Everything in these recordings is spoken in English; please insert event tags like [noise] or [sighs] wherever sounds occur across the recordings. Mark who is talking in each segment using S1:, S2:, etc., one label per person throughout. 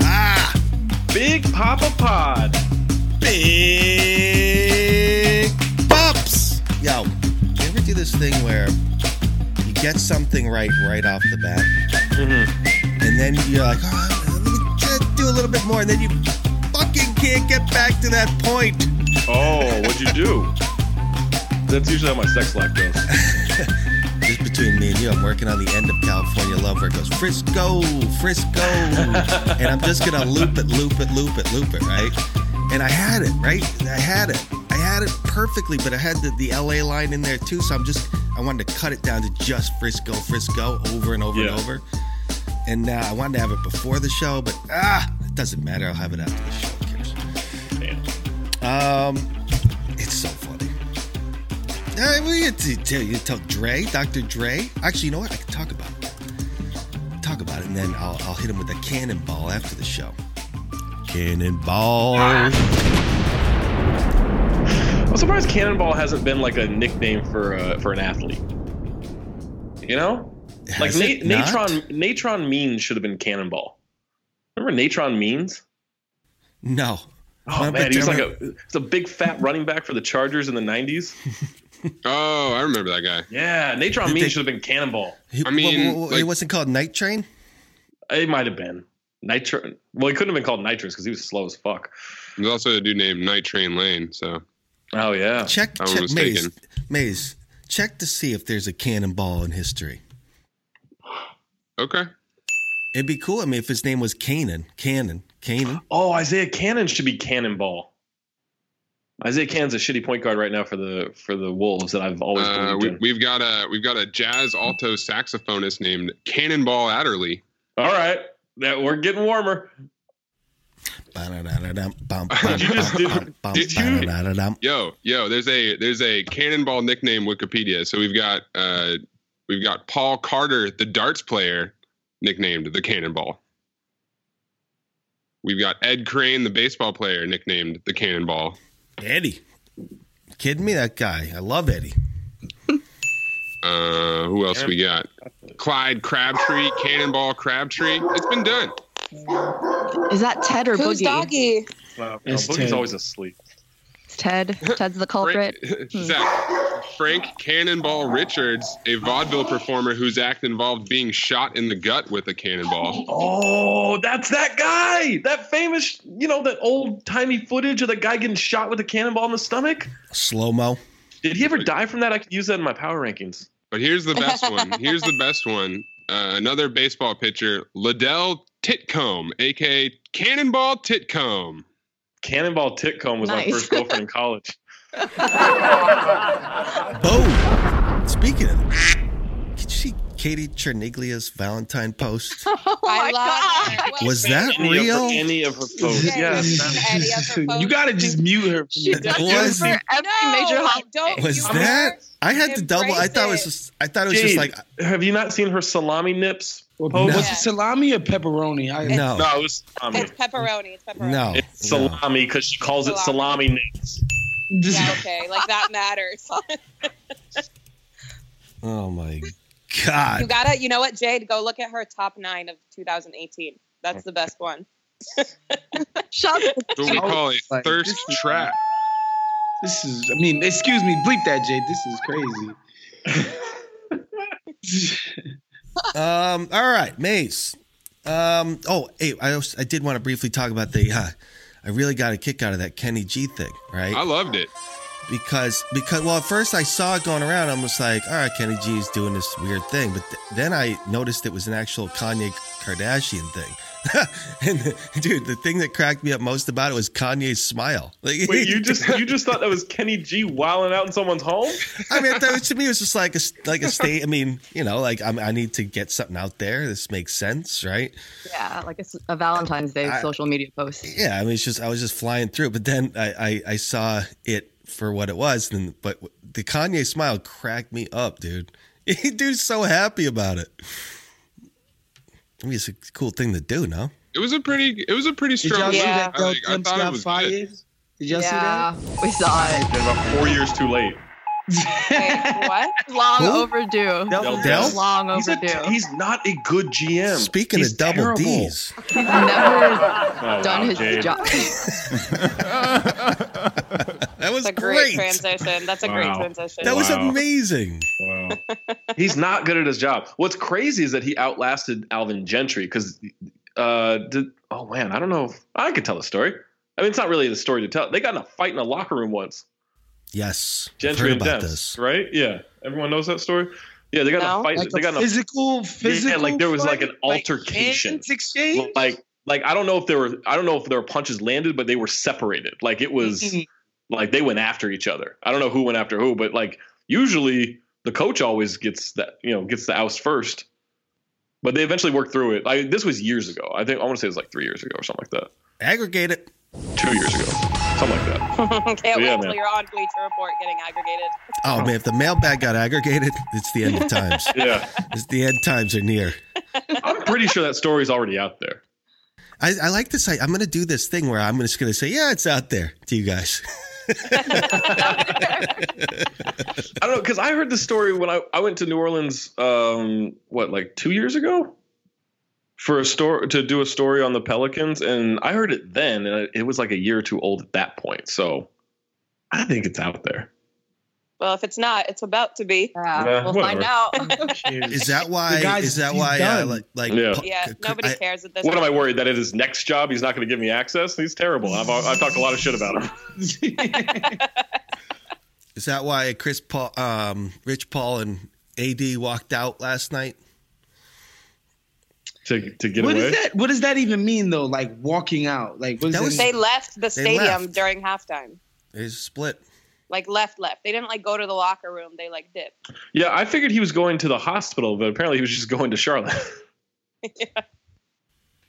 S1: Ah.
S2: you get something right right off the bat,
S3: Mm-hmm.
S2: and then you're like, oh, let me just do a little bit more, and then you fucking can't get back to that point.
S3: Oh, what'd you do? That's usually how my sex life goes.
S2: [laughs] Just between me and you, I'm working on the end of California Love where it goes Frisco, Frisco,
S3: [laughs]
S2: and I'm just gonna loop it, loop it, loop it, loop it, right? And I had it, right? I had it, I had it perfectly, but I had the, the LA line in there too, so I'm just I wanted to cut it down to just Frisco, Frisco, over and over
S3: Yeah.
S2: and over. And uh, I wanted to have it before the show, but ah, it doesn't matter. I'll have it after the show. Who cares?
S3: Man.
S2: Um, it's so funny. Uh, well, you, t- t- you tell Dre, Dr. Dre. Actually, you know what? I can talk about it. Talk about it, and then I'll, I'll hit him with a cannonball after the show. Cannonball.
S3: I'm surprised Cannonball hasn't been like a nickname for uh, for an athlete. You know, like
S2: Has
S3: Na-
S2: it not?
S3: Natron Natron Means should have been Cannonball. Remember Natron Means?
S2: No.
S3: Oh
S2: Remember
S3: man, he was like
S2: Jeremy-
S3: a he's a big fat running back for the Chargers in
S2: [laughs]
S3: the '90s.
S4: Oh, I remember that guy.
S3: Yeah, Natron
S2: Did
S3: Means
S2: they-
S3: should have been Cannonball.
S2: He-
S4: I
S2: wha-
S4: mean,
S2: wha- wha- it
S4: like-
S2: wasn't called Night Train.
S3: It might have been Nitro. Well, he couldn't have been called Nitrous because he was slow as fuck.
S4: There's also a dude named Night Train Lane. So
S3: Oh yeah,
S2: Check,
S4: I was
S2: check, Maze,
S4: mistaken.
S2: Maze, check to see if there's a cannonball in history.
S4: okay,
S2: It'd be cool. I mean, if his name was Canaan, Canaan,
S3: [gasps]
S2: Canaan.
S3: Oh, Isaiah Cannon should be cannonball. Isaiah Cannon's a shitty point guard right now for the for the Wolves that I've always
S4: uh,
S3: believed
S4: we,
S3: in.
S4: we've got a we've got a jazz alto saxophonist named Cannonball Adderley.
S3: All right, that we're getting warmer.
S2: Did
S3: you just- did- did you-
S4: Yo, yo, there's a there's a Cannonball nickname Wikipedia. So we've got uh we've got Paul Carter, the darts player, nicknamed the Cannonball. We've got Ed Crane, the baseball player, nicknamed the Cannonball.
S2: Eddie. Kidding me? That guy. I love Eddie.
S4: Uh, who else we got? Clyde Crabtree, Cannonball Crabtree. It's been done.
S5: Is that Ted or
S6: Who's
S5: Boogie?
S6: doggy?
S3: Wow,
S1: It's
S3: Boogie's
S1: Ted.
S3: always
S4: [laughs]
S3: asleep.
S5: It's Ted. Ted's the culprit.
S4: Frank, Zach, Frank Cannonball Richards, a vaudeville performer whose act involved being shot in the gut with a cannonball.
S3: Oh, that's that guy. That famous, you know, that old timey footage of that guy getting shot with a cannonball in the stomach.
S2: Slow mo.
S3: Did he ever die from that? I could use that in my power rankings.
S4: But here's the best one. Here's the best one. Uh, another baseball pitcher, Liddell Titcomb, aka Cannonball Titcomb.
S3: Cannonball Titcomb was my
S5: Nice.
S3: first girlfriend in college.
S2: Boom. Speaking of that, did you see Katie Cerniglia's Valentine
S3: [laughs]
S2: post?
S5: Oh
S6: I love her.
S2: [laughs] Was that
S3: Any of her-
S2: real?
S3: any of her photos? Yes.
S6: Yes.
S1: you gotta just mute her.
S6: She
S1: from the-
S6: does was,
S2: Was-
S5: For every major holiday.
S6: Don't
S2: Was
S6: you
S2: that? I had to double. I
S6: Embrace
S2: thought it was
S6: it.
S2: just. I thought it was just
S3: Jeez,
S2: like.
S3: have you not seen her salami nips? Oh,
S1: Was
S3: No.
S1: it salami or pepperoni? I,
S2: No.
S3: No, it was salami.
S6: It's pepperoni. It's pepperoni.
S2: No.
S3: It's
S2: no.
S3: salami because she calls it salami nips.
S6: Yeah, okay. Like that
S5: [laughs]
S6: matters.
S2: Oh my
S6: you
S2: God.
S6: gotta, you know what, Jade? Go look at her top nine of 2018. That's the best
S5: [laughs]
S6: one.
S5: Shut the
S4: It's
S7: [laughs]
S4: what we call a thirst trap.
S1: This is, I mean, excuse me, bleep that, Jade. This is crazy.
S2: Um. All right, Mace. Um. Oh, hey. I was, I did want to briefly talk about the. Uh, I really got a kick out of that Kenny G thing, right?
S4: I loved it.
S2: because because well at first I saw it going around I'm just like all right Kenny G is doing this weird thing but th- then I noticed it was an actual Kanye Kardashian thing [laughs] and dude the thing that cracked me up most about it was Kanye's smile [laughs] like
S3: Wait, you just you just thought that was Kenny G wilding out in someone's home?
S2: I
S3: [laughs]
S2: mean I thought, to me it was just like a s- like a state I mean you know like I'm, I need to get something out there this makes sense right
S5: Yeah, like a, s- a Valentine's Day
S2: I-
S5: social media post.
S2: yeah I mean it's just I was just flying through it, but then I I, I saw it for what it was and but the Kanye smile cracked me up dude [laughs] dude's so happy about it I mean it's a cool thing to do no
S4: It was a pretty it was a pretty
S1: Did y'all
S4: strong
S1: see
S6: Yeah.
S1: that girl
S4: I
S1: Pimp
S4: thought it
S1: got
S4: was
S1: fired?
S4: good.
S1: Did y'all
S5: yeah, we saw it.
S3: They're about four years too late.
S1: see
S6: Wait,
S1: that?
S6: what?
S5: Long
S2: Who?
S5: overdue.
S2: Del-
S3: Del-
S2: Del?
S5: Long
S3: He's,
S5: overdue.
S3: a, he's not a good GM.
S2: speaking
S3: He's
S2: of double
S3: terrible.
S2: D's
S5: He's never
S3: [laughs] Oh, wow, [laughs]
S5: done his
S3: Jade.
S5: job.
S2: [laughs] that was
S6: a great,
S2: great.
S6: transition. That's a great
S3: Wow.
S6: transition.
S2: That was
S3: Wow.
S2: amazing.
S6: [laughs]
S5: [laughs]
S3: Wow. He's not good at his job. What's crazy is that he outlasted Alvin Gentry because, uh, did, oh man, I don't know. If, I could tell the story. I mean, it's not really the story to tell. They got in a fight in a locker room once.
S2: Yes. I've
S3: Gentry
S2: heard
S3: and
S2: about
S3: Demps,
S2: this.
S3: right? Yeah, everyone knows that story. Yeah, they got in
S6: No.
S3: a fight.
S1: Like
S3: they got in
S1: a
S3: a
S1: physical, physical.
S3: like there was, like,
S1: fight?
S3: an altercation.
S1: hands exchange.
S3: like like I don't know if there were I don't know if there were punches landed, but they were separated. Like it was
S1: Mhm.
S3: like they went after each other. I don't know who went after who, but like usually the coach always gets that you know gets the oust first. But they eventually worked through it. Like this was years ago. I think I want to say it was like three years ago or something like
S2: Aggregate it.
S3: that. Two years ago, something like that.
S6: Can't
S3: Yeah,
S6: wait
S3: man.
S6: till you're on Bleacher Report getting aggregated.
S2: Oh, man, if the mailbag got aggregated, it's the end of times.
S3: [laughs] Yeah,
S2: it's the end times are near.
S3: I'm pretty sure that story's already out there.
S2: I, I like this. I, I'm going to do this thing where I'm just going to say, yeah, it's out there to you guys. [laughs]
S3: I don't know because I heard the story when I, I went to New Orleans, um, what like two years ago, for a story to do a story on the Pelicans, and I heard it then, and it- it was like a year or two old at that point. So I think it's out there.
S6: Well, if it's not, it's about to be.
S5: Yeah,
S3: Yeah,
S5: we'll
S3: whatever.
S5: find out.
S6: [laughs]
S2: Is that why?
S1: guy's-
S2: is that
S1: he's
S2: why? Uh,
S1: done.
S2: like, like
S3: [laughs] Yeah.
S2: pu-
S6: Yeah,
S2: c- c-
S6: nobody
S2: I-
S6: cares at this.
S3: What am I
S6: point.
S3: worried that at his next job he's not going to give me access? He's terrible. I've I've talked a lot of shit about him.
S2: Is that why Chris Paul, um, Rich Paul, and AD walked out last night?
S3: To to get
S1: What
S3: away.
S1: does that? What does that even mean though? Like walking out. Like what does
S2: That
S1: that
S2: was-
S6: They left the stadium
S2: left.
S6: during halftime.
S2: There's a split.
S6: Like left, left. They didn't like go to the locker room. They like dipped.
S3: Yeah, I figured he was going to the hospital, but apparently he was just going to Charlotte. [laughs]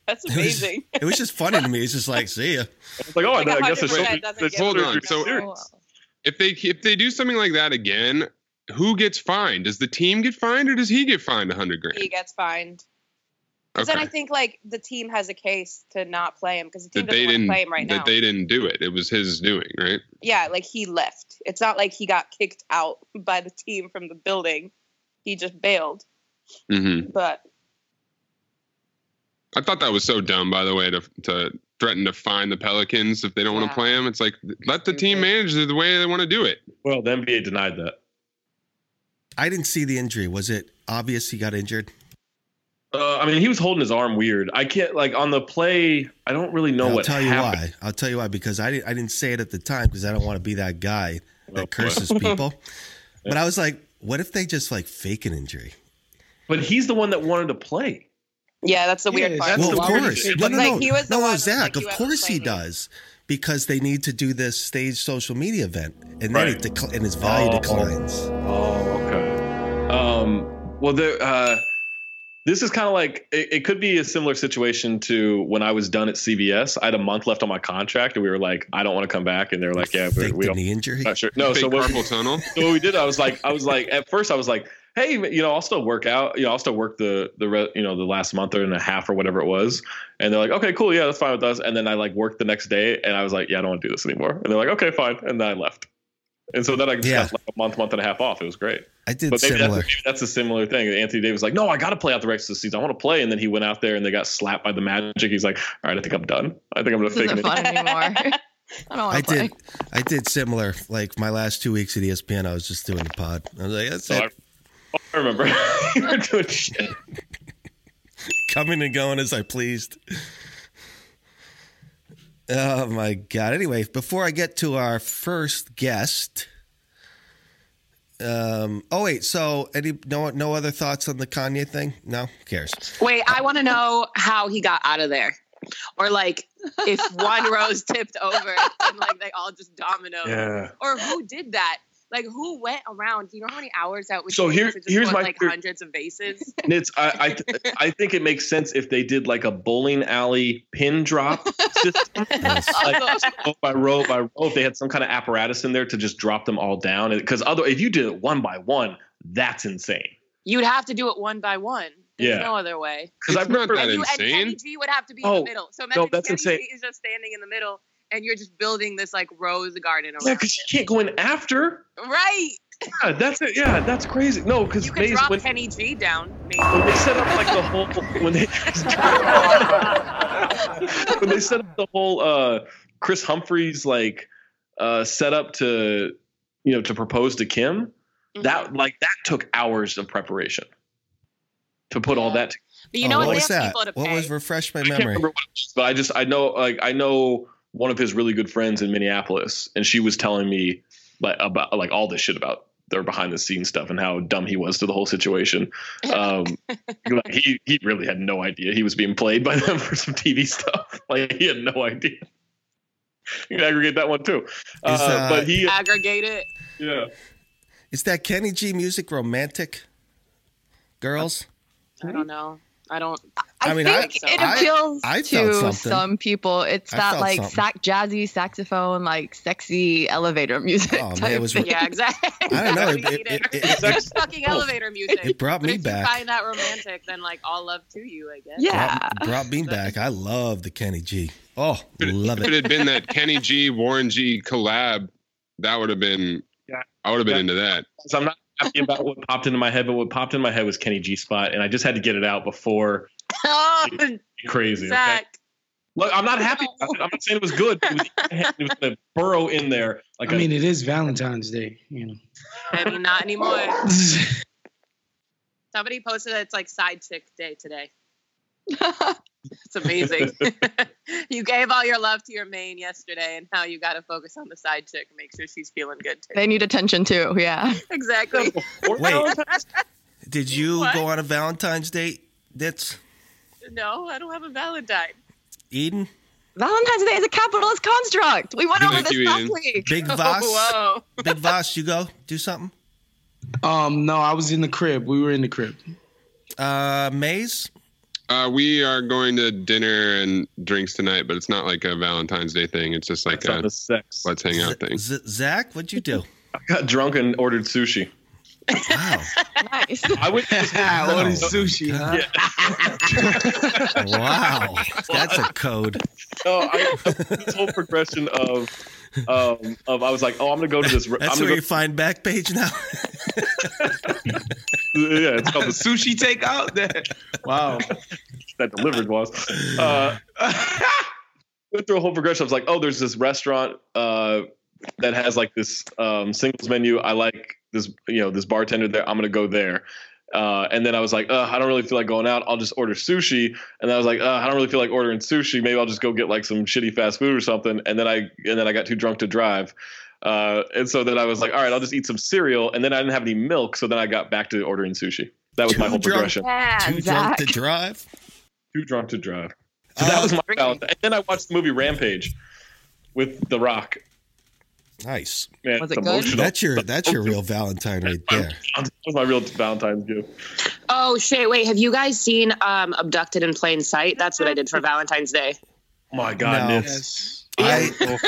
S6: That's
S2: It was-
S4: [laughs]
S6: amazing.
S2: It was just funny to me. It's just like, see ya.
S3: It's like, oh, I,
S6: Like
S3: I guess it's
S6: 100%
S3: shoulder-
S6: doesn't
S3: that's
S6: get
S4: hold
S3: shoulder
S6: through
S4: on,
S6: the
S4: so-
S6: wall.
S4: if they if they do something like that again, who gets fined? Does the team get fined or does he get fined a hundred grand?
S6: he gets fined. Because then I think like the team has a case to not play him because the team
S4: That they
S6: doesn't want to
S4: didn't
S6: play him right
S4: that
S6: now.
S4: they didn't do it. It was his doing, right?
S6: yeah, like he left. It's not like he got kicked out by the team from the building. He just bailed.
S4: hmm
S6: But
S4: I thought that was so dumb, by the way, to to threaten to fine the Pelicans if they don't want
S6: Yeah.
S4: to play him. It's like let the team
S6: Stupid.
S4: manage the way they want to do it.
S3: Well, the NBA denied that.
S2: I didn't see the injury. Was it obvious he got injured?
S3: Uh, I mean, he was holding his arm weird. I can't like on the play. I don't really know
S2: I'll
S3: what
S2: tell
S3: happened.
S2: you why. I'll tell you why because I didn't. I didn't say it at the time because I don't want to be that guy
S3: Oh, boy.
S2: that
S3: [laughs]
S2: curses people. But I was like, what if they just like fake an injury?
S3: But he's the one that wanted to play.
S6: yeah, that's the weird
S1: Yeah,
S6: part.
S3: that's
S2: well,
S3: the
S2: of course.
S3: weirdest shit.
S2: No, no,
S6: Like,
S2: no.
S6: he was the
S2: no,
S6: one
S2: it
S6: that
S2: was
S6: was
S2: Zach.
S6: like, you
S2: of
S6: haven't
S2: course he
S6: played yet.
S2: does because they need to do this staged social media event, and then
S3: Right.
S2: it decl- and its value
S3: Oh.
S2: declines.
S3: Oh, okay. Um, well, there. Uh, this is kind of like it, it could be a similar situation to when I was done at CBS. I had a month left on my contract, and we were like, "I don't want to come back," and they were like, "Yeah, we,
S2: Fake
S3: we
S2: the
S3: don't."
S2: knee injury.
S3: Not sure. No,
S4: Fake
S3: so what,
S4: carpal tunnel.
S3: so what we did, I was like, I was like, at first, I was like, hey, you know, I'll still work out. You know, I'll still work the the re, you know the last month or and a half or whatever it was. And they're like, okay, cool, yeah, that's fine with us. And then I like worked the next day, and I was like, yeah, I don't want to do this anymore. And they're like, okay, fine. And then I left. And so then I just
S2: Yeah.
S3: got like a month, month and a half off. It was great.
S2: I did
S3: But maybe that's,
S2: similar.
S3: maybe that's a similar thing. Anthony Davis was like, no, I got to play out the rest of the season. I want to play. And then he went out there and they got slapped by the Magic. He's like, all right, I think I'm done. I think I'm going to
S5: This
S3: fake
S5: isn't
S3: it.
S5: fun
S7: [laughs]
S5: anymore. I don't
S2: I
S5: want to play.
S2: did. I did similar. Like my last two weeks at E ESPN, I was just doing the pod. I was like, that's
S3: So I,
S2: it.
S3: Oh, I remember [laughs] you were doing shit.
S2: Coming and going as I pleased. Oh my god. Anyway, before I get to our first guest. Um, oh wait, so any no no other thoughts on the Kanye thing? No, who cares.
S7: Wait, I want to know how he got out of there. Or like if
S6: [laughs]
S7: one rose tipped over and like they all just dominoed.
S3: Yeah.
S7: Or who did that? Like who went around? Do you know how many hours that would
S3: So
S7: take
S3: here-
S7: to just
S3: here's
S7: put,
S3: my
S7: like
S3: theory.
S7: hundreds of
S4: [laughs]
S7: vases?
S3: And it's, I, I, I think it makes sense if they did like a bowling alley pin drop
S7: [laughs]
S3: system.
S2: Yes.
S3: like row by row by row, if they had some kind of apparatus in there to just drop them all down, because other if you did it one by one, that's insane.
S7: You'd have to do it one by one. There's
S3: Yeah.
S7: no other way.
S3: Because I
S4: It's not
S3: remember
S4: that
S7: and you and Kenny
S4: insane.
S7: G would have to be
S3: Oh,
S7: in the middle. So imagine
S3: that's
S7: Kenny
S3: insane.
S7: G is just standing in the middle and you're just building this like rose garden
S3: yeah,
S7: around
S3: because you can't go in after.
S7: him. Right.
S3: Yeah, that's it. Yeah, that's crazy. No, because
S7: You could
S3: Maze
S7: drop
S3: when,
S7: Kenny G down, maybe.
S3: when they set up like the whole when they [laughs] when they set up the whole uh Chris Humphreys like uh, set up to you know to propose to Kim,
S7: Mm-hmm.
S6: Mhm.
S3: that like that took hours of preparation to put all
S7: Yeah.
S3: that. Together.
S7: But you know
S2: Oh,
S7: what?
S2: what
S7: They
S2: was
S7: have
S2: that?
S7: people to
S2: What
S7: pay.
S2: was refresh my
S3: I can't
S2: memory?
S3: remember what it was, but I just I know like I know one of his really good friends in Minneapolis, and she was telling me like about like all this shit about their behind the scenes stuff and how dumb he was to the whole situation. Um, like he he really had no idea he was being played by them [laughs] for some TV stuff. Like he had no idea. You can aggregate that one too, uh,
S2: Is, uh,
S3: but he
S7: Aggregate it.
S3: yeah.
S2: Is that Kenny G music romantic?
S7: [laughs]
S2: Girls,
S7: I don't know. I don't.
S2: I
S5: I,
S2: mean, I-
S5: think it
S2: I-
S5: appeals
S2: I felt
S5: to
S2: something.
S5: some people. It's
S2: I
S5: that
S2: felt
S5: like
S2: something.
S5: sac- jazzy saxophone, like sexy elevator [laughs] music.
S2: Oh, man,
S5: type
S2: it was
S5: thing.
S7: Yeah, exactly.
S2: I don't know.
S7: That's
S2: It,
S7: what you
S2: it,
S7: needed.
S2: it, it- it- oh,
S7: It's just fucking elevator music.
S2: it brought
S7: But
S2: me
S7: if
S2: back.
S7: you find that romantic, then like all love to you, I guess.
S5: yeah.
S2: Brought, brought me back. I love the Kenny G. Oh, love
S4: If it
S2: it.
S4: had been that Kenny G Warren G collab, that would have been.
S3: Yeah.
S4: I would have been
S3: Yeah.
S4: into that.
S3: So I'm not happy about what popped into my head, but what popped in my head was Kenny G spot, and I just had to get it out before
S7: [laughs] Oh,
S3: crazy. okay?
S7: Zach.
S3: Look, I'm not happy. About it. I'm not saying it was good. But it was, it was gonna burrow in there. Like
S1: I mean, it is Valentine's Day, you know.
S7: I mean, not [laughs] anymore.
S1: This
S7: Somebody posted that it's like side chick day today.
S3: [laughs]
S7: it's amazing. you gave all your love to your main yesterday, and now you got to focus on the side chick. and Make sure she's feeling good too.
S5: They need attention too. Yeah.
S7: [laughs] Exactly.
S3: or-
S2: Wait. Did you
S7: What?
S2: go on a Valentine's date? That's
S7: No, I don't have a Valentine.
S2: Eden.
S5: Valentine's Day is a capitalist construct. We went over
S4: Thank
S5: this
S4: you,
S5: last
S4: Ian.
S5: week.
S7: [laughs]
S2: Big Voss.
S7: Whoa.
S2: Big Voss, you go do something.
S1: is- um, no, I was in the crib. We were in the crib.
S2: Uh, Maze.
S4: Uh, we are going to dinner and drinks tonight, but it's not like a Valentine's Day thing. It's just like
S3: That's not
S4: a
S3: the sex.
S4: let's hang out thing.
S2: Z- Zach, what'd you do?
S3: I got drunk and ordered sushi.
S2: Wow.
S5: Nice.
S3: I would.
S1: [laughs] I ordered sushi, huh?
S3: Yeah.
S2: Wow. That's a code.
S3: [laughs] No, I, this whole progression of, um, of I was like, oh, I'm gonna go to this. re-
S2: That's
S3: I'm
S2: where
S3: gonna
S2: you find back page now.
S3: go, yeah, it's called the
S1: sushi takeout.
S3: [laughs]
S1: wow.
S3: that delivered was. Uh, [laughs] went through a whole progression. I was like, oh, there's this restaurant uh, that has like this um, singles menu. I like this, you know, this bartender there. I'm gonna go there. Uh, and then I was like, Ugh, I don't really feel like going out. I'll just order sushi. And then I was like, Ugh, I don't really feel like ordering sushi. Maybe I'll just go get like some shitty fast food or something. And then I and then I got too drunk to drive. Uh, and so then I was like, all right, I'll just eat some cereal. And then I didn't have any milk, so then I got back to ordering sushi. That was my
S2: Too
S3: whole
S2: drunk.
S3: progression.
S5: Yeah,
S2: Too drunk
S5: Zach.
S2: to drive.
S3: Too drunk to drive. So that
S2: Uh,
S3: was my balance. And then I watched the movie Rampage with The Rock.
S2: nice.
S3: Man,
S5: [laughs] Was
S3: it's
S5: it good?
S3: emotional.
S2: That's your that's your real Valentine right there.
S3: That was my real Valentine's gift.
S7: [laughs] Oh shit! Wait, have you guys seen um, "Abducted in Plain Sight"? That's what I did for Valentine's Day.
S3: Oh my God,
S2: No.
S3: Nick.
S1: Yes.
S2: I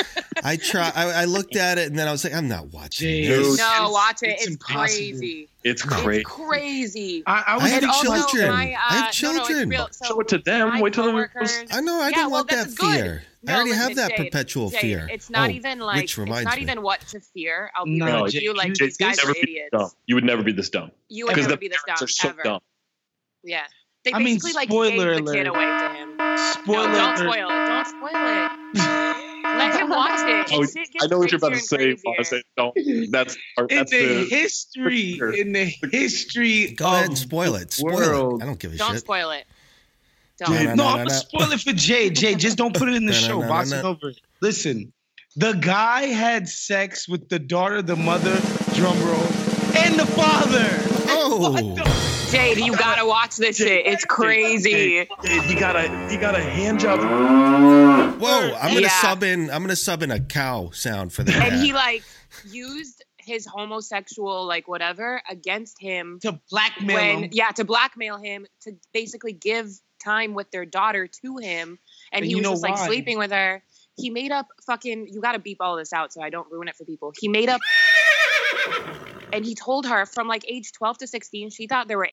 S2: I try. I, I looked at it and then I was like, I'm not watching
S1: Jeez.
S2: this.
S1: No,
S7: No, watch it.
S1: it's
S7: It's,
S1: impossible.
S7: crazy.
S3: It's
S2: No.
S3: great.
S7: It's crazy.
S1: I, I was
S2: I have
S7: And
S1: thinking-
S7: also,
S2: children.
S7: my, uh,
S2: I have
S7: no, no, it's
S2: children.
S7: real. So
S3: Show it to them.
S7: my
S3: Wait till them.
S7: coworkers-
S2: I know. I
S7: Yeah,
S2: didn't
S7: well,
S2: want
S7: this
S2: that
S7: is good.
S2: fear. I
S7: No,
S2: already have
S7: listen,
S2: that
S7: Jade,
S2: perpetual
S7: Jade,
S2: fear.
S7: It's not
S2: Oh,
S7: even like
S2: which
S7: it's
S2: reminds
S7: not
S2: me.
S7: even what to fear. I'll be
S1: No,
S7: real with
S3: Jade,
S7: you. Like
S1: you-
S7: these guys
S3: never
S7: are
S3: be this dumb.
S7: idiots.
S3: You would never be this dumb
S7: You would
S3: because
S7: never
S3: the
S7: be this
S3: parents
S7: dumb
S3: are so
S7: ever.
S3: dumb.
S7: Yeah. They
S1: I mean,
S7: basically like
S1: spoiler
S7: gave the kid
S1: alert.
S7: away to him.
S1: spoiler
S7: no, don't
S1: alert.
S7: spoil it. Don't spoil it. Let him watch it.
S3: Oh,
S7: And shit gets
S3: I know what you're about to say.
S7: crazier and
S3: But I
S7: crazier.
S3: say don't. That's or that's
S1: In the
S3: the.
S1: history,
S3: Sure.
S1: in the history
S2: Go
S1: of
S2: ahead and spoil it. Spoil
S1: world.
S2: it. I don't give a
S7: Don't
S2: shit.
S7: spoil it.
S2: No,
S7: Don't.
S2: no,
S1: No,
S2: no,
S1: I'm
S2: no,
S1: gonna
S2: no.
S1: spoil it for Jay. Jay, just don't put it in
S2: [laughs]
S1: the
S2: No, no,
S1: show.
S2: no,
S1: Box
S2: no,
S1: it
S2: no.
S1: over. it. Listen, the guy had sex with the daughter, the mother, drum roll, and the father. [laughs]
S2: Oh,
S1: What the-
S7: Jade, you gotta watch this shit. It's crazy.
S3: Dude, he got a he got a hand job.
S2: whoa! I'm gonna
S7: Yeah.
S2: sub in. I'm gonna sub in a cow sound for that.
S7: And he like used his homosexual like whatever against him
S1: To blackmail
S7: when
S1: him.
S7: yeah to blackmail him to basically give time with their daughter to him and,
S1: And
S7: he
S1: you
S7: was
S1: know
S7: just
S1: why.
S7: like sleeping with her he made up fucking you gotta beep all this out so i don't ruin it for people
S1: [laughs]
S7: he made up and he told her from like age 12 to 16 she thought there were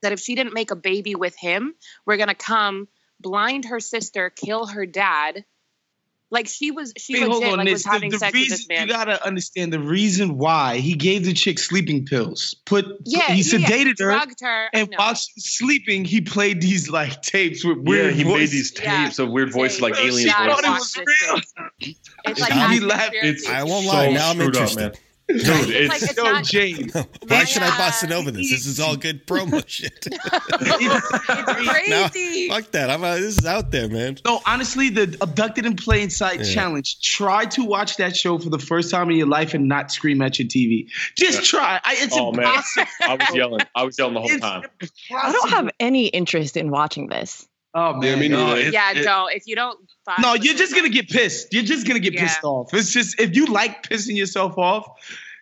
S7: that if she didn't make a baby with him we're gonna come blind her sister kill her dad Like she was, she
S1: Wait,
S7: legit
S1: hold on.
S7: like,
S1: This,
S7: was having
S1: the, the
S7: sex with
S1: reason
S7: this man.
S1: you gotta understand the reason why he gave the chick sleeping pills. Put
S7: yeah,
S1: he
S7: yeah, yeah.
S1: sedated her,
S7: drugged her, I
S1: and
S7: know.
S1: while she was sleeping, he played these like tapes with
S3: Yeah,
S1: weird.
S3: he made
S1: voices.
S3: these
S7: Yeah.
S3: tapes of weird voices, like
S1: Bro,
S3: alien
S1: she thought it
S3: voices.
S1: was
S7: Watch
S1: real.
S7: this shit.
S1: [laughs]
S7: It's like
S2: I'll
S7: not
S2: be
S1: laughing.
S7: conspiracy.
S2: I won't
S3: so
S2: lie. Now I'm
S3: screwed up,
S2: interested.
S3: man.
S7: It's
S3: Dude,
S7: like
S3: it's,
S7: it's
S1: Yo,
S7: not.
S1: James.
S2: [laughs] Why should I
S7: Yeah.
S2: bust it over this? This is all good
S7: [laughs]
S2: promo shit. [laughs]
S7: it's crazy.
S2: Fuck that. I'm uh, this is out there, man.
S1: No, honestly, the abducted in plain sight
S2: Yeah.
S1: challenge. Try to watch that show for the first time in your life and not scream at your TV. Just
S3: Yeah.
S1: try. I, it's
S3: Oh, man.
S1: impossible.
S3: [laughs] I was yelling. I was yelling the whole
S1: It's
S3: time.
S5: I don't have any interest in watching this.
S1: Oh man.
S4: Yeah, me
S3: No,
S4: neither.
S3: it's-
S7: yeah,
S3: it-
S7: no. If you don't, vibe
S1: No,
S7: with
S1: you're
S7: it,
S1: just gonna get pissed. You're just gonna get
S7: Yeah.
S1: pissed off. It's just if you like pissing yourself off,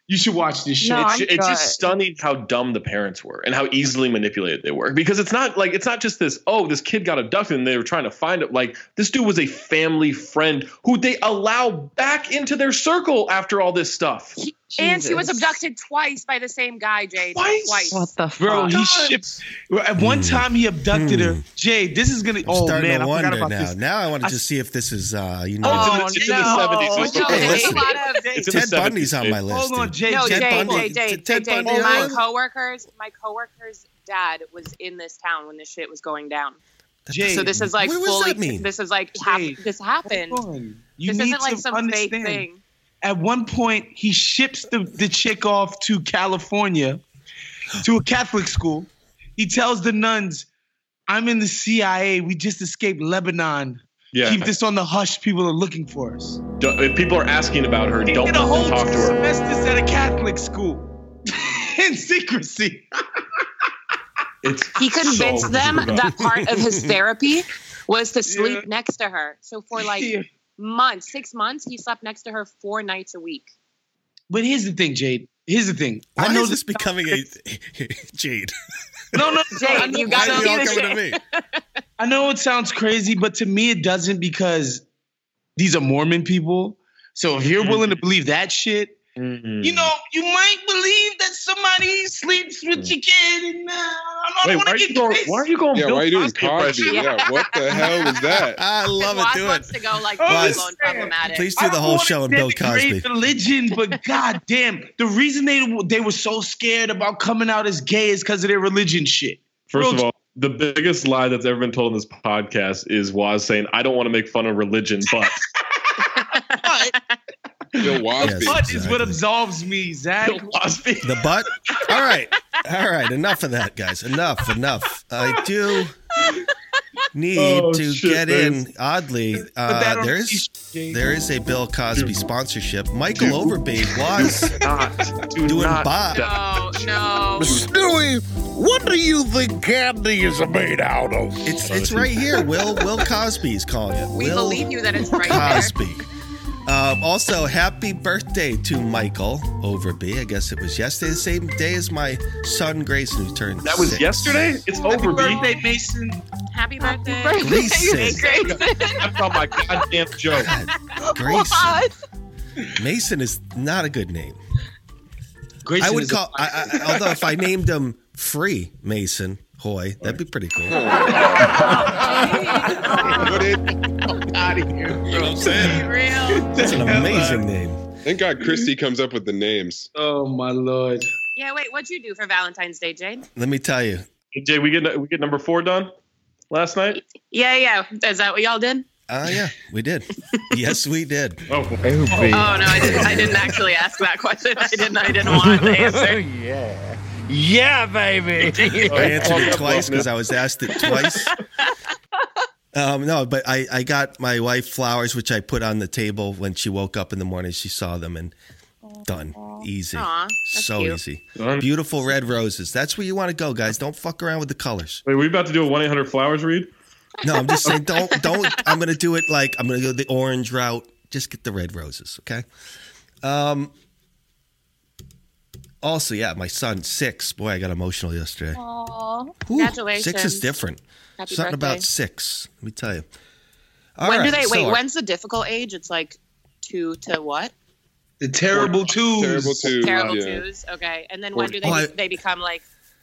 S1: you should watch this shit.
S5: No,
S3: it's,
S5: I'm
S3: it's
S5: good.
S3: just stunning how dumb the parents were and how easily manipulated they were because it's not like it's not just this oh this kid got abducted and they were trying to find it like this dude was a family friend who they allow back into their circle after all this stuff
S7: and she was
S5: Jesus.
S7: abducted twice by the same guy, Jade.
S3: Twice?
S7: Twice.
S5: What the fuck?
S1: Bro, he
S3: God.
S1: shipped. well, At one
S2: Hmm.
S1: time, he abducted
S2: Hmm.
S1: her. Jay, this is gonna.
S2: I'm
S1: Oh
S2: starting
S1: man,
S2: to
S1: I forgot
S2: wonder
S1: about
S2: now.
S1: this.
S2: Now I want to
S1: I-
S2: just see if this is uh, you know.
S3: Oh,
S7: Oh,
S3: it's, in the, it's in
S7: no.
S3: the 70s. It's
S7: No,
S3: okay.
S2: Hey,
S7: there's
S2: listen.
S7: a lot of
S3: It's in the
S2: Ted
S3: 70s,
S2: Bundy's on
S3: dude.
S2: my list.
S1: Hold on,
S2: dude.
S1: Jay.
S7: no,
S2: Ted
S7: Jay,
S2: Bundy-
S7: Jay, Jay,
S2: Ted
S7: Jay, Jay,
S2: Bundy
S7: my
S2: was-
S7: coworkers, my coworkers' dad was in this town when this shit was going down.
S1: Jay,
S7: So this is like
S2: What does
S7: fully.
S2: that mean?
S7: This is like hap-
S1: Jay,
S7: this happened.
S1: hold on. You need
S7: this isn't like
S1: to
S7: some
S1: understand.
S7: fake thing.
S1: At one point, he ships the, the chick off to California to a Catholic school. He tells the nuns, I'm in the CIA. We just escaped Lebanon.
S3: yeah
S1: Keep this on the hush. People are looking for us.
S3: Don't- if uh, people are asking about her don't
S1: Did a
S3: let
S1: whole
S3: them talk to her
S1: semesters at a Catholic school in secrecy.
S3: it's
S7: He convinced
S3: so
S7: them
S3: screwed up.
S7: that part of his therapy was to sleep next to her. So for like
S1: Yeah.
S7: months, six months, he slept next to her four nights
S2: [laughs]
S7: a week.
S1: But here's the thing, Jade. Here's the thing.
S2: Why
S1: I know
S2: is this becoming a [laughs] Jade?
S1: No, no,
S7: [laughs]
S1: no. I
S7: Jade,
S1: know,
S7: you
S2: Why
S7: gotta
S2: are
S7: see
S2: you all
S7: this
S2: coming to
S7: shit.
S2: me?
S1: I know it sounds crazy, but to me it doesn't because these are Mormon people. So if you're willing to
S2: Mm-hmm.
S1: believe that shit,
S3: Mm.
S1: you know, you might
S2: [laughs]
S1: believe that somebody sleeps
S2: Mm.
S1: with your kid. And, uh, I
S3: Wait,
S1: don't
S3: why
S1: want
S3: are
S1: to
S3: you
S1: get
S3: going?
S1: crazy.
S3: Why are you going?
S4: Yeah,
S3: Bill
S4: why are you doing
S3: Cosby impression?
S4: Cosby? Yeah, what the hell was that?
S2: [laughs] I love
S7: Because Waz
S2: it. Do
S7: wants
S2: it.
S7: to go like
S1: Oh,
S7: full
S2: Waz,
S7: blown problematic.
S2: Please
S1: I
S2: do the
S1: don't
S2: whole
S1: wanna
S2: show on Bill Cosby.
S1: denigrate Religion,
S2: [laughs]
S1: but goddamn, the reason they they were so scared about coming out as gay is because of their religion shit.
S3: First
S1: Real-
S3: of all, the biggest lie that's ever been told on this podcast is Waz saying, "I don't want to make fun of religion, but
S1: But
S4: Bill
S1: but
S4: Wozniak.
S2: Yes.
S1: is what
S2: exactly.
S1: absolves me, Zach.
S3: Bill Cosby."
S2: The butt. All right. All right. Enough of that, guys. Enough. Enough. I do need
S3: Oh,
S2: to
S3: shit,
S2: get
S3: man.
S2: in. Oddly,
S1: But that
S2: uh,
S1: don't
S2: there's
S1: Jade.
S2: there is a Bill Cosby sponsorship. Michael Overbay was
S3: Not, do
S2: doing
S3: not.
S2: Bob.
S7: No, no.
S8: Stewie, what do you think candy is made out of?
S2: It's it's right here. Will Will Cosby is calling it.
S7: We
S2: Will
S7: believe you that it's right there.
S2: Cosby. Um, also, happy birthday to Michael Overby. I guess it was yesterday, the same day as my son Grayson, who turned.
S3: That was
S2: six.
S3: yesterday. It's over, B.
S1: birthday, Mason.
S7: Happy birthday. [laughs]
S2: Grayson.
S3: That's on my goddamn joke.
S2: God, Grayson.
S5: What?
S2: Mason is not a good name.
S1: Grayson
S2: I would
S1: is a-
S2: call. I, I, although
S3: [laughs]
S2: if I named him Free Mason Hoy, that'd be pretty
S3: [laughs]
S2: cool. Uh,
S4: What it-
S1: out of here.
S4: you know what I'm saying?
S7: Real.
S2: That's an
S3: uh,
S2: amazing name.
S4: Thank God Christy comes up with the names.
S1: Oh my lord.
S7: Yeah, wait, what'd you do for Valentine's Day, Jade?
S2: Let me tell you.
S3: Jay, we get we get number four done last night.
S7: Yeah, yeah. Is that what y'all did?
S2: Uh, yeah, we did. Yes, we did.
S3: Oh,
S7: Oh no, I didn't I didn't actually ask that question. I didn't I didn't
S2: [laughs]
S7: want to
S8: [laughs]
S7: answer.
S8: yeah. Yeah,
S7: [laughs]
S8: baby.
S2: I answered it twice because I was asked it twice.
S8: [laughs]
S2: Um, no, but I, I got my wife flowers, which I put on the table when she woke up in the morning. She saw them and done. Easy.
S7: Aw, that's
S2: so
S7: cute.
S2: easy.
S3: Done.
S2: Beautiful red roses. That's where you want to go, guys. Don't fuck around with the colors.
S3: wait, we about to do a one eight hundred flowers read.
S2: No, I'm just saying, don't, don't. I'm going to do it like I'm going to go the orange route. Just get the red roses, okay? Um, also, yeah, my son, six. Boy, I got emotional yesterday.
S7: Aw.
S2: Ooh, Six is
S7: Congratulations.
S2: different.
S7: Happy
S2: Something
S7: birthday.
S2: about six. Let me tell you. All
S7: when do
S2: right,
S7: they wait,
S2: so-
S7: when's the difficult age? It's like two to what?
S1: The terrible twos.
S4: Terrible twos.
S7: Terrible
S4: yeah.
S7: twos. Okay. And then when do
S2: Oh,
S7: they
S2: I-
S7: they become like I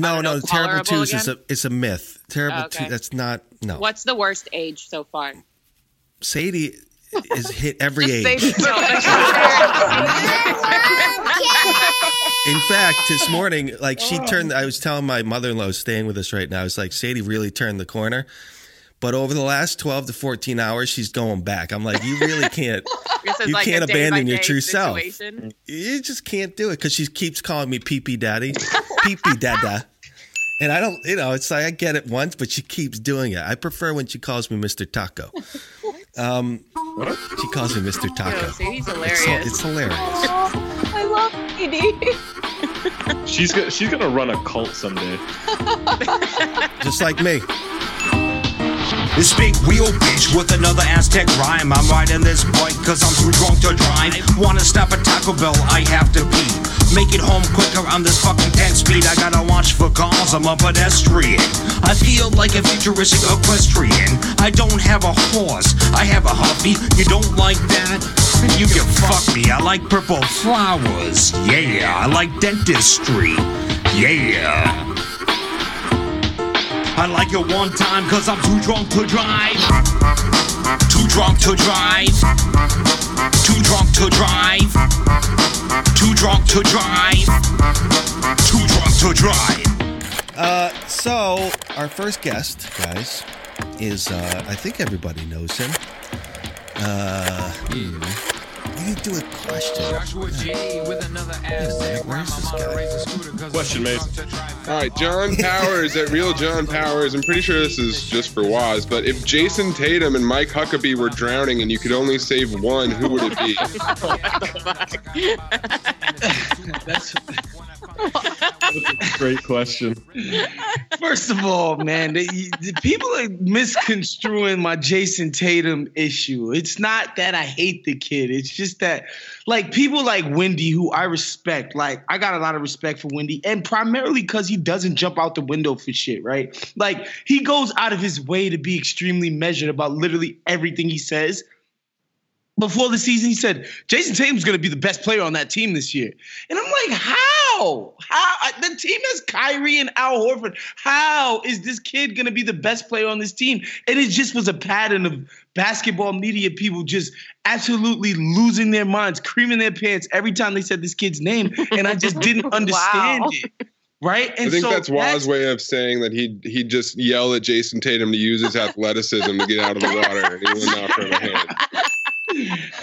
S2: No,
S7: don't
S2: no,
S7: know,
S2: the terrible
S7: tolerable
S2: twos is a
S7: again?
S2: is a myth. Terrible
S7: Oh, okay.
S2: two. That's not no.
S7: what's the worst age so far?
S2: Sadie is hit every
S7: Just say
S2: age.
S7: no.
S2: In fact,
S3: [laughs]
S2: this morning, like she
S3: Oh.
S2: turned, I was telling my mother in law who's staying with us right now, I was like, Sadie really turned the corner. But over the last 12 to 14 hours, she's going back. I'm like, you really can't,
S7: [laughs] This is
S2: You
S7: like a
S2: can't
S7: day-by-day
S2: abandon your true self.
S7: situation.
S2: you just can't do it because she keeps calling me pee pee daddy, pee pee dada. And I don't, you know, it's like I get it once, but she keeps doing it. I prefer when she calls me Mr. Taco.
S7: [laughs]
S2: Um, she calls me Mr.
S7: Yo,
S2: Taco.
S7: Sadie's
S2: It's,
S7: hilarious.
S2: it's hilarious.
S6: [laughs] I love PD.
S3: She's gonna she's gonna run a cult someday.
S2: Just like me.
S9: This big wheel bitch with another Aztec rhyme. I'm riding this bike cause I'm too drunk to drive. Wanna stop at Taco Bell, I have to pee. Make it home quicker on this fucking 10 speed. I gotta watch for cars, I'm a pedestrian. I feel like a futuristic equestrian. I don't have a horse, I have a hobby. You don't like that? You can fuck me. I like purple flowers. Yeah, I like dentistry. Yeah. I like it one time cause I'm too drunk to drive. Too drunk to drive. Too drunk to drive. Too drunk to drive. Too drunk to drive.
S2: Uh, so our first guest, guys, is uh, I think everybody knows him. Uh, we didn't do a question. Wait a minute, where's this guy?
S3: Question, mate.
S4: All right, John Powers at Real John Powers. I'm pretty sure this is just for Waz, but if Jason Tatum and Mike Huckabee were drowning and you could only save one, who would it be?
S1: [laughs] That's
S3: Great question.
S1: First of all, man, the, the people are misconstruing my Jason Tatum issue. It's not that I hate the kid. It's just that, like, people like Wendy, who I respect, like, I got a lot of respect for Wendy, and primarily because he doesn't jump out the window for shit, right? Like, he goes out of his way to be extremely measured about literally everything he says. Before the season, he said Jason Tatum's going to be the best player on that team this year. And I'm like, how? How I- the team has Kyrie and Al Horford. How is this kid gonna be the best player on this team? And it just was a pattern of basketball media people just absolutely losing their minds, creaming their pants every time they said this kid's name. And I just didn't understand it. Right? [laughs] And
S4: I think
S1: so
S4: that's Waz's way of saying that he he just yell at Jason Tatum to use his athleticism to get out of the water, and he will not throw a hand.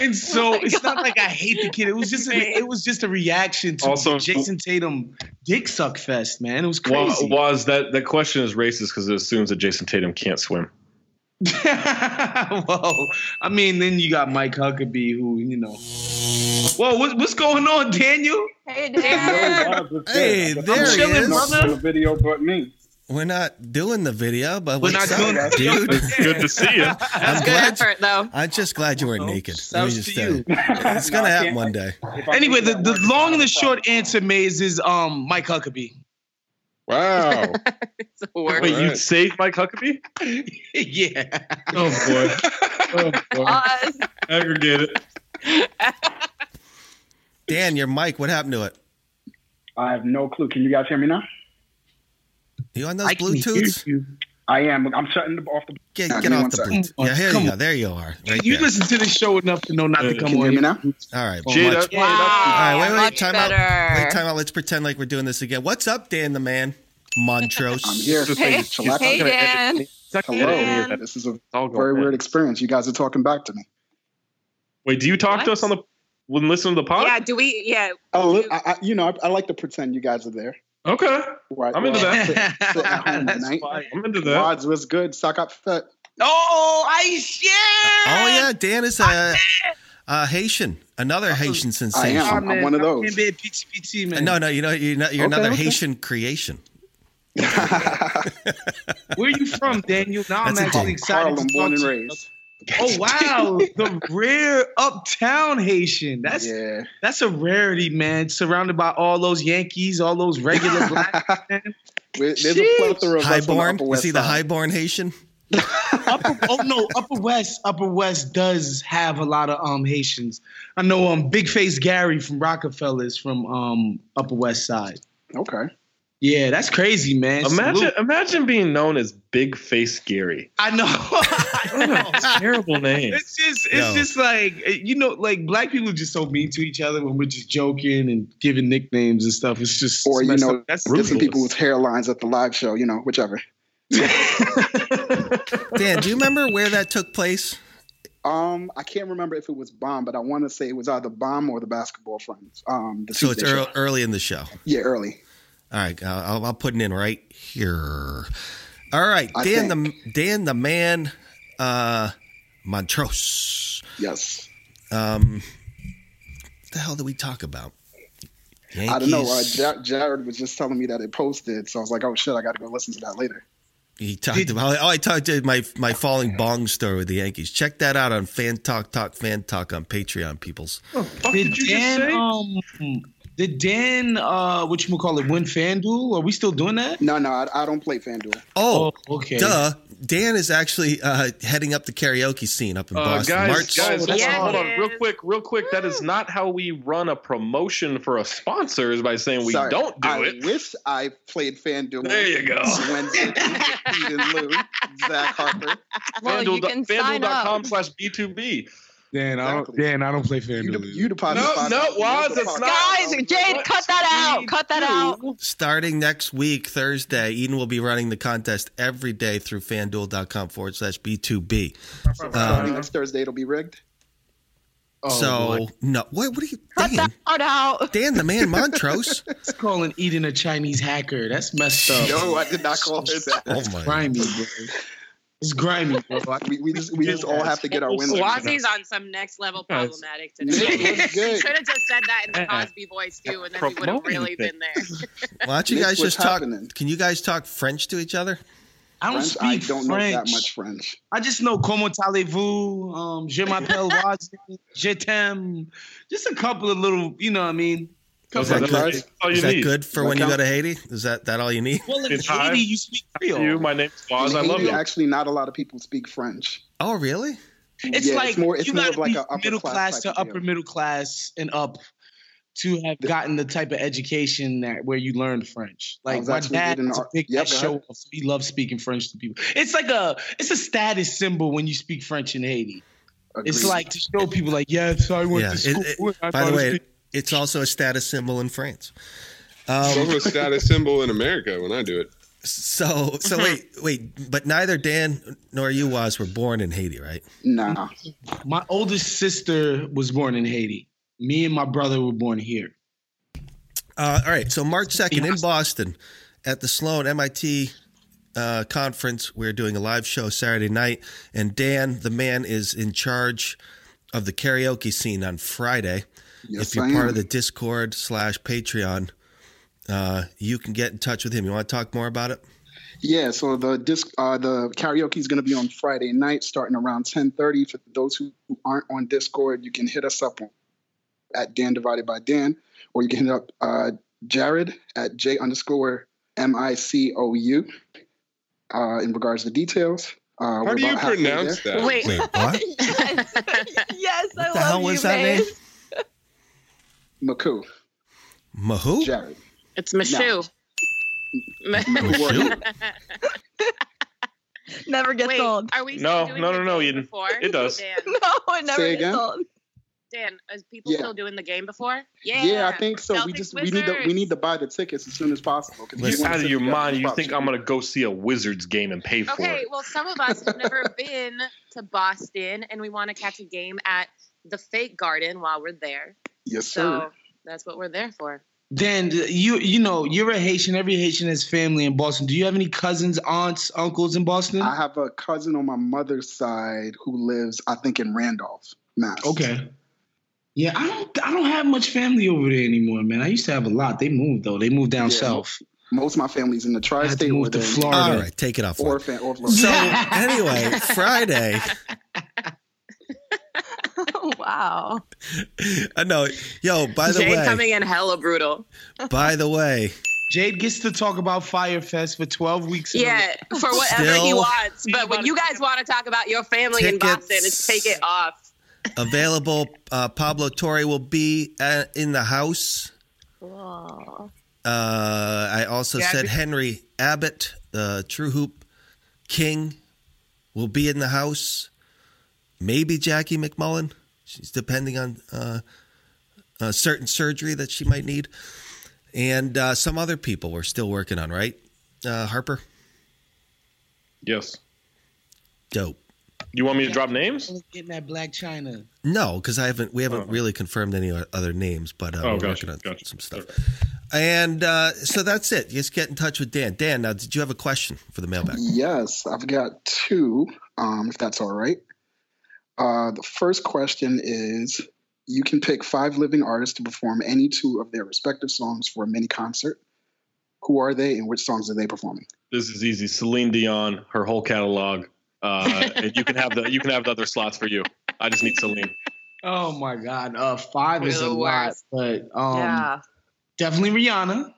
S1: And so
S7: my
S1: it's not like I hate the kid. It was just an, it was just a reaction to
S3: Also-
S1: Jason Tatum dick suck fest, man. It was
S3: Wa-
S1: crazy.
S3: Was that that question is racist because it assumes that Jason Tatum can't swim.
S1: [laughs] Whoa. I mean, then you got Mike Huckabee, who, you know. Whoa, what, what's going
S2: [laughs]
S1: on, Daniel?
S6: Hey, Dan.
S2: Hey, there he
S1: chilling,
S2: is.
S1: brother.
S10: the video but me.
S2: We're not doing the video, but
S1: We're
S2: what's
S1: not doing
S2: up,
S1: the video.
S2: dude.
S3: It's good to see
S2: [laughs]
S3: you.
S2: I'm
S7: Good
S2: glad.
S7: effort, though.
S2: I'm just glad you weren't naked. Let me
S1: Sounds
S2: just
S1: to
S2: tell you.
S1: you.
S2: It's gonna happen one day.
S1: Anyway, the, the long and the short answer, Maze, is um Mike Huckabee.
S4: Wow.
S7: [laughs] It's the worst.
S3: Wait, you
S4: Alright.
S3: saved Mike Huckabee?
S1: [laughs] yeah.
S3: Oh
S1: [laughs]
S3: boy. Oh boy.
S7: Oz.
S3: Aggregate it.
S2: Dan, your mic. What happened to it?
S10: [laughs] I have no clue. Can you guys hear me now?
S2: You on those
S1: I can hear
S2: Bluetooths?
S1: you.
S10: I am. I'm shutting the, off the.
S2: Get,
S10: Give
S2: get
S10: me
S2: off
S10: one
S2: the
S10: second.
S2: Bluetooth. Yeah, here
S1: Come
S2: you go.
S1: on.
S2: There you are. Right
S1: you
S2: there.
S1: listen to this show enough to know not to
S3: Uh,
S10: Can
S1: come
S10: you hear
S1: on.
S10: me now?
S2: All right.
S1: Oh,
S3: Jada,
S1: much-
S3: Jada,
S2: All right, wait, wait,
S7: Much
S2: time
S7: better.
S2: out. Wait, time out. Let's pretend like we're doing this again. What's up, Dan the man? Montrose.
S10: [laughs] I'm here.
S5: Hey,
S10: Chillax.
S5: hey, Dan.
S10: Hello.
S5: Dan.
S10: This is a
S3: it's all
S10: very
S3: going
S10: weird
S3: in.
S10: experience. You guys are talking back to me.
S3: Wait, do you talk to
S7: What?
S3: us on the when listen to the pod?
S7: Yeah, do we? Yeah.
S10: Oh, look, I, I, you know, I, I like to pretend you guys are there.
S3: Okay.
S10: Right.
S3: I'm into
S10: Well,
S3: that.
S10: sit- sit at
S2: [laughs]
S10: home
S1: That's
S10: tonight.
S1: fire.
S3: I'm into that.
S10: Wads was good. Sock up fat.
S1: Oh, I share.
S2: Oh yeah, Dan is a, a Haitian, another Haitian
S10: I
S2: sensation.
S10: am. I'm one of
S1: Can't
S10: those.
S1: be a peachy peachy, man.
S2: No, no, you know you're not, you're
S10: Okay,
S2: another
S10: okay.
S2: Haitian creation.
S1: [laughs] Where you from, Daniel? Now I'm
S2: That's a
S1: actually
S2: dick.
S1: excited
S10: Harlem,
S1: to talk
S10: born and
S1: to you.
S10: raised.
S1: Oh
S10: [laughs]
S1: wow, the rare uptown Haitian. That's
S10: yeah.
S1: that's a rarity, man. Surrounded by all those Yankees, all those
S10: [laughs]
S1: regular black men.
S10: We- There's a
S1: Sheesh.
S10: plethora of us on the
S2: Highborn.
S10: Upper
S2: Is
S10: West
S2: he the
S10: Side.
S2: highborn Haitian?
S1: [laughs] Upper, oh no, Upper West, Upper West does have a lot of um Haitians. I know um Big Face Gary from Rockefeller is from um Upper West Side.
S10: Okay.
S1: Yeah, that's crazy, man.
S3: Imagine
S1: Salute.
S3: imagine being known as Big Face Scary.
S1: I know. [laughs] I know.
S3: Terrible name.
S1: It's just, it's
S3: No.
S1: just like you know, like black people are just so mean to each other when we're just joking and giving nicknames and stuff. It's just
S10: Or, you
S1: messed
S10: know,
S1: up. that's
S10: get some
S1: brutal.
S10: people with hairlines at the live show, you
S2: [laughs]
S10: know, whichever.
S2: Dan, do you remember where that took place?
S10: Um, I can't remember if it was bomb, but I want to say it was either bomb or the basketball friends. Um, the
S2: So it's
S10: Tuesday
S2: early,
S10: show.
S2: early in the show.
S10: Yeah, early.
S2: All right, uh, I'll, I'll put it in right here. All right,
S10: I
S2: Dan the Dan the man, uh, Montrose.
S10: Yes.
S2: Um, what the hell did we talk about?
S10: I don't know. Uh,
S2: Yankees.
S10: Ja- Jared was just telling me that it posted, so I was like, oh shit, I got to go listen to that later.
S2: He talked about. Oh, I talked to my my falling bong story with the Yankees. Check that out on Fan Talk Talk Fan Talk on Patreon, peoples.
S1: Did Dan, um, did Dan, uh, what you call it, win FanDuel? Are we still doing that?
S10: No, no, I, I don't play FanDuel.
S2: Oh,
S1: okay.
S2: duh. Dan is actually uh, heading up the karaoke scene up in
S3: Uh,
S2: Boston.
S3: guys,
S2: March.
S3: guys, hold
S7: Yeah,
S3: on, hold
S7: it
S3: on, real quick, real quick. That is not how we run a promotion for a sponsor. Is by saying we
S10: Sorry.
S3: don't do
S10: I
S3: it.
S10: wish I played FanDuel.
S3: There you
S10: [laughs]
S3: go.
S10: Wednesday, Eden Lou, Zach Harper.
S5: Well, you can sign up.
S3: FanDuel.com slash B2B.
S1: Dan, I don't. Dan, I don't play FanDuel.
S10: You deposit.
S3: No,
S10: five
S3: no,
S10: dollars.
S3: Waz,
S10: You
S3: it's
S10: deposit-
S3: not.
S5: Guys, Jade, cut that out. Cut that out.
S2: Starting next week, Thursday, Eden will be running the contest every day through fanduel.com forward slash B2B.
S10: Starting next Thursday, it'll be rigged.
S2: Uh, Um,
S10: Oh,
S2: so, no. What, what are you,
S5: Cut
S2: Dan?
S5: that part out.
S2: Dan the man Montrose?
S1: [laughs] It's calling Eden a Chinese hacker. That's messed
S10: [laughs]
S1: up.
S10: No, I did not
S2: [laughs]
S10: call her that.
S2: oh,
S1: It's
S2: my.
S1: grimy, bro. It's grimy, bro.
S10: [laughs] We, we just we just all have to get our wins.
S7: Wazzy's on some next level
S3: Guys.
S7: problematic
S10: Nick
S7: today.
S10: was
S7: [laughs] He
S10: good.
S7: should have just said that in the
S3: Uh-uh.
S7: Cosby voice too, and then we would have
S3: Promoting
S7: really
S3: things.
S7: been there. [laughs]
S2: Why don't you
S10: Nick,
S2: guys
S10: what's
S2: just talk?
S10: happening?
S2: Can you guys talk French to each other?
S1: I don't
S10: French,
S1: speak
S10: I don't know
S1: French.
S10: that much French.
S1: I just know comment allez-vous,
S10: [laughs]
S1: um, je m'appelle Wazzy, je t'aime. Just a couple of little, you know what I mean?
S3: Is
S2: that
S3: that,
S2: good?
S3: that's all you
S2: Is that
S3: need.
S2: good for
S10: Does
S2: when
S10: that
S2: you go
S10: count?
S2: to Haiti? Is that, that all you need?
S1: Well, in
S3: It's
S1: Haiti,
S3: high.
S1: you speak
S3: You,
S1: Creole.
S3: my name's Waz. I
S10: In
S3: love
S10: Haiti,
S3: you.
S10: Actually, not a lot of people speak French.
S2: Oh, really?
S1: It's
S10: Yeah, it's
S1: like
S10: more- it's
S1: you
S10: more
S1: gotta
S10: of like
S1: be
S10: a upper
S1: middle
S10: class
S1: class,
S10: type
S1: to
S10: of
S1: upper
S10: deal.
S1: middle class and up to have gotten the type of education that where you learn French. Like
S10: was
S1: my
S10: actually
S1: dad
S10: reading
S1: is a
S10: an
S1: big
S10: ar- yep,
S1: ass
S10: go
S1: show
S10: ahead.
S1: off. He loves speaking French to people. It's like a it's a status symbol when you speak French in Haiti. It's
S10: Agreed.
S1: like to show people like, yeah, so I went
S2: Yeah.
S1: to
S2: It-
S1: school.
S2: it-
S1: and I
S2: by the
S1: learned
S2: way,
S1: to speak
S2: it's also a status symbol in France.
S4: It's
S2: Um,
S4: also a status symbol in America when I do it.
S2: so, so wait, wait, but neither Dan nor you, Waz, were born in Haiti, right?
S10: Nah.
S1: My oldest sister was born in Haiti. Me and my brother were born here.
S2: Uh, all right. So March second in Boston, at the Sloan MIT uh, conference, we're doing a live show Saturday night, and Dan, the man, is in charge of the karaoke scene on Friday.
S10: Yes,
S2: if you're
S10: I
S2: part
S10: am.
S2: of the Discord slash Patreon, uh, you can get in touch with him. You want to talk more about it?
S10: Yeah, so the disc, uh, the karaoke is going to be on Friday night, starting around ten thirty. For those who who aren't on Discord, you can hit us up on, at Dan divided by Dan, or you can hit up uh, Jared at J underscore M I C O U. Uh, in regards to details, uh,
S4: How do you pronounce that?
S5: Wait.
S2: Wait,
S10: [laughs]
S2: what?
S7: [laughs]
S5: yes. yes, I
S2: What
S5: love
S2: the hell
S5: you,
S2: was that
S5: babe.
S2: name?
S10: Maku,
S2: Mahoo?
S10: Jared.
S7: It's Mashu. [laughs]
S2: Mahoo?
S5: Never gets
S7: Wait,
S5: old.
S7: are we
S3: No,
S7: still doing
S3: no,
S7: the
S3: no, no,
S7: game
S3: Eden.
S7: Before?
S3: It does.
S7: Dan,
S5: [laughs] No, it never
S10: Say
S5: gets
S10: again?
S5: old.
S7: Dan, is people
S10: Yeah.
S7: still doing the game before? Yeah.
S10: Yeah, I think so. we
S7: Celtics
S10: just we need to we
S7: Wizards.
S10: need to buy the tickets as soon as possible. 'cause we
S3: You're
S10: wanna
S3: out of
S10: sit
S3: your
S10: together
S3: mind.
S10: and
S3: You
S10: watch
S3: think
S10: it.
S3: I'm going to go see a Wizards game and pay for
S7: Okay,
S3: it?
S7: well, some of us
S3: [laughs]
S7: have never been to Boston, and we want to catch a game at the Fake Garden while we're there.
S10: Yes,
S7: So
S10: sir.
S7: that's what we're there
S5: [laughs]
S7: for.
S1: Dan, uh, you you know you're a Haitian. Every Haitian has family in Boston. Do you have any cousins, aunts, uncles in Boston?
S10: I have a cousin on my mother's side who lives, I think, in Randolph, Mass.
S1: okay. Yeah, I don't I don't have much family over there anymore, man. I used to have a lot. They moved though. They moved down
S10: Yeah.
S1: south.
S10: Most of my family's in the
S1: I had
S10: tri-state
S1: to
S10: or
S1: move to
S10: the
S1: Florida.
S2: All right, take it off.
S10: or, fan, or Florida.
S2: so [laughs]
S10: [laughs]
S2: anyway, Friday.
S5: Oh, wow.
S2: [laughs] I know. Yo, by the
S7: Jay
S2: way,
S7: coming in hella brutal.
S2: by the way,
S1: Jade gets to talk about Firefest for twelve weeks. in a row.
S7: Yeah, for whatever he
S2: Still-
S7: wants. But when you guys want to talk about your family in
S2: Tickets.
S7: Boston, it's take it off.
S2: available. Uh, Pablo Torre will be uh, in the house.
S5: Cool.
S2: Uh, I also
S1: Yeah, I
S2: said
S1: think-
S2: Henry Abbott, uh, True Hoop King, will be in the house. Maybe Jackie McMullen. She's depending on uh, a certain surgery that she might need. And uh, some other people we're still working on, right? Uh, Harper?
S3: Yes.
S2: Dope.
S3: You want me to drop names?
S1: Getting that Black China.
S2: No, because I haven't. We haven't really confirmed any o- other names, but uh,
S3: Oh,
S2: we're
S3: gotcha,
S2: working on some stuff. And uh, so that's it. Just get in touch with Dan. Dan, now, did you have a question for the mailbag?
S10: Yes, I've got two, um, if that's all right. Uh, the first question is you can pick five living artists to perform any two of their respective songs for a mini concert. Who are they and which songs are they performing?
S3: This is easy. Celine Dion, her whole catalog. Uh, [laughs] and you can have the you can have the other slots for you. I just need Celine.
S1: Oh my God. Uh, 5 is
S7: We're
S1: a
S7: the
S1: lot, but um,
S7: yeah.
S1: definitely Rihanna.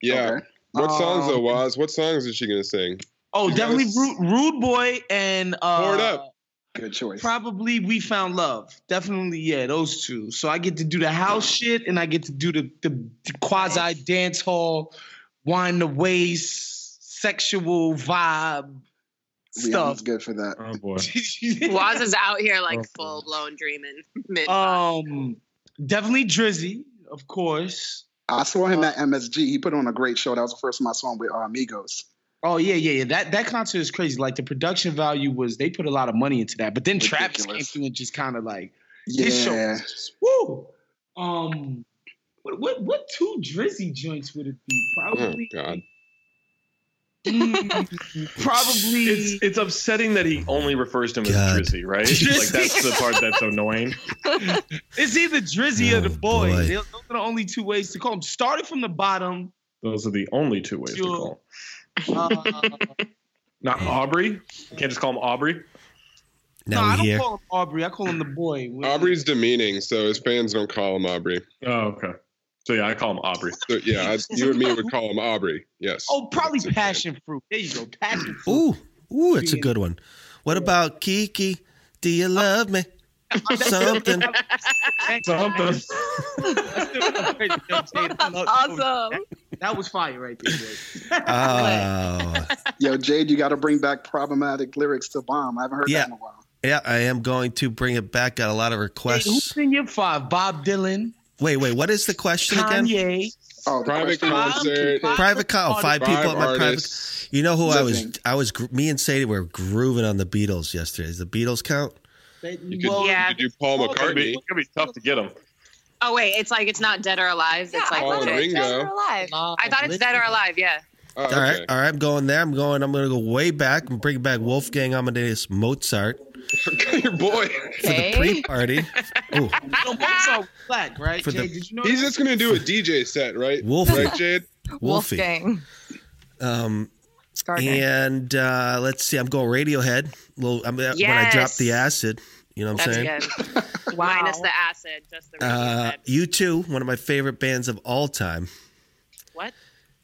S4: Yeah. What songs
S1: Um,
S4: though, Waz? What songs is she gonna sing?
S1: Oh,
S4: You
S1: definitely
S4: guys-
S1: Rude, Rude Boy and uh,
S4: Pour it up.
S10: Good choice.
S1: probably We Found Love. Definitely, yeah, those two. So I get to do the house shit and I get to do the, the, the quasi dance hall, wine the waist, sexual vibe
S10: Rihanna's
S1: stuff.
S10: good for that.
S3: Oh boy.
S1: [laughs]
S7: Waz is out here like
S3: Oh,
S7: full blown dreaming. Mid-
S5: Oh.
S1: um, definitely Drizzy, of course. Uh,
S10: I saw him at MSG. He put on a great show. That was the first time I saw him with uh, Amigos.
S1: Oh yeah, yeah, yeah. That that concert is crazy. Like the production value was they put a lot of money into that. But then Travis came
S10: Ridiculous.
S1: through and just kind of like his show.
S10: Yeah.
S1: was just- Woo. Um, what what what two Drizzy joints would it be?
S4: Oh
S1: Probably.
S4: God.
S1: Mm, [laughs] probably.
S3: It's it's upsetting that he only refers to him
S2: God.
S3: as Drizzy, right? Like that's the part that's
S1: [laughs]
S3: annoying.
S1: It's either Drizzy or the
S2: Oh,
S1: boy.
S2: boy.
S1: They- Those are the only two ways to call him. Started from the bottom.
S3: Those are the only two ways to
S1: Sure.
S3: call. him.
S1: Uh,
S3: Not
S2: Oh.
S3: Aubrey. You can't just call him Aubrey.
S1: no,
S2: Now
S1: I
S2: we [laughs]
S1: don't
S2: hear.
S1: call him Aubrey. I call him the boy.
S4: Aubrey's demeaning, so his fans don't call him Aubrey.
S3: Oh, okay. So yeah, I call him Aubrey.
S4: So yeah, I, you and me would call him Aubrey. Yes.
S1: Oh, probably
S4: That's it.
S1: passion fruit. There you go, passion fruit.
S2: Ooh, ooh, it's a good one. What about Kiki? Do you love me? Something.
S1: Thank you.
S3: Something.
S2: [laughs]
S5: awesome.
S1: That was fire right there. Jay.
S2: Oh,
S10: Yo, Jade, you got to bring back problematic lyrics to Bomb. I haven't heard
S2: Yeah.
S10: that in a while.
S2: yeah, I am going to bring it back. Got a lot of
S1: Hey, who's
S2: requests.
S1: in your five? Bob Dylan,
S2: Wait, wait, what is the question again?
S1: Kanye.
S10: Oh, the
S4: Private
S10: question was-
S4: concert.
S2: Private call. Five
S4: Five
S2: people at my private.
S4: artists.
S2: You know who I was?
S10: Living.
S2: I was. gr- Me and Sadie were grooving on the Beatles yesterday. Does the Beatles count?
S4: You could,
S1: Well,
S7: Yeah.
S4: you could do Paul
S3: It's gonna, be,
S4: McCartney.
S3: it's gonna be tough to get him.
S7: oh wait, it's like it's not dead or alive.
S5: Yeah,
S7: it's like
S5: I
S3: Oh,
S5: thought
S4: Paul
S5: it was
S4: Ringo.
S5: Dead or Alive.
S7: I thought it's dead or alive. Yeah.
S4: Oh,
S2: All right,
S4: okay.
S2: all right. I'm going there. I'm going. I'm going to go way back and bring back Wolfgang Amadeus Mozart
S4: Your boy.
S2: for the
S5: Okay.
S7: [laughs]
S2: pre-party. Ooh,
S1: No, Mozart was black, right?
S2: For
S1: Jay,
S2: the-
S1: did you know
S4: He's
S1: that?
S4: just gonna do a DJ set, right?
S2: Wolfie.
S4: Right, Jade.
S2: Wolfie.
S5: Wolfgang.
S2: Um,
S5: Gardner.
S2: and uh, let's see. I'm going Radiohead. Little, I'm, uh, When I drop
S7: Yes.
S2: the acid, you know what I'm
S7: That's
S2: saying?
S7: good.
S3: [laughs]
S7: Minus the acid, just the
S2: Uh,
S7: Radiohead.
S2: you too, one of my favorite bands of all time.
S7: what?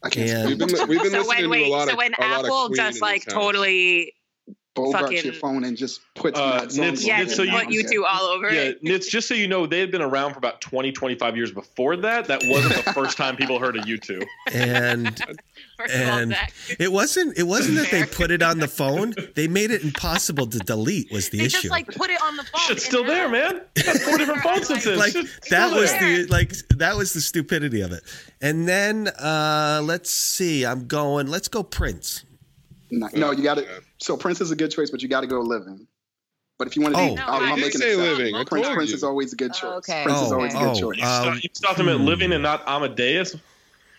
S10: I can't
S2: And
S4: We've been, we've been
S7: So
S4: listening
S7: when
S4: to a
S7: wait,
S4: lot
S7: so
S4: of
S7: when
S4: a lot of
S7: Apple
S4: Queen
S7: just
S4: in
S7: like
S4: this house.
S7: totally
S10: bulb out
S7: fucking-
S10: your phone and just puts
S3: Uh,
S10: mad songs
S3: Nitz-
S10: on
S7: yeah,
S10: there.
S3: so you-
S7: put
S10: Okay.
S7: you two all over
S3: Yeah,
S7: it.
S3: Nitz, just so you know, they had been around for about 20, 25 years before that. That wasn't the first time people heard of you two.
S2: And
S7: [laughs] First
S2: and-
S7: of all, Zach.
S2: it wasn't. It wasn't that they put it on the phone. They made it impossible to delete. Was the
S7: They
S2: issue? [laughs]
S7: just like put it on the phone.
S3: Shit's
S7: and
S3: still
S7: now-
S3: there, man. That's four different phone systems.
S2: like that
S3: still
S2: was
S7: there.
S2: the like that was the stupidity of it. And then uh let's see. I'm going. Let's go Prince.
S10: No, no, you got to. So Prince is a good choice, but you got to go living. But if you want to,
S2: Oh.
S10: oh,
S2: No,
S10: I'm,
S7: I
S10: I'm
S7: didn't
S10: making
S4: say
S10: a
S4: Living. I
S10: Prince,
S4: told
S10: Prince
S4: you.
S10: is always a good choice.
S5: Okay.
S10: [laughs] Prince is
S2: Oh,
S10: always a
S2: oh,
S10: good choice.
S3: You,
S2: Um,
S3: stopped, you stopped him at
S2: hmm.
S3: living and not Amadeus.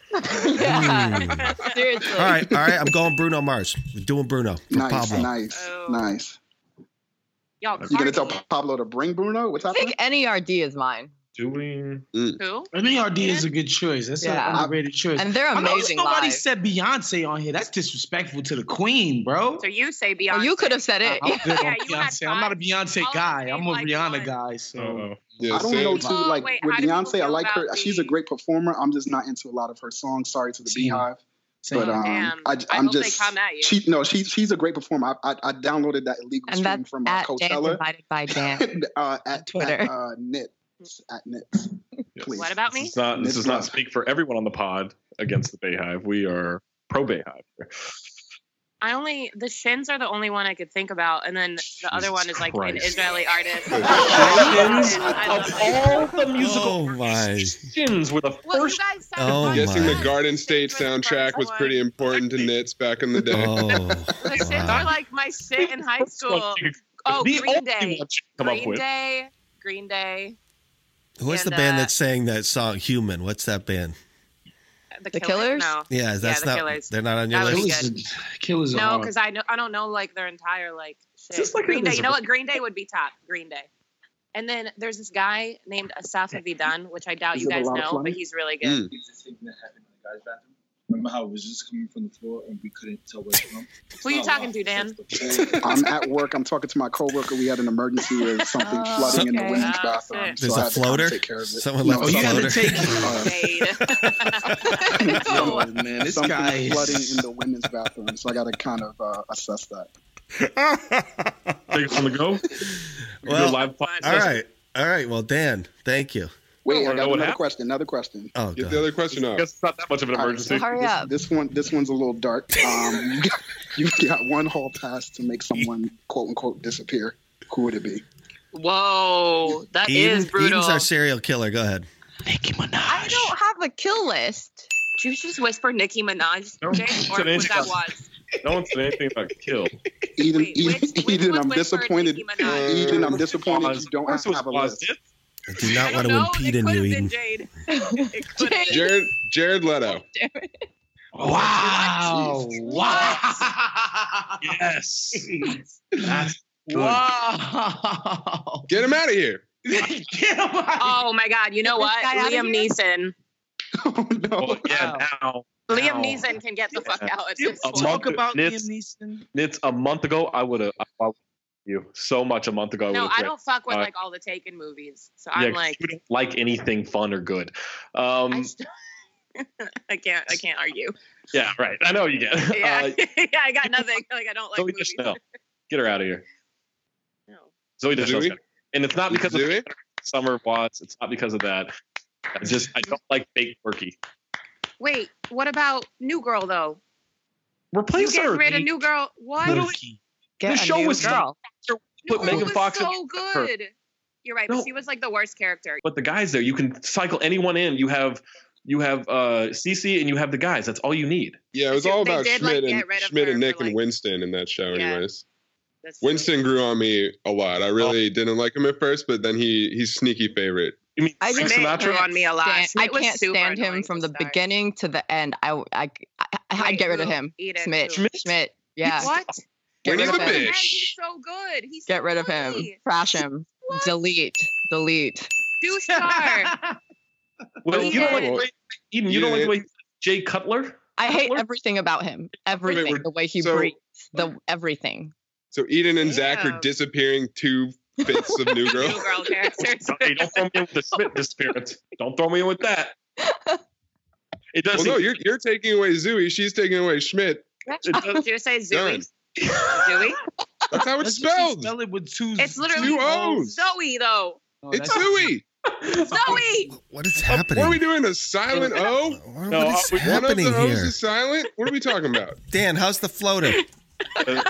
S7: [laughs]
S5: yeah. Seriously.
S2: Hmm. All right, all right. I'm going Bruno Mars. We're doing Bruno for
S10: Nice,
S2: Pablo.
S10: nice,
S7: Oh.
S10: nice.
S7: Y'all,
S10: You gonna tell
S7: party.
S10: Pablo to bring Bruno? What's
S5: I think
S10: happening?
S5: NERD is mine.
S3: Doing
S7: Who?
S1: NERD is a good choice. That's
S5: Yeah.
S1: an underrated choice.
S5: And they're
S1: I noticed
S5: amazing
S1: nobody
S5: live.
S1: said Beyonce on here. That's disrespectful to the queen, bro.
S7: So you say Beyonce?
S5: Oh, you could have said it.
S1: I'm good
S7: Yeah,
S1: on [laughs]
S7: you had
S1: Beyonce. I'm not a
S7: five.
S1: Beyonce
S7: All of
S1: guy.
S7: them
S1: I'm a
S7: like
S1: Rihanna
S7: one.
S1: guy. So
S3: Uh-oh.
S4: Yeah,
S10: Oh, I don't
S4: same.
S10: know too.
S7: Oh,
S10: like
S7: wait,
S10: with
S7: how do people
S10: Beyonce, I
S7: feel
S10: like her. [laughs]
S7: about
S10: She's
S7: the-
S10: a great performer. I'm just not into a lot of her songs. Sorry to the
S1: Same.
S10: Beehive,
S1: same.
S10: but um,
S7: Damn.
S10: I,
S7: I
S10: am
S7: hope they
S10: just.
S7: come at you.
S10: She no, she she's a great performer. I I, I downloaded that illegal
S5: And
S10: stream
S5: that's
S10: from uh,
S5: at Dan
S10: Coachella
S5: divided
S10: [laughs]
S5: by Dan.
S10: uh, at
S5: Twitter.
S10: At, uh, Nits, at Nits,
S3: Yes.
S10: please.
S7: What about [laughs]
S3: This
S7: me?
S3: is not. This
S10: Nitz
S3: does not
S10: Love.
S3: speak for everyone on the pod. against the Bayhive. We are pro Bayhive.
S7: I only the shins are the only one I could think about, and then the other one is like an
S3: Christ.
S7: Israeli artist.
S3: Shins
S7: [laughs] I love
S3: of
S7: it.
S3: all the musical
S2: Oh
S7: [laughs]
S2: my!
S3: shins were the
S7: Well, you
S3: first.
S7: guys sound
S2: Oh
S4: I'm
S7: like
S4: guessing
S2: my.
S4: the Garden State soundtrack was pretty important to Nits back in the day. [laughs]
S2: Oh,
S7: the shins
S2: wow.
S7: are like my shit in high school. Oh,
S3: the
S7: Green
S3: only
S7: Day,
S3: one she could come up
S7: Green
S3: with.
S7: Day, Green Day,
S2: What's the
S7: And,
S2: band
S7: uh,
S2: that sang that song? Human. What's that band?
S7: the,
S5: The
S7: Killers.
S5: Killers?
S7: No,
S2: Yeah, that's
S7: The
S2: not.
S7: Killers.
S2: They're not on your
S7: That would be
S2: list.
S7: good.
S1: Killers, killers
S7: no,
S1: are.
S7: because I know I don't know like their entire like shit.
S3: Just like
S7: Green
S3: it
S7: Day.
S3: is
S7: You know
S3: a-
S7: what? Green Day would be top. Green Day. And then there's this guy named Asaf Avidan, which I doubt
S10: Is
S7: you
S10: it a
S7: guys
S10: lot of
S7: know, but
S10: money?
S7: he's really good.
S11: Remember how it was just coming from the floor and we couldn't tell where from?
S7: Who are you talking to, Dan?
S10: [laughs] I'm at work. I'm talking to my coworker. We had an emergency with something
S5: Oh,
S10: flooding in the
S5: okay.
S10: women's
S7: Oh,
S10: bathroom.
S7: shit.
S2: There's
S10: I
S2: a
S10: had to come
S2: floater?
S10: Take care of it.
S2: Someone
S10: No,
S2: left
S1: oh,
S2: a
S1: you had
S2: floater.
S1: to take.
S5: Oh,
S10: [laughs] Uh,
S7: Wade.
S1: Oh, man, this
S10: something
S1: guy is
S10: flooding in the women's bathroom, so I got to kind of uh, assess that.
S3: Take it on the
S2: [laughs]
S3: go.
S2: Well,
S3: Your live
S2: all right, all right. Well, Dan, thank you.
S10: Wait,
S3: wanna
S10: I
S3: know
S10: got
S3: what
S10: another
S3: happened.
S10: question. Another question.
S2: Oh,
S4: Get the
S2: God.
S4: other question
S3: I
S4: out.
S3: guess it's not that much of an
S10: All right,
S3: emergency.
S5: Hurry
S10: this,
S5: up.
S10: this one, this one's a little
S5: [laughs]
S10: dark. Um, [laughs] you, got, you got one hall pass to make someone "quote unquote" disappear. Who would it be?
S7: [laughs] Whoa, that is
S2: Eden-
S7: brutal.
S2: Eden's our serial killer. Go ahead.
S1: Nicki
S5: I
S1: Minaj.
S5: don't have a kill list.
S7: Did you just whisper Nicki Minaj?
S3: No,
S7: Jake?
S3: it's [laughs]
S7: or
S3: an
S7: was that
S3: insult.
S7: was?
S3: [laughs] No one said anything about kill.
S10: Eden,
S7: Wait,
S10: Eden,
S7: which- which
S10: Eden
S7: one
S10: I'm
S7: whispered
S10: disappointed.
S7: Nicki Minaj?
S10: Eden, I'm
S3: Waz-
S10: disappointed you
S3: of
S10: don't
S3: course it was
S10: have a
S3: Waz
S10: list.
S3: did.
S2: I do not
S7: I
S2: want to
S7: don't know.
S2: impede
S7: It
S2: in you,
S7: could have
S2: Eden.
S7: been
S5: [laughs]
S7: Jade. It could have been.
S4: Jared Jared Leto.
S7: Oh,
S1: Wow.
S10: Jeez.
S1: Wow.
S3: Yes.
S1: That's
S3: good.
S1: Wow.
S4: Get him out of here.
S1: Get him out
S7: Oh my God! You know
S5: Get this
S7: what?
S5: guy outta
S7: Liam
S5: here.
S7: Neeson.
S10: Oh no!
S3: Well, yeah, now.
S7: Liam
S3: now.
S7: Neeson can get the fuck
S3: Yeah.
S7: out. At
S1: You
S7: this
S3: A
S7: point.
S3: month-
S1: talk about
S3: Nits.
S1: Liam Neeson.
S3: It's a month ago. I would have. I would've you so much a month ago. I
S7: No,
S3: would've
S7: I
S3: read.
S7: don't fuck with
S3: Uh,
S7: like all the Taken movies, so
S3: Yeah,
S7: I'm
S3: 'cause
S7: like,
S3: you don't like anything fun or good.
S7: I,
S3: Um,
S7: st- [laughs] I can't, I can't argue.
S3: [laughs] yeah, right. I know you get.
S7: [laughs] Yeah,
S3: [laughs] Uh,
S7: yeah, I got nothing. [laughs] Like I don't like
S3: Zoe
S7: movies.
S3: Deschanel, get her out of here.
S7: No.
S3: Zoe Deschanel's
S4: Zooey?
S3: got- and it's not because of
S4: Zooey?
S3: Summer Watts. It's not because of that. I just I don't like fake turkey.
S7: Wait, what about New Girl though? You
S3: Replace
S7: get
S3: her.
S7: rid of New Girl. What?
S5: Get
S3: The
S5: a
S3: show
S5: new
S3: was-
S5: girl.
S7: New
S3: Put
S7: Girl
S3: Megan
S7: was
S3: Fox in
S7: so
S3: her.
S7: good. You're right,
S3: No.
S7: but she was like the worst character.
S3: But the guys there, you can cycle anyone in. You have you have uh Cece and you have the guys. That's all you need.
S4: Yeah, it was
S7: They
S4: all
S7: did,
S4: about
S7: like,
S4: Schmidt
S7: get rid
S4: and
S7: of
S4: Schmidt
S7: her
S4: and
S7: for,
S4: Nick and
S7: like-
S4: Winston in that show,
S7: Yeah.
S4: anyways.
S7: That's Oh.
S4: Winston grew on me a lot. I really didn't like him at first, but then he he's sneaky favorite.
S3: You mean
S5: I
S3: Frank
S5: just-
S3: Sinatra?
S7: Drew on me a lot.
S5: Stan- I
S7: Schmidt was
S5: can't
S7: super
S5: stand him
S7: annoying
S5: from
S7: to
S5: the
S7: start.
S5: beginning to the end. I, I, I, I would
S7: Wait,
S5: get rid of
S7: who?
S5: him.
S7: Eden,
S5: Schmidt.
S7: who?
S5: Schmidt. Yeah.
S7: What?
S5: Get
S4: Where's
S5: rid
S4: the
S5: of him.
S4: bitch?
S7: He's so good. He's
S5: Get
S7: so
S5: rid of him.
S7: [laughs] funny.
S5: Trash him.
S7: What?
S5: Delete. Delete.
S7: Douche star. [laughs]
S3: Well,
S7: He
S3: you don't like
S7: did.
S3: the way- Eden. You don't like the way he- Jay Cutler.
S5: I hate
S3: Cutler?
S5: everything about him. Everything.
S4: we're-
S5: the way he
S4: so-
S5: breathes. The
S7: [laughs]
S5: everything.
S4: So Eden and Zach are
S7: Damn.
S4: disappearing two fifths of New
S7: [laughs] New
S4: Girl.
S7: Girl characters.
S3: hey, don't throw me in with the Schmidt disappearance. Don't throw me in with that. It
S4: well,
S3: doesn't.
S4: no, you're you're taking away Zooey. She's taking away Schmidt.
S3: it [laughs] does-
S7: Did you say Zooey?
S4: Done.
S7: Zooey?
S4: That's how it's
S1: That's what she
S4: spelled.
S1: Spell it with two.
S7: It's literally
S4: Two O's.
S7: Zoe though.
S1: Oh,
S4: It's
S1: that's-
S4: Zooey.
S7: [laughs] Zoe.
S2: What is
S4: What
S2: happening?
S4: are we doing? A silent O?
S2: What-
S3: No,
S2: what is
S3: uh, we-
S4: One of the
S2: happening
S4: O's
S2: here?
S4: is silent. What are we talking about?
S3: [laughs]
S2: Dan, how's the
S7: [laughs]
S2: floater?
S3: Uh,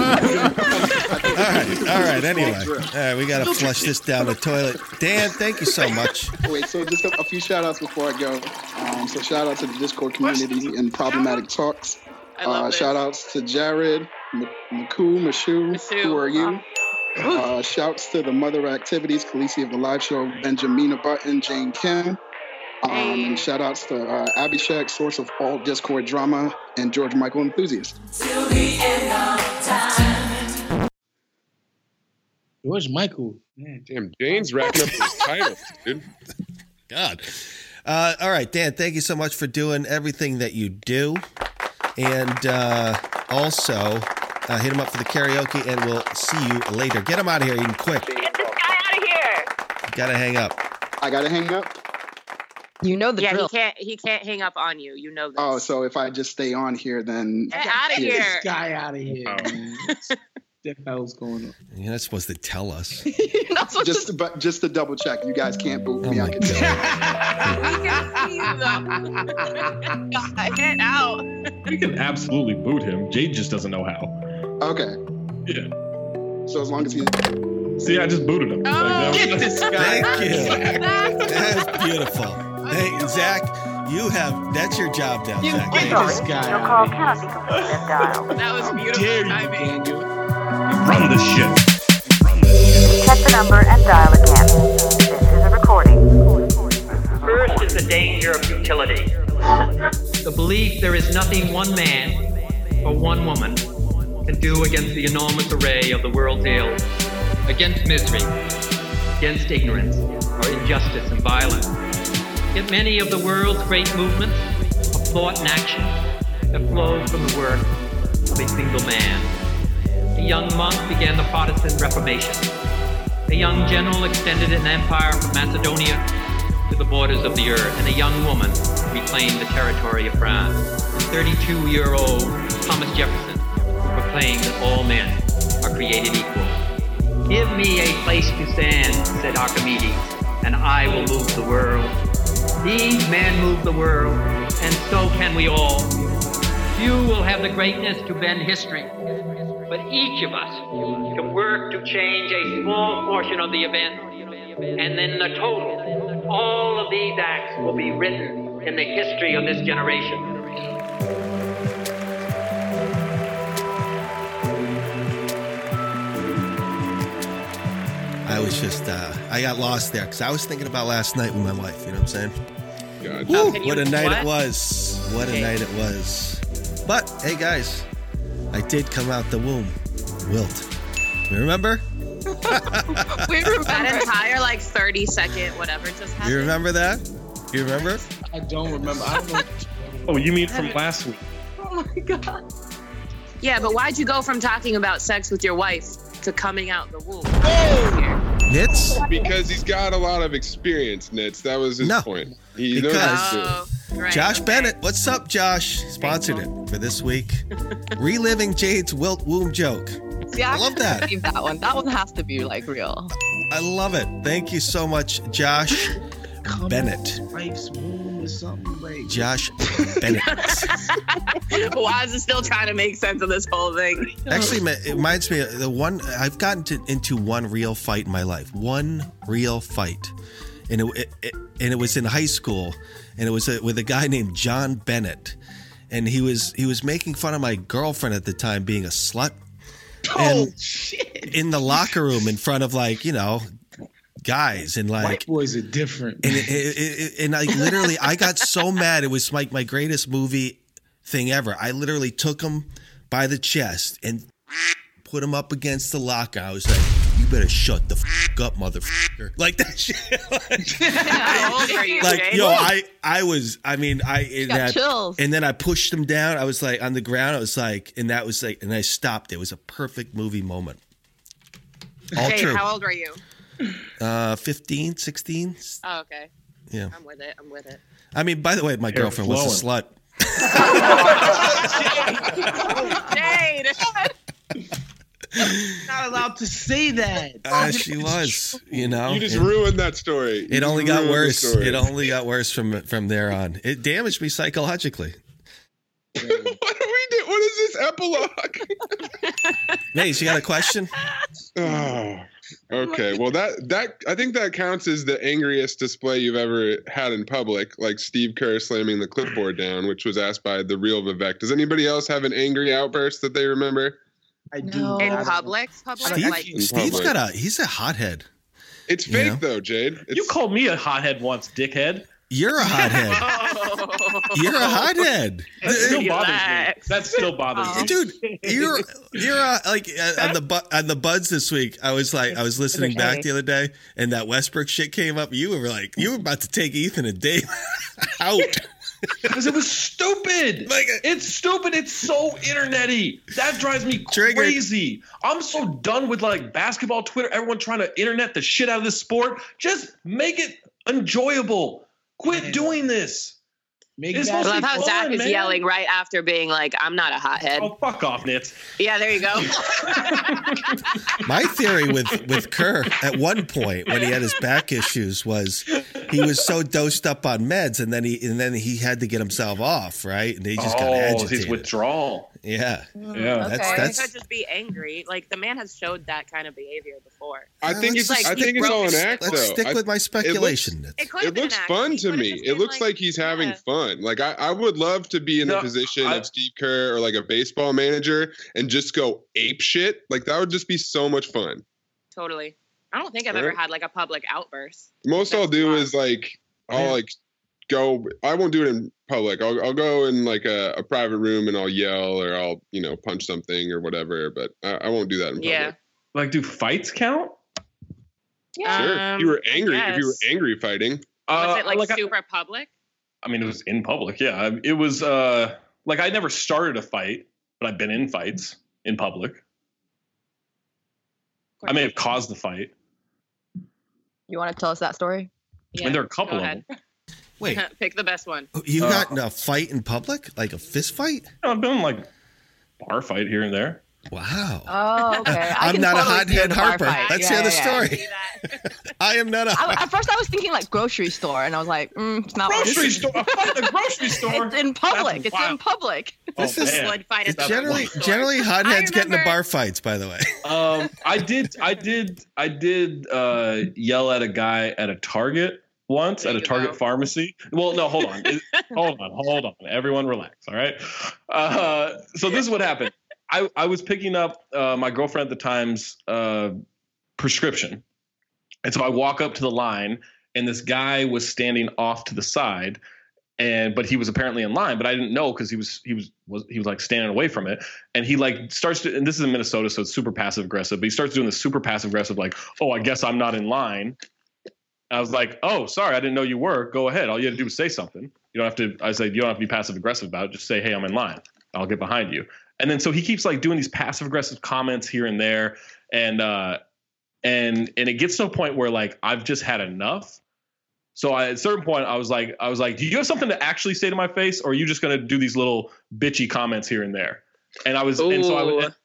S2: All right, all right. Anyway, all right, we gotta flush this down the toilet. Dan, thank you so much.
S10: Wait, so just a, a few shout outs before I go. Um, so shout out to the Discord community and Problematic Talks.
S7: I love
S10: uh,
S7: this.
S10: shout outs to Jared, M- Maku, Mashu,
S7: Mashu,
S10: who are you?
S7: um, wow.
S10: Uh, shouts to the Mother Activities, Khaleesi of the Live Show, Benjamina Button, Jane Kim. Um,
S7: Hey.
S10: And shout outs to uh, Abhishek, source of all Discord drama, and George Michael Enthusiast.
S1: George Michael. Man.
S4: Damn, Jane's racking up those titles, dude.
S2: God. Uh, all right, Dan, thank you so much for doing everything that you do, and uh, also uh, hit him up for the karaoke, and we'll see you later. Get him out of here, Eden, quick.
S7: Get this guy out of here.
S2: Gotta hang up.
S10: I gotta hang up.
S5: You know the
S7: yeah,
S5: drill.
S7: he can't. He can't hang up on you. You know this. [laughs]
S10: Oh, so if I just stay on here, then
S7: Get out of
S10: Yeah.
S1: Get this
S7: here.
S1: [laughs] guy out of here.
S4: Oh.
S1: man. the hell's going on?
S2: You're not supposed to tell
S1: [laughs]
S2: us.
S10: just to, but just to double check, you guys can't boot
S2: Oh
S10: me. I can tell.
S5: [laughs]
S7: Get out.
S3: We can absolutely boot him. Jade just doesn't know how.
S10: Okay.
S3: Yeah.
S10: So as long as he.
S3: See, I just booted him.
S2: Oh,
S3: that
S2: get
S3: was-
S2: this guy.
S10: [laughs]
S2: Thank you. That's beautiful. Hey, Zach, you have that's your job now.
S7: You
S2: Zach.
S7: get
S2: Thank you.
S7: this guy.
S12: Your call cannot be completed if dialed.
S7: That was beautiful timing.
S3: Run the shit.
S12: Check the number and dial again. This is a recording.
S13: First is the danger of futility. The belief there is nothing one man or one woman can do against the enormous array of the world's ills, against misery, against ignorance or injustice and violence. Yet many of the world's great movements of thought and action have flowed from the work of a single man. A young monk began the Protestant Reformation. A young general extended an empire from Macedonia to the borders of the earth, and a young woman reclaimed the territory of France. And 32 year old Thomas Jefferson proclaimed that all men are created equal. Give me a place to stand, said Archimedes, and I will move the world. These men move the world, and so can we all. Few will have the greatness to bend history, but each of us can work to change a small portion of the event, and then the total. All of these acts will be written in the history of this generation.
S2: I was just uh, I got lost there because I was thinking about last night with my wife. You know what I'm saying? Woo,
S13: Oh, can
S2: what
S13: you-
S2: a night
S13: what?
S2: it was! What a
S13: Okay.
S2: night it was! But hey, guys, I did come out the womb, wilt. You remember?
S7: we remember that entire like 30 second whatever just happened.
S2: You remember that? You remember?
S1: I don't remember. I
S7: [laughs]
S1: don't
S3: Oh, you mean from last week?
S7: Oh my god. Yeah, but why'd you go from talking about sex with your wife to coming out the womb?
S2: Nits?
S4: Because he's got a lot of experience, Nits. That was his point. He knows
S2: because- Ah,
S4: how to do it.
S2: Josh Bennett, what's up, Josh? Sponsored it for this week. Reliving Jade's wilt womb joke.
S5: Yeah, I
S2: love
S5: love
S2: that.
S5: that. that one. That one has to be like real.
S2: I love it. Thank you so much, Josh Bennett.
S1: Wife's womb or something like.
S2: Josh Bennett.
S7: Why is it still trying to make sense of this whole thing?
S2: Actually, ma- it reminds me of the one I've gotten to, into one real fight in my life. One real fight, and it, it, it- and it was in high school, and it was uh with a guy named John Bennett, and he was he was making fun of my girlfriend at the time being a slut. Oh shit! In the locker room, in front of like you know guys, and like
S1: White boys
S2: [laughs]
S1: are different. [laughs]
S2: and it, it, it, it- and like literally, I got so mad. It was like my greatest movie thing ever. I literally took him by the chest and put him up against the locker. I was like, "You better shut the f- up, motherfucker!" Like that shit. [laughs]
S7: How old are you,
S2: Like
S7: Jade?
S2: yo, I I was. I mean, I and,
S7: got
S2: I-
S7: chills.
S2: and then I pushed him down. I was like on the ground. I was like, and that was like, and I stopped. It was a perfect movie moment. All
S7: Jade,
S2: true.
S7: how old
S2: [clears throat]
S7: were you?
S2: Uh, 15, 16.
S7: Oh, okay.
S2: Yeah.
S4: Um,
S7: I'm with it. I'm
S2: [laughs]
S7: with it.
S2: I mean, by the way, my girlfriend was a slut.
S7: Jade!
S1: not allowed to say that.
S3: Oh,
S2: Uh, she was, you know.
S4: You just
S2: and
S4: ruined that story.
S2: It
S4: You
S2: only
S4: just
S2: got
S4: ruined the
S2: worse.
S4: story.
S2: It only got worse from from there on. It damaged me psychologically.
S4: [laughs] what are we doing? What is this epilogue?
S2: Mace, you got a question?
S4: [laughs] Oh, okay. Well, that that I think that counts as the angriest display you've ever had in public, like Steve Kerr slamming the clipboard down, which was asked by the real Vivek. Does anybody else have an angry outburst that they remember?
S1: I
S7: do. In public? Public? like,
S4: In public.
S2: a he's a hothead.
S4: It's fake though, Jade.
S3: you called me a hothead once, dickhead.
S2: You're a hothead. [laughs] You're a hothead.
S3: That still bothers me. That still bothers me,
S2: dude. You're you're uh, like uh, on the bu- on the buds this week. I was like, I was listening back the other day, and that Westbrook shit came up. You were like, you were about to take Ethan and Dave [laughs] out.
S3: Because it was stupid.
S2: uh,
S3: it's stupid. It's so internety. That drives me crazy. I'm so done with like basketball Twitter. Everyone trying to internet the shit out of this sport. Just make it enjoyable. Quit doing this.
S1: Make
S7: I
S1: that-
S7: love how Zach is yelling right after being like, "I'm not a hothead."
S3: Oh, fuck off, Nitz.
S7: Yeah, there
S3: [laughs]
S7: you go.
S2: My theory with with Kerr at one point when he had his back issues was he was so dosed up on meds and then he and then he had to get himself off right and he just got
S3: Oh, his
S2: agitated.
S3: withdrawal.
S2: Yeah, That's
S7: Or
S2: that's
S7: he could just be angry. Like the man has showed that kind of behavior before.
S2: Uh,
S4: I think it's
S7: He's like,
S4: I
S7: he's
S4: think it's all an
S7: broken.
S4: act
S2: Let's
S4: though.
S2: stick
S4: I-
S2: with my
S4: it looks-
S2: speculation.
S7: It could
S4: It,
S7: have been
S4: looks
S7: an act.
S4: fun to me. It looks like, he's having fun. Like I, I would love to be in the
S3: No,
S4: position
S3: I-
S4: of Steve Kerr or like a baseball manager and just go ape shit. Like that would just be so much fun.
S7: Totally. I don't think I've
S4: Right?
S7: ever had like a public outburst.
S4: Most I'll do is like I'll like go. I won't do it in public. I'll I'll go in like a, a private room and I'll yell or I'll you know punch something or whatever. But I, I won't do that in public.
S7: Yeah.
S3: Like, do fights count?
S4: Sure.
S7: Um,
S4: if you were
S7: I
S4: angry, if you were
S7: guess.
S4: angry fighting.
S7: Was
S3: Uh,
S7: it like,
S3: like, I-
S7: super public?
S3: I mean, it was in public. Yeah, I- it was uh, like I never started a fight, but I've been in fights in public. I may have caused the fight,
S5: You want to tell us that story?
S3: and there are a couple of them.
S7: ahead.
S2: [laughs]
S3: [laughs]
S2: Wait.
S7: Pick the best one.
S2: You got in a fight in public, like a fist fight?
S3: Uh, I've been like bar fight here and there.
S2: Wow.
S5: Oh, okay. I
S2: [laughs] I'm
S5: can
S2: not a
S5: totally see
S2: hothead
S5: the bar
S2: Harper.
S5: fight.
S2: Let's
S5: Yeah,
S2: hear the
S5: yeah, uh, yeah.
S2: story. I am not a.
S5: I, at first, I was thinking like grocery store, and I was like, mm, it's not
S3: Grocery
S5: this-
S3: store. the
S5: [laughs]
S3: grocery store.
S5: It's in public. It's in public.
S3: Oh,
S2: This is generally generally hotheads get into bar fights. By the way,
S3: um, I did, I did, I did uh, yell at a guy at a Target once at a Target pharmacy. Well, no, hold on, It- hold on, hold on. Everyone, relax. All right. Uh, so this is what happened. I I was picking up uh, my girlfriend at the time's uh, prescription, and so I walk up to the line, and this guy was standing off to the side. And but he was apparently in line, but I didn't know because he was he was, was he was like standing away from it and he like starts to and this is in minnesota so it's super passive aggressive but he starts doing this super passive aggressive like oh i guess i'm not in line i was like oh sorry i didn't know you were go ahead all you had to do was say something you don't have to i said you don't have to be passive aggressive about it just say hey i'm in line i'll get behind you and then so he keeps like doing these passive aggressive comments here and there and uh and and it gets to a point where like i've just had enough so I, at a certain point, I was like, I was like, do you have something to actually say to my face, or are you just gonna do these little bitchy comments here and there? And I was, and so I,
S7: Ooh.
S3: was-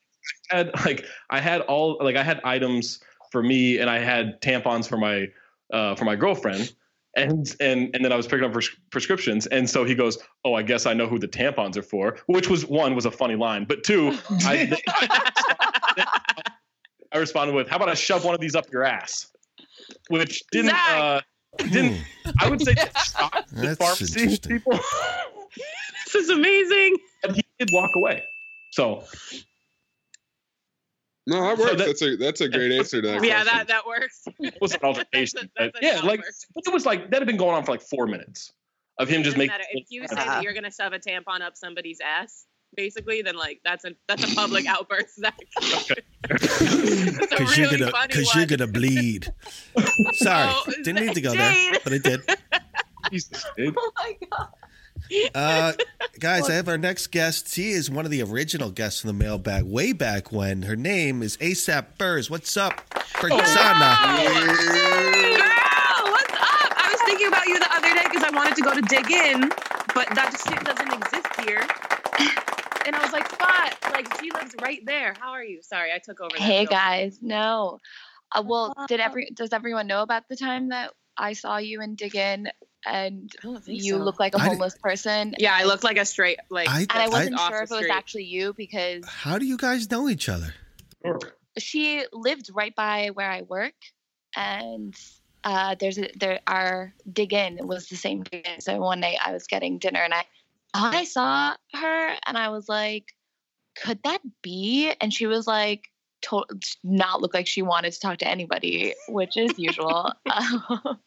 S3: and I had like, I had all like, I had items for me, and I had tampons for my uh, for my girlfriend, and and and then I was picking up pres- prescriptions, and so he goes, oh, I guess I know who the tampons are for, which was one was a funny line, but two, I, I responded with, how about I shove one of these up your ass, which didn't. Uh, didn't I
S7: [laughs]
S3: would say that shocked the
S2: That's
S3: pharmacy
S2: interesting.
S3: people.
S7: this is amazing.
S3: But he did walk away. So
S4: No, that works. that's a that's a great answer to that.
S7: yeah,
S4: question.
S7: that that works.
S3: it
S7: [laughs]
S3: was an altercation. but yeah, like but it was like that had been going on for like four minutes of him just
S7: Doesn't
S3: making
S7: matter. If you say
S4: Ah.
S7: that you're gonna shove a tampon up somebody's ass, basically, then like that's a that's a public [laughs] outburst. Zach.
S3: [laughs]
S2: [laughs] because
S7: really
S2: you're gonna
S7: funny Oh,
S2: because you're gonna
S7: [laughs]
S2: bleed. Sorry, didn't need to go there,
S7: Jade.
S2: but I did.
S5: Oh my god.
S2: Uh, guys, I have our next guest. She is one of the original guests in the mailbag way back when. Her name is ASAP Burrs. What's up, Fergana?
S7: Girl, Oh, what's up? I was thinking about you the other day because I wanted to go to dig in, but that shit doesn't exist here. And I was like, "Spot, like she lives right there. How are you? Sorry, I took over." that
S14: Hey
S7: joke.
S14: guys, no. Uh, well, did every does everyone know about the time that I saw you and dig in and you
S7: so.
S14: look like a
S7: I did-
S14: homeless person?
S7: Yeah, I looked like a straight like.
S2: I-
S14: and I wasn't
S2: I-
S14: sure if it was
S2: Off the
S14: actually you because
S2: How do you guys know each other?
S14: she lived right by where I work, and uh, there's a, there our dig in was the same dig in. So one night I was getting dinner and I I saw her and I was like, could that be? And she was like, to- not look like she wanted to talk to anybody, which is usual. [laughs] Um,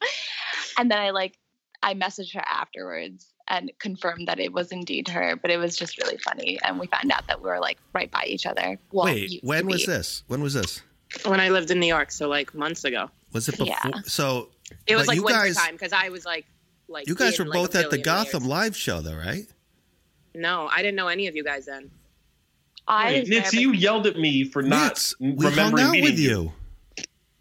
S14: and then I like I messaged her afterwards and confirmed that it was indeed her, but it was just really funny. And we found out that we were like right by each other. Well,
S2: Wait,
S14: used to
S2: when was
S14: be.
S2: this? When was this?
S7: When I lived in New York, so like months ago.
S2: Was it before?
S14: Yeah.
S2: So
S7: It was
S2: but
S7: like
S2: you
S7: winter
S2: guys.
S7: time because I was like, like
S2: you guys
S7: in,
S2: were
S7: like, a
S2: both at the
S7: billion
S2: Gotham Live show, though, right?
S7: years. No, I didn't know any of you guys then.
S14: I
S3: Nitz, you yelled at me for not
S2: We
S3: remembering
S2: hung out
S3: meeting
S2: with you.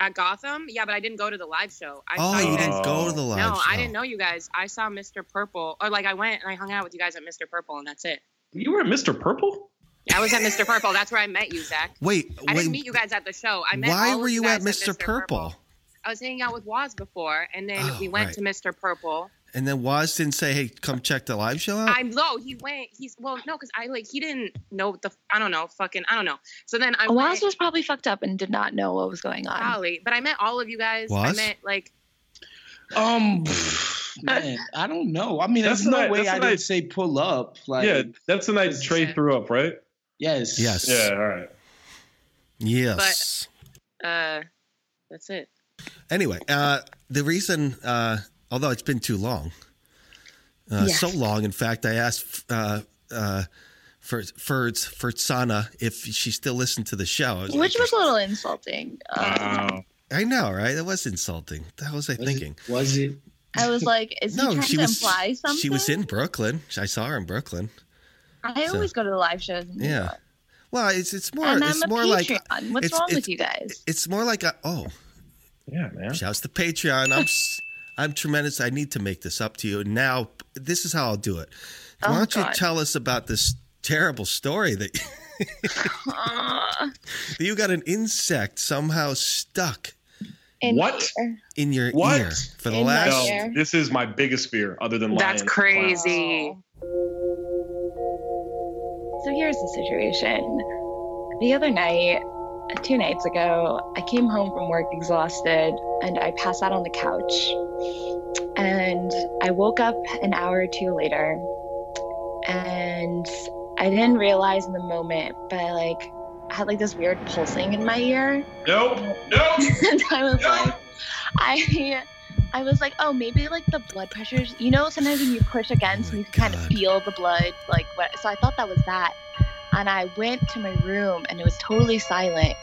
S7: At Gotham? Yeah, but I didn't go to the live show. I
S2: Oh,
S7: saw
S2: you didn't
S7: guys-
S2: go to the live
S7: No,
S2: show.
S7: I didn't know you guys. I saw Mr. Purple, or like I went and I hung out with you guys at Mr. Purple, and that's it.
S3: You were at Mr. Purple?
S7: I was
S2: [laughs]
S7: at Mr. Purple. That's where I met you, Zach.
S2: Wait,
S7: I
S2: wait.
S7: didn't meet you guys at the show. I met
S2: why
S7: all
S2: were
S7: of
S2: you
S7: guys
S2: at Mr. Purple?
S7: I was hanging out with Waz before, and then
S2: Oh,
S7: we went
S2: right.
S7: to Mr. Purple.
S2: And then Waz didn't say, "Hey, come check the live show out."
S7: I'm low. He went. He's well, no, because I like he didn't know what the I don't know fucking I don't know. So then I
S14: Waz
S7: went,
S14: was probably fucked up and did not know what was going on.
S7: Probably, but I met all of you guys. I
S14: Was?
S7: met like
S1: Um, man, I don't know. I mean,
S3: That's
S1: there's no
S3: not-
S1: way
S3: that's
S1: I
S3: not-
S1: didn't say pull up. Like,
S3: yeah, that's the night Trey threw up, right?
S1: Yes.
S2: Yes.
S3: Yeah, all right.
S2: Yes.
S7: uh, that's it.
S2: Anyway, uh, the reason, uh, although it's been too long, uh,
S7: Yes.
S2: so long, in fact, I asked uh, uh, for for for Sana if she still listened to the show. I was
S14: Which was a little insulting.
S2: like, I know, right? That was insulting. That was I thinking.
S1: was it?
S14: I was like, is he trying to imply something?
S2: She was in Brooklyn. I saw her in Brooklyn.
S14: I
S2: so-
S14: always go to the live shows. in New
S2: Yeah.
S14: York.
S2: Well, it's it's more
S14: and I'm
S2: it's
S14: a
S2: more like
S14: Patreon. What's
S2: it's-
S14: wrong
S2: it's-
S14: with you guys?
S2: It's more like a oh.
S3: Yeah, man.
S2: Shouts to Patreon. I'm s- I'm tremendous. I need to make this up to you. And now this is how I'll do it. Why
S14: Oh,
S2: don't you
S14: God.
S2: tell us about this terrible story that
S14: Aw.
S2: that [laughs] you got an insect somehow stuck
S14: In my
S3: What?
S14: ear.
S2: in your
S3: What?
S2: ear for the
S14: In my
S2: last
S14: ear.
S3: This is my biggest fear, other than lions
S7: That's
S3: and
S7: crazy.
S14: So here's the situation. The other night, two nights ago, I came home from work exhausted and I passed out on the couch. And I woke up an hour or two later and I didn't realize in the moment, but I like had like this weird pulsing in my ear.
S3: Nope. Nope.
S14: [laughs] and I was like, I, I was like, oh, maybe like the blood pressures. You know, sometimes when you push against, and you can kind of feel the blood, like what. So I thought that was that, and I went to my room, and it was totally silent,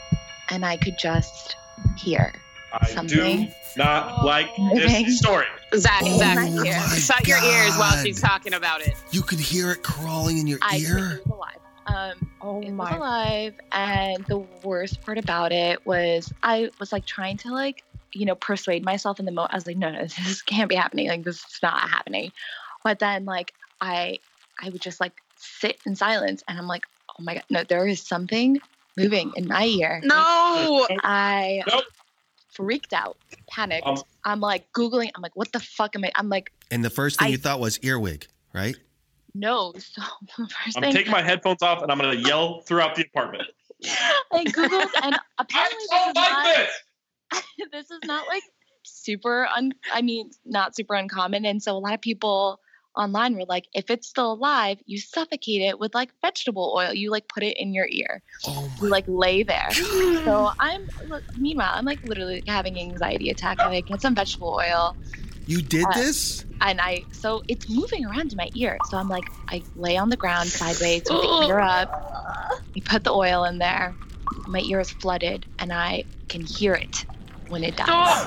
S14: and I could just hear.
S3: I do
S14: Something.
S3: not like this story.
S7: Zach,
S2: Oh
S7: Zach,
S2: my God.
S7: shut your ears while she's talking about it.
S2: You could hear it crawling in your
S14: I
S2: ear.
S14: was alive. Um, it was alive, and the worst part about it was I was like trying to like you know persuade myself in the moment. I was like, no, [laughs] no, this can't be happening. Like this is not happening. But then like I I would just like sit in silence, and I'm like, oh my god, no, there is something moving in my ear.
S7: No!
S14: I
S3: Nope.
S14: freaked out, panicked.
S2: Um,
S14: I'm like googling. I'm like, what the fuck am I? I'm like,
S2: And the first thing
S14: I-
S2: you thought was earwig, right?
S14: no. [laughs] So the first
S3: I'm
S14: thing
S3: taking my headphones off and I'm gonna yell throughout the apartment.
S14: I googled, [laughs] and apparently this, is not, [laughs] this is not like super un. I mean, not super uncommon, and so a lot of people online were like, if it's still alive, you suffocate it with like vegetable oil. You like put it in your ear. you like lay there. so I'm look, meanwhile, I'm like literally having an anxiety attack. I like, get some vegetable oil.
S2: You did
S14: Uh,
S2: this?
S14: And I, so it's moving around in my ear. So I'm like, I lay on the ground sideways with the ear up. We put the oil in there. My ear is flooded, and I can hear it when it dies.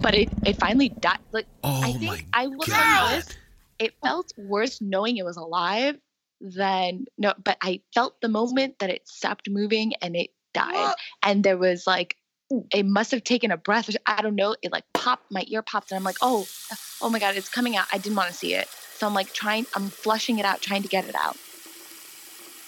S14: But it, it finally died. Like I think I was honest. It felt worse knowing it was alive than no. But I felt the moment that it stopped moving and it died, and there was like it must have taken a breath. I don't know. It like popped. My ear popped, and I'm like, oh, oh my god, it's coming out. I didn't want to see it, so I'm like trying. I'm flushing it out, trying to get it out.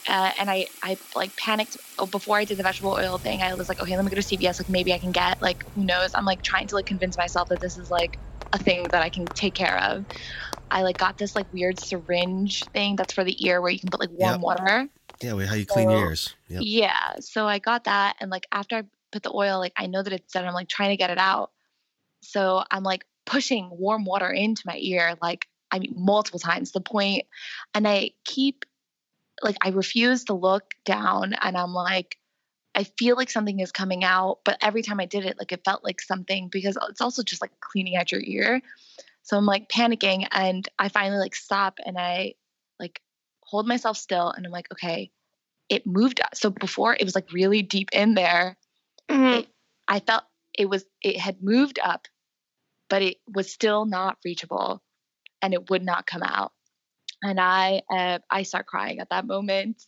S14: Uh, and I, I like panicked oh, before I did the vegetable oil thing. I was like, okay, let me go to CVS. Like maybe I can get like who knows. I'm like trying to like convince myself that this is like a thing that I can take care of. I like got this like weird syringe thing that's for the ear where you can put like warm
S2: Yep.
S14: water.
S2: Yeah, wait, how you clean
S14: Oh.
S2: your ears? Yep.
S14: Yeah. So I got that. And like after I put the oil, like I know that it's dead. I'm like trying to get it out. So I'm like pushing warm water into my ear, like I mean, multiple times to the point, And I keep like, I refuse to look down. And I'm like, I feel like something is coming out. But every time I did it, like it felt like something because it's also just like cleaning out your ear. So I'm like panicking. And I finally like stop and I like hold myself still. And I'm like, okay, it moved up. So before it was like really deep in there. It- I felt it was it had moved up, but it was still not reachable, and it would not come out. And I uh, I start crying at that moment,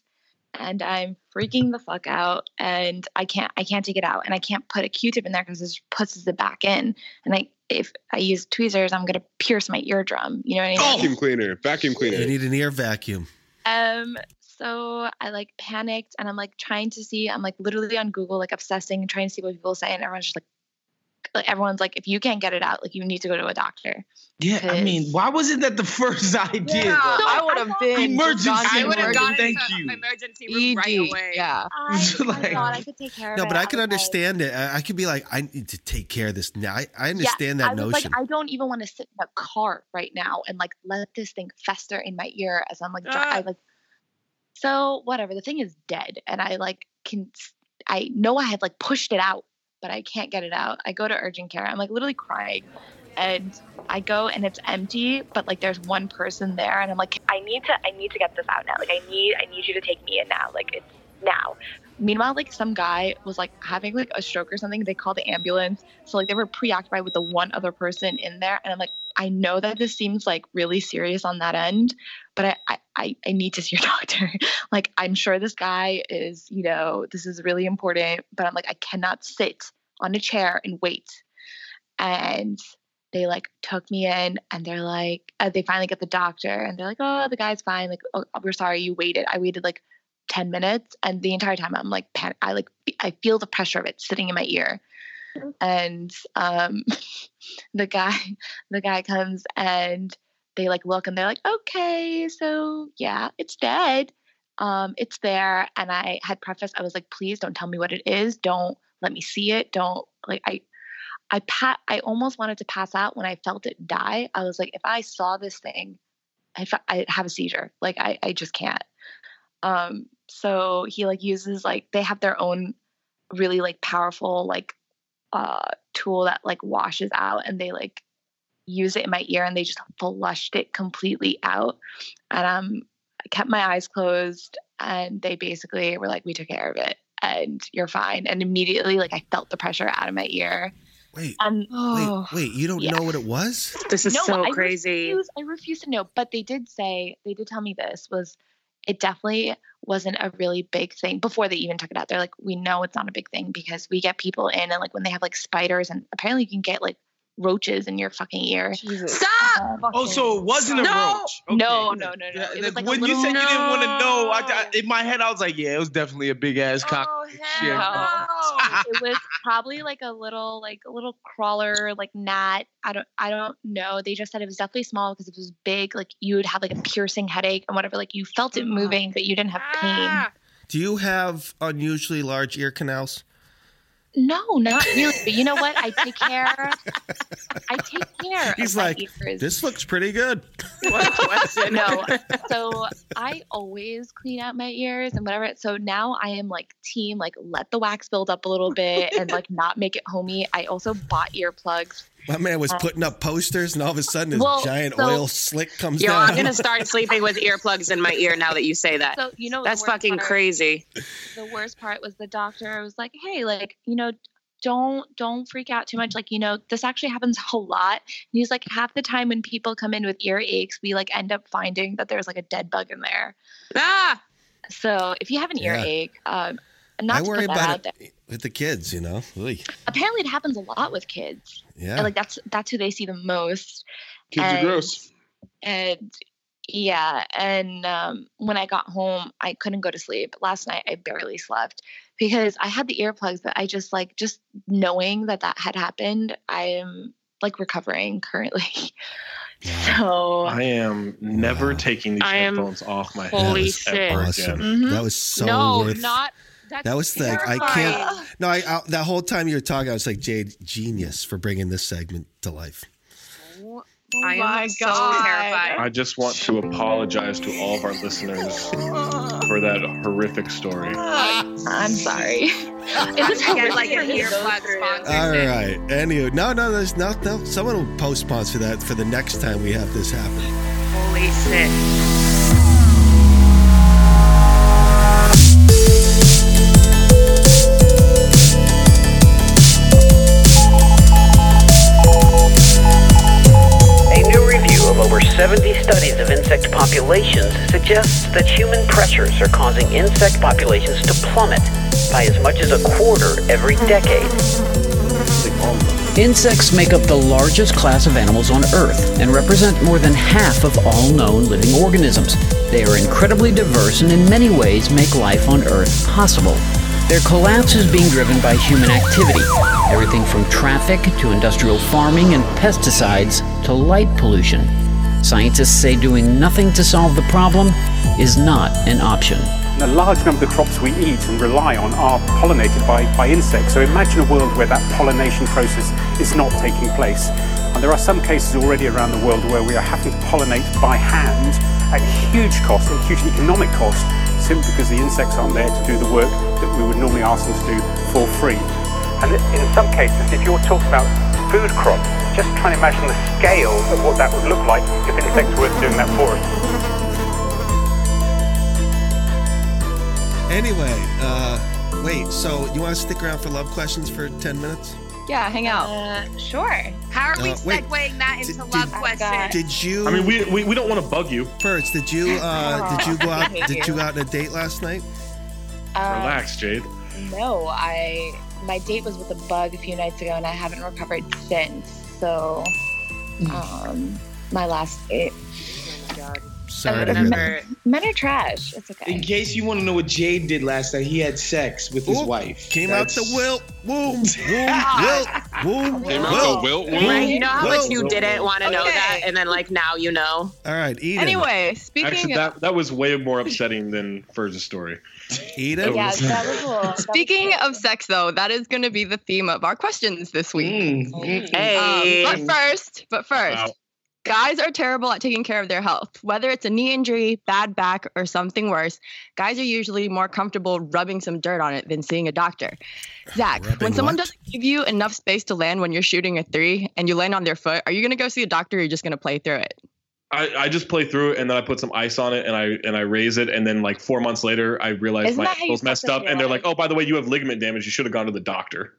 S14: and I'm freaking the fuck out and I can't I can't take it out and I can't put a Q-tip in there because it just pushes it back in and I if I use tweezers I'm gonna pierce my eardrum you know what
S2: Oh,
S14: I mean
S4: Vacuum cleaner. Vacuum cleaner.
S2: You need an ear vacuum.
S14: um so I like panicked and I'm like trying to see I'm like literally on Google like obsessing and trying to see what people say and everyone's just like like everyone's like if you can't get it out like you need to go to a doctor
S1: Yeah, I mean, why wasn't that the first idea?
S14: Yeah,
S1: though?
S14: I would've been-
S1: emergency.
S14: I
S1: room,
S14: would've gone
S1: thank
S14: into
S1: you.
S7: emergency room right away.
S5: Yeah.
S14: I, oh my
S2: Like-
S14: God, I could take care of
S2: No,
S14: it.
S2: but I can
S14: was
S2: understand it. I, I could be like, I need to take care of this now. I, I
S14: like-
S2: understand
S14: Yeah,
S2: that
S14: I was
S2: notion.
S14: Like, I don't even want to sit in a car right now and like let this thing fester in my ear as I'm like, dri- I like, so whatever. The thing is dead, and I like can, I know I had like pushed it out, but I can't get it out. I go to urgent care. I'm like literally crying, and I go and it's empty, but like there's one person there, and I'm like, I need to, I need to get this out now. Like I need, I need you to take me in now. Like it's now. Meanwhile, like some guy was like having like a stroke or something. They called the ambulance. So like they were preoccupied with the one other person in there. And I'm like, I know that this seems like really serious on that end, but I I, I, I need to see your [laughs] doctor. like I'm sure this guy is, you know, this is really important, but I'm like, I cannot sit on a chair and wait. And they like took me in and they're like, uh, they finally get the doctor and they're like, oh, the guy's fine. Like, oh, we're sorry you waited. I waited like 10 minutes and the entire time i'm like pan- i like i feel the pressure of it sitting in my ear and um [laughs] the guy [laughs] the guy comes and they like look and they're like okay so yeah it's dead um it's there and i had preface i was like please don't tell me what it is don't let me see it don't like i i pat i almost wanted to pass out when i felt it die i was like if i saw this thing i fe- i have a seizure like i i just can't um so he like uses like they have their own really like powerful like uh tool that like washes out and they like use it in my ear and they just flushed it completely out and um I kept my eyes closed and they basically were like we took care of it and you're fine and immediately like I felt the pressure out of my ear
S2: wait
S14: [sighs] and oh.
S2: wait, wait, you don't know what it was?
S7: This is
S14: No,
S7: so
S14: I
S7: crazy.
S14: refuse- I refuse to know, but they did say they did tell me this was it definitely wasn't a really big thing before they even took it out. They're like, we know it's not a big thing because we get people in and like when they have like spiders and apparently you can get like roaches in your fucking ear.
S7: Stop!
S1: Oh, so it wasn't a
S14: No!
S1: roach.
S14: No, no, no, no. It was like a
S1: when
S14: little-
S1: you said you didn't want to know, I, I, in my head I was like, yeah, it was definitely a big ass cock. shit.
S14: Oh,
S2: [laughs]
S14: No. it was probably like a little like a little crawler like gnat i don't i don't know they just said it was definitely small because if it was big like you would have like a piercing headache and whatever like you felt it moving but you didn't have pain
S2: Do you have unusually large ear canals?
S14: no not really but you know what i take care i take care
S2: He's
S14: of my
S2: like,
S14: ears.
S2: this looks pretty
S7: [laughs]
S2: good. [laughs]
S14: no. So I always clean out my ears and whatever. So now I am like team, like let the wax build up a little bit and like not make it homey. I also bought earplugs. Um,
S2: My man was putting up posters, and all of a sudden, this
S14: Uh, Well,
S2: giant
S14: so-
S2: oil slick comes
S7: Yo,
S2: down. [laughs]
S7: I'm gonna start sleeping with earplugs in my ear now that you say that.
S14: So, you know, the
S7: that's
S14: worst
S7: fucking
S14: part-
S7: crazy.
S14: The worst part was the doctor was like, hey, like, you know, don't don't freak out too much. Like, you know, this actually happens a lot. And he's like, half the time when people come in with ear aches, we like end up finding that there's like a dead bug in there.
S7: Ah.
S14: So if you have an
S2: Yeah.
S14: earache, um, not
S2: I
S14: to
S2: worry
S14: put that out
S2: about
S14: there.
S2: it with the kids, you know. Oy,
S14: apparently it happens a lot with kids
S2: yeah,
S14: And, like that's that's who they see the most
S4: Kids are
S14: And-
S4: gross.
S14: and yeah and um, when i got home i couldn't go to sleep last night i barely slept because i had the earplugs but i just like just knowing that that had happened i am like recovering currently [laughs] so
S3: I am never taking these
S7: I am
S3: headphones off my head
S7: holy
S3: ever
S7: shit. Mm-hmm.
S2: awesome.
S3: again.
S2: That was so
S7: no,
S2: worth.
S7: not. That's
S2: that was like I can't. No, I, I that whole time you were talking, I was like, Jade, genius for bringing this segment to life.
S7: terrifying.
S5: Oh
S7: I am
S5: my
S7: so
S5: God.
S7: terrified.
S3: I just want to apologize to all of our listeners for that horrific story.
S14: i'm sorry it was
S7: Get like
S14: horrific.
S7: an earplug sponsor.
S2: All right. Anywho, no, no, there's no, no. Someone will post sponsor that for the next time we have this happen.
S7: Holy shit.
S15: A new review of over 70 studies of insect populations suggests that human pressures are causing insect populations to plummet by as much as a quarter every decade.
S16: Insects make up the largest class of animals on Earth and represent more than half of all known living organisms. They are incredibly diverse and in many ways make life on Earth possible. Their collapse is being driven by human activity, everything from traffic to industrial farming and pesticides to light pollution. Scientists say doing nothing to solve the problem is not an option.
S17: And a large number of the crops we eat and rely on are pollinated by, by insects. So imagine a world where that pollination process is not taking place. And there are some cases already around the world where we are having to pollinate by hand at huge cost, at huge economic cost, simply because the insects aren't there to do the work that we would normally ask them to do for free. And in some cases, if you're talking about food crops, just try and imagine the scale of what that would look like if insects were doing that for us.
S2: Anyway, uh, wait. So you want to stick around for love questions for ten minutes?
S5: Yeah, hang out.
S7: sure. Uh, How are we
S2: Uh, wait.
S7: segueing that into love questions?
S2: Did you?
S3: I mean, we we, we don't want to bug you.
S2: First, did you uh, did you
S7: [laughs]
S2: go out did you go out on a date last night?
S14: Um,
S3: Relax, Jade.
S14: No, I my date was with a bug a few nights ago, and I haven't recovered since. So, um, my last date.
S2: Sorry
S1: to hear that.
S14: Men are trash. It's okay.
S1: In case you want to know what Jade did last night, he had sex with his
S2: Oop,
S1: wife.
S2: Came out the wilt,
S1: [laughs]
S2: womb, womb, womb, womb,
S1: Came
S2: wilt.
S1: out the wilt,
S7: Right? You know how much
S3: Whoa.
S7: you didn't want to know that, and then like now you know.
S2: All right, Eden.
S5: Anyway, speaking
S3: Actually,
S5: of
S3: that that was way more upsetting than Fur's story.
S2: Eden.
S3: [laughs]
S5: Speaking of sex, though, that is going to be the theme of our questions this week.
S7: mm. Hey.
S5: Um, but first, but first,
S7: Wow.
S5: guys are terrible at taking care of their health. Whether it's a knee injury, bad back, or something worse, guys are usually more comfortable rubbing some dirt on it than seeing a doctor. Zach, when someone
S2: what?
S5: doesn't give you enough space to land when you're shooting a three and you land on their foot, are you going to go see a doctor or are you just going to play through it?
S3: I, I just play through it and then I put some ice on it and I and I raise it and then like four months later I realize
S5: Isn't
S3: my
S5: that how you
S3: ankle's messed
S5: fucked up
S3: up and they're like, oh by the way you have ligament damage you should have gone to the doctor.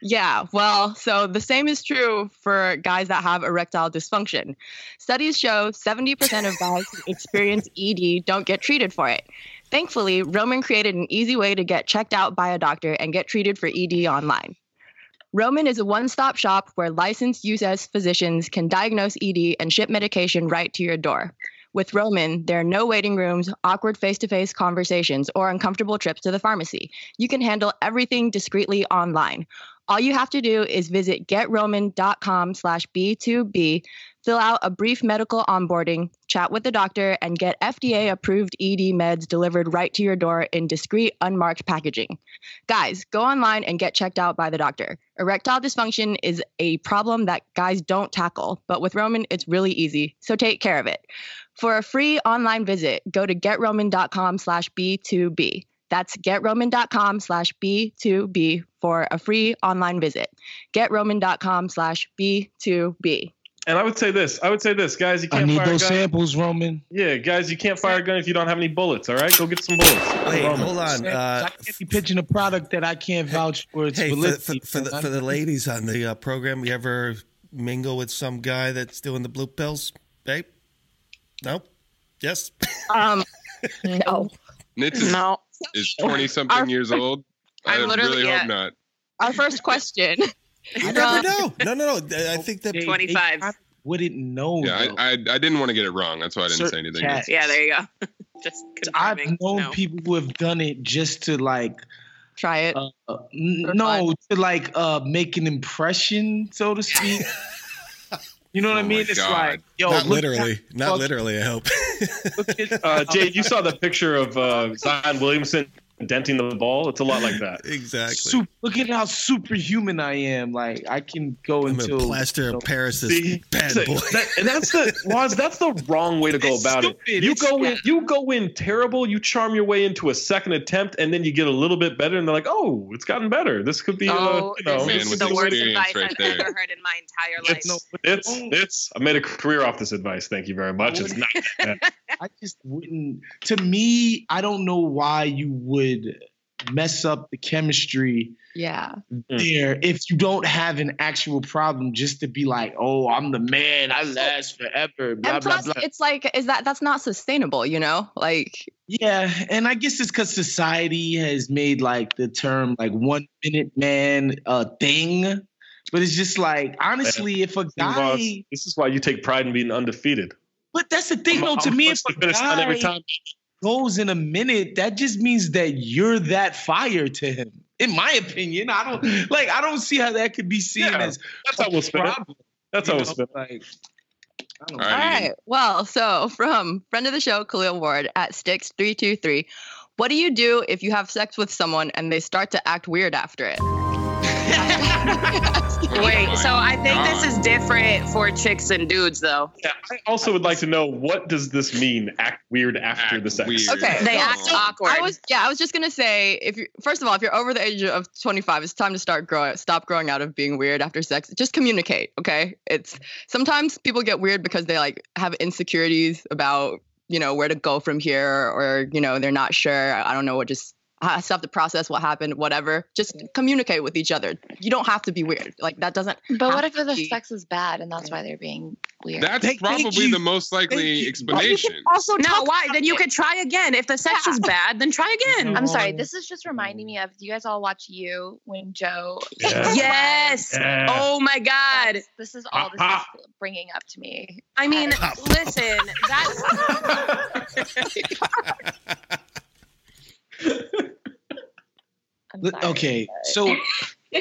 S5: Yeah, well, so the same is true for guys that have erectile dysfunction. Studies show 70% of guys who experience ED don't get treated for it. Thankfully, Roman created an easy way to get checked out by a doctor and get treated for ED online. Roman is a one stop shop where licensed US physicians can diagnose ED and ship medication right to your door. With Roman, there are no waiting rooms, awkward face to face conversations, or uncomfortable trips to the pharmacy. You can handle everything discreetly online. All you have to do is visit getroman.com slash B2B, fill out a brief medical onboarding, chat with the doctor, and get FDA approved ED meds delivered right to your door in discreet, unmarked packaging. Guys, go online and get checked out by the doctor. Erectile dysfunction is a problem that guys don't tackle, but with Roman, it's really easy, so take care of it. For a free online visit, go to getroman.com slash B2B. That's getroman.com slash B2B for a free online visit. Getroman.com slash B2B.
S3: And I would say this, I would say this, guys, you
S1: I
S3: can't
S1: need
S3: fire a gun.
S1: those samples, Roman.
S3: Yeah, guys, you can't fire a gun if you don't have any bullets. All right, go get some bullets.
S2: Wait,
S3: Roman.
S2: hold on. Uh,
S1: I can't be pitching a product that I can't vouch for its
S2: hey, for, for,
S1: validity.
S2: for the for the ladies on the uh, program, you ever mingle with some guy that's doing the blue pills, babe? No. Yes.
S5: Um, no.
S4: Nitz is, is 20 something years old. I
S5: I'm literally-
S4: really
S5: yeah.
S4: hope not.
S5: Our first question.
S2: [laughs]
S5: Um,
S2: You never know. [laughs] No, no, no. Oh, I think that
S7: 25.
S1: Wouldn't
S3: Oh,
S1: know.
S4: Yeah, I, I, I didn't want to get it wrong. That's why I didn't
S1: Certain
S4: say anything.
S1: cats.
S7: Yeah, there you go. [laughs] Just
S1: I've
S7: confirming.
S1: known people who have done it just to like
S5: try it.
S1: Uh, uh, n- no, to like uh, make an impression, so
S7: [laughs]
S1: to speak. you know what I mean? It's like, yo,
S2: not
S1: look
S2: literally,
S1: at-
S2: not literally. I hope. [laughs]
S3: Uh, Jade, you saw the picture of uh, Zion Williamson denting the ball. It's a lot like that.
S2: exactly.
S1: Sup- look at how superhuman I am. Like I can go
S2: I'm
S1: into
S2: gonna plaster of Paris this
S3: See,
S2: bad
S3: so
S2: boy.
S3: that- and that's the Waz, that's the wrong way to go about it.
S1: stupid.
S3: You
S1: It's-
S3: go
S1: yeah.
S3: in, you go in terrible. You charm your way into a second attempt, and then you get a little bit better, and they're like, "Oh, it's gotten better. This could be, uh,
S7: Oh,
S3: you know,
S7: this is the worst advice I've ever heard in my entire life.
S3: It's, it's
S7: oh.
S3: it's. I made a career off this advice. Thank you very much. It's
S7: [laughs]
S3: not. that bad.
S1: I just wouldn't. To me, I don't know why you would mess up the chemistry
S5: Yeah.
S1: there if you don't have an actual problem just to be like, oh, I'm the man, I last forever. Blah,
S5: and
S1: blah,
S5: plus,
S1: blah.
S5: it's like, is that that's not sustainable? You know, like
S1: Yeah, and I guess it's because society has made like the term like one minute man a thing, but it's just like honestly, if a
S3: Ross,
S1: guy,
S3: this is why you take pride in being undefeated.
S1: but that's the thing though. To
S3: I'm
S1: me, if
S3: supposed
S1: a
S3: to finish on every
S1: guy
S3: time.
S1: goes in a minute, that just means that you're that fire to him. In my opinion, I don't like. I don't see how that could be seen as that's how we'll
S3: spin it. That's how we'll spin
S1: it. Like, I don't
S5: All right. Well, so from friend of the show, Khalil Ward at Sticks three two three. What do you do if you have sex with someone and they start to act weird after it?
S7: Wait, so I think this is different for chicks and dudes, though.
S3: I also would like to know what does this mean? Act weird after the sex.
S5: Okay,
S7: They act awkward.
S5: I was yeah, I was just gonna say if you first of all, if you're over the age of 25, it's time to start growing, stop growing out of being weird after sex. Just communicate, okay? It's sometimes people get weird because they like have insecurities about you know where to go from here, or you know they're not sure. I don't know what just I still have to process what happened, whatever. Just communicate with each other. You don't have to be weird. Like that doesn't.
S14: But what
S5: have
S14: if the
S5: to be-
S14: sex is bad and that's why they're being weird?
S4: That's probably the most likely explanation.
S7: also no. Why? Then you could try again. If the sex is bad, then try again.
S14: I'm sorry. This is just reminding me of you guys all watch you when Joe. [laughs]
S7: Yeah. Yes. Yeah. Oh my God.
S14: That's- This is all this
S7: Ah,
S14: is bringing up to me. [laughs]
S7: I mean,
S14: Uh,
S7: listen,
S14: [laughs]
S2: [laughs]
S7: that's
S1: Li- okay, so
S7: [laughs]
S1: li-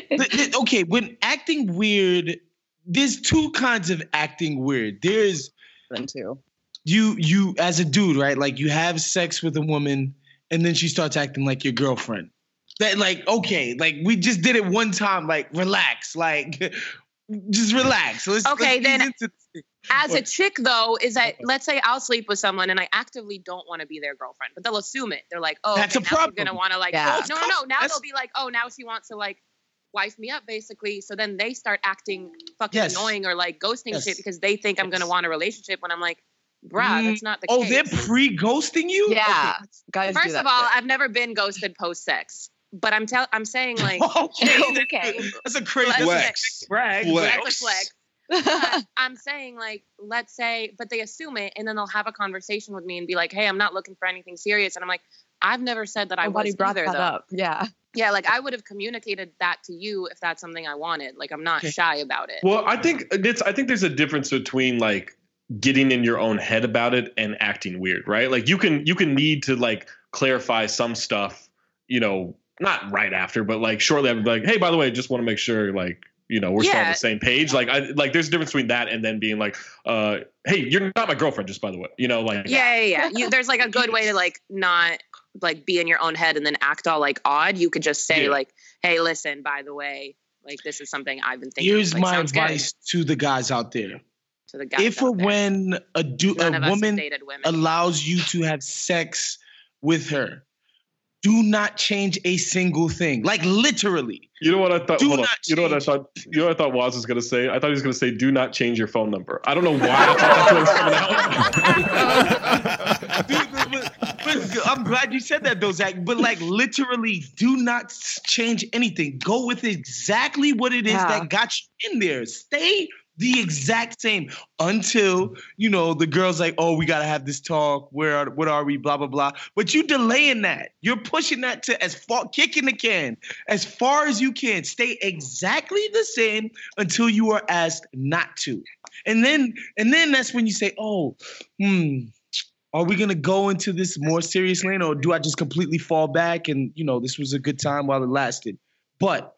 S1: li- okay, when acting weird, there's two kinds of acting weird. There's
S5: two.
S1: You you as a dude, right? Like you have sex with a woman, and then she starts acting like your girlfriend. That like okay, like we just did it one time. Like relax, like [laughs] just relax. Let's,
S7: Okay,
S1: let's ease
S7: then-
S1: into this.
S7: as a chick though. Is that let's say I'll sleep with someone and I actively don't want to be their girlfriend, but they'll assume it. They're like, oh,
S1: That's
S7: okay,
S1: a
S7: now
S1: problem.
S7: She's gonna want to like,
S1: Yeah.
S7: oh, no, no, no. Now they'll be like, oh, now she wants to like wife me up basically. So then they start acting fucking
S1: Yes.
S7: annoying or like ghosting
S1: Yes.
S7: shit because they think I'm gonna want a relationship when I'm like, bruh, that's not the
S1: oh,
S7: case.
S1: they're pre-ghosting you.
S7: Yeah.
S1: Okay.
S7: First of all, I've never been ghosted post sex, but I'm tell
S1: [laughs]
S7: I'm saying like
S1: okay,
S7: [laughs] okay.
S1: that's a crazy
S7: Let's
S1: flex. Brag.
S7: That's a flex. [laughs] But I'm saying like let's say, but they assume it, and then they'll have a conversation with me and be like, "Hey, I'm not looking for anything serious," and I'm like, "I've never said that I
S5: Nobody
S7: was
S5: brought
S7: either,
S5: that
S7: though."
S5: up. Yeah.
S7: Yeah, like I would have communicated that to you if that's something I wanted. Like I'm not
S3: Okay.
S7: shy about it.
S3: Well, I think it's I think there's a difference between like getting in your own head about it and acting weird, right? Like you can you can need to like clarify some stuff, you know, not right after, but like shortly after, like, hey, by the way, just want to make sure like you know we're still on
S7: Yeah.
S3: the same page. Like I like there's a difference between that and then being like, uh, hey, you're not my girlfriend, just by the way, you know, like
S7: yeah, yeah, yeah. You, there's like a good way to like not like be in your own head and then act all like odd. You could just say
S1: Yeah.
S7: like, "Hey, listen, by the way, like this is something I've been thinking." of."
S1: Here's
S7: Like,
S1: my
S7: sounds good
S1: advice to the guys out there.
S7: to the guys.
S1: if or when a du-
S7: None
S1: a
S7: of us have
S1: woman
S7: dated women.
S1: allows you to have sex with her, do not change a single thing. Like literally.
S3: You know what I thought?
S1: Do
S3: hold on.
S1: not
S3: You know what I thought? You know what I thought Waz was gonna say? I thought he was gonna say, "Do not change your phone number." I don't know why. I thought that's what was coming out.
S1: But I'm glad you said that, though, Zach. But like literally, do not s- change anything. Go with exactly what it is
S5: Yeah.
S1: that got you in there. Stay the exact same until you know the girl's like, "Oh, we gotta have this talk. Where are what are we? Blah blah blah." But you delaying that. You're pushing that to as far kicking the can as far as you can. Stay exactly the same until you are asked not to, and then and then that's when you say, "Oh, hmm." Are we gonna go into this more serious lane, or do I just completely fall back and you know this was a good time while it lasted? But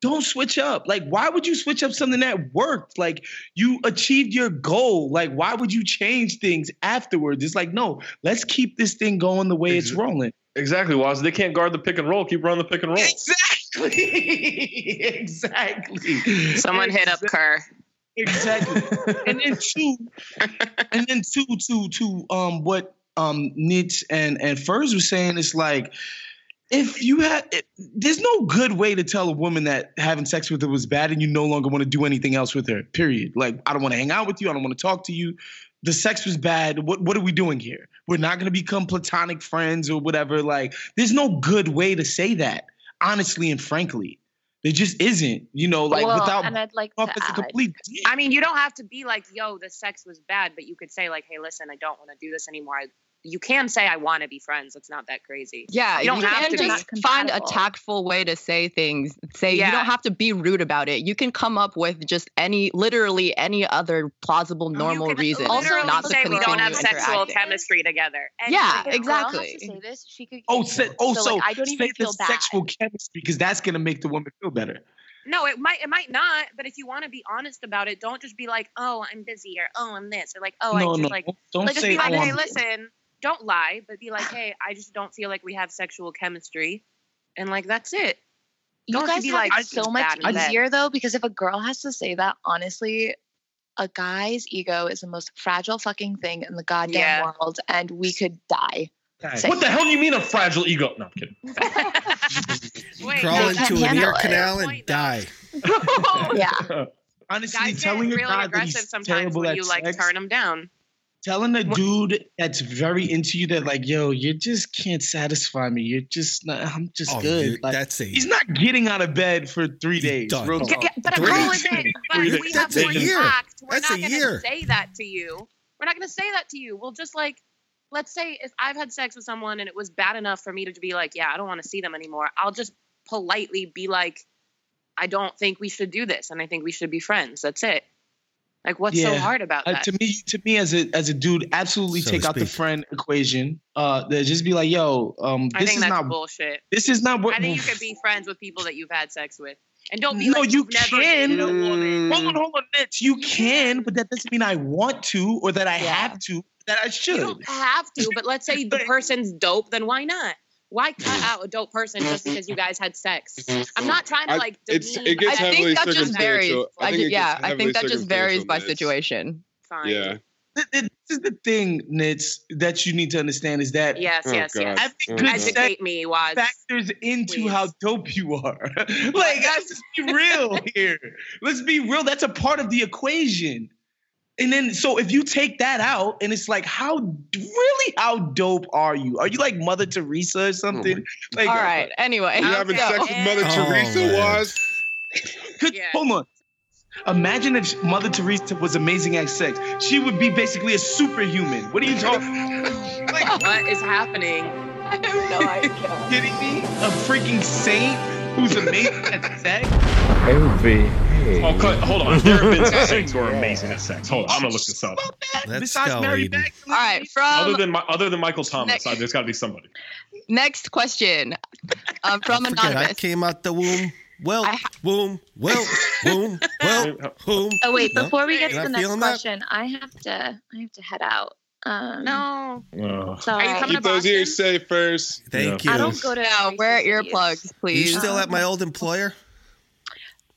S1: don't switch up. Like, why would you switch up something that worked? Like, you achieved your goal. Like, why would you change things afterwards? It's like, no, let's keep this thing going the way it's rolling.
S3: Exactly, Waz. They can't guard the pick and roll. Keep running the pick and roll.
S7: [laughs]
S1: Exactly. exactly.
S7: Someone hit up Kerr.
S1: [laughs] Exactly. and then two, and then two, two, two. Um, what um Nitz and and Furs was saying is like, if you had, it- there's no good way to tell a woman that having sex with her was bad, and you no longer want to do anything else with her. Period. Like, I don't want to hang out with you. I don't want to talk to you. the sex was bad. What what are we doing here? We're not gonna become platonic friends or whatever. Like, there's no good way to say that, honestly and frankly. There just isn't, you know, like
S7: Well,
S1: without
S7: and I'd like
S1: up,
S7: to
S1: it's a
S7: add-
S1: complete
S7: I mean, you don't have to be like, "Yo, the sex was bad," but you could say like, "Hey, listen, I don't want to do this anymore." I, you can say, "I want to be friends." It's not that crazy.
S5: Yeah,
S7: you don't have
S5: can
S7: to
S5: just
S7: be
S5: find a
S7: compatible.
S5: tactful way to say things. Say you
S7: Yeah.
S5: don't have to be rude about it. You can come up with just any, literally any other
S7: Oh,
S5: plausible, normal reason
S7: Literally
S5: not to
S7: say we
S5: continue
S7: don't have sexual
S5: interacting.
S7: chemistry together.
S14: And
S5: Yeah,
S14: if a Girl has
S5: exactly.
S14: to say this, she could.
S1: Oh, se- oh, so,
S14: like, I don't even
S1: say
S14: feel
S1: the
S14: bad.
S1: sexual chemistry because that's gonna make the woman feel
S7: [laughs]
S1: better.
S7: No, it might it might not, but if you want to be honest about it, don't just be like, "Oh, I'm busy," or "Oh, I'm this," or like, "Oh, I
S1: No,
S7: just
S1: no,
S7: like."
S1: don't
S7: like, just
S1: say,
S7: be like,
S1: "Oh,
S7: "Hey,
S1: I'm-
S7: listen, don't lie, but be like, hey, I just don't feel like we have sexual chemistry," and like that's it.
S14: You
S7: don't have to
S14: guys
S7: be
S14: have
S7: like
S14: it so much
S7: bad and bad.
S14: easier though, because if a girl has to say that, honestly, a guy's ego is the most fragile fucking thing in the goddamn
S3: Yeah.
S14: world, and we could die. Say-
S3: What the hell do you mean a fragile ego? No, I'm kidding.
S2: Crawl
S14: they can't
S2: into an ear
S14: handle it.
S2: canal and die.
S14: yeah.
S1: Honestly,
S7: Guys get
S1: telling your
S7: really
S1: guy that
S7: aggressive
S1: he's
S7: sometimes
S1: terrible
S7: when
S1: at
S7: you like
S1: sex.
S7: turn them down.
S1: telling a dude that's very into you that like, yo, you just can't satisfy me. You're just not. I'm just
S2: Oh,
S1: good.
S2: you're-
S1: Like,
S2: that's it.
S1: He's not getting out of bed for three days.
S2: done.
S1: Real
S2: Yeah,
S1: talk.
S7: Yeah, but a
S1: Oh, Three
S7: girl
S1: days.
S7: is
S1: [laughs]
S7: in. But
S1: Three
S7: we
S1: days.
S7: have
S1: That's a
S7: more
S1: year.
S7: tact. We're
S1: That's
S7: not
S1: a
S7: going to
S1: year.
S7: say that to you. We're not going to say that to you. We'll just like, let's say if I've had sex with someone and it was bad enough for me to be like, yeah, I don't want to see them anymore. I'll just politely be like, I don't think we should do this, and I think we should be friends. That's it. Like, what's so
S1: Yeah.
S7: hard about
S1: Uh,
S7: that?
S1: to me, to me as a as a dude, absolutely
S3: So
S1: take
S3: to
S1: out the
S3: speak.
S1: friend equation. Uh, that just be like, yo, um,
S7: I
S1: this
S7: think
S1: is
S7: that's
S1: not
S7: bullshit.
S1: this is not what-
S7: I
S1: [laughs]
S7: think you could be friends with people that you've had sex with, and don't be
S1: no,
S7: like
S1: you
S7: have never
S1: can.
S7: dated a
S4: Mm.
S7: woman.
S1: Hold on, hold on, Nitz. You can, but that doesn't mean I want to or that I have to. That I should.
S7: You don't have to, but let's
S1: [laughs]
S7: say the person's dope, then why not? Why cut out a dope person just because you guys had sex? I'm not trying to
S4: I-
S7: like demean.
S4: it's- it gets
S5: I
S4: heavily
S5: think that just
S4: circumstantial.
S5: varies.
S4: I
S5: I
S4: think
S5: ju-
S4: it gets
S5: yeah, I
S4: heavily
S5: think that just varies by situation.
S4: Yeah.
S1: Th- th- This is the thing, Nitz, that you need to understand is that
S7: Yes,
S4: Oh,
S7: yes,
S4: God.
S7: yes.
S1: Oh, God.
S7: Educate me, Waz.
S1: factors into how dope you are. [laughs] like, guys, let's be real
S7: [laughs]
S1: here. Let's be real. That's a part of the equation. And then, so if you take that out, and it's like, how really, how dope are you? Are you like Mother
S4: Oh
S1: Teresa or something? like,
S5: All right. Anyway,
S1: You
S5: [laughs]
S1: having
S5: so-
S1: sex with Mother Oh, Teresa, man. Waz? Could, Hold on. Imagine if Mother Teresa was amazing at sex. She would be basically a superhuman. What are you talking?
S7: Like, what is
S5: [laughs]
S7: happening?
S1: [laughs]
S5: I have no idea.
S1: kidding me? A freaking saint who's amazing at sex?
S3: Oh, cut, hold on. There have been [laughs] some saints who are amazing at sex. Hold on, I'm gonna look this up.
S2: Let's
S5: go, All right. From
S3: Other than my, other than Michael Thomas, I, there's got to be somebody.
S5: next question, um, from
S2: Forget I
S5: anonymous.
S2: came out the womb. Well, womb, well,
S14: [laughs]
S2: womb, well, womb.
S14: Oh wait,
S2: No?
S14: before we get
S2: You're
S14: to the
S2: not
S14: next
S2: feeling that?
S14: question, I have to I have to head out. Um,
S7: no.
S14: Sorry. Are you coming
S4: Keep
S14: to
S4: those ears safe first.
S2: Thank you.
S14: I don't go to
S5: No, wear earplugs,
S2: You
S5: please.
S2: still at my old employer?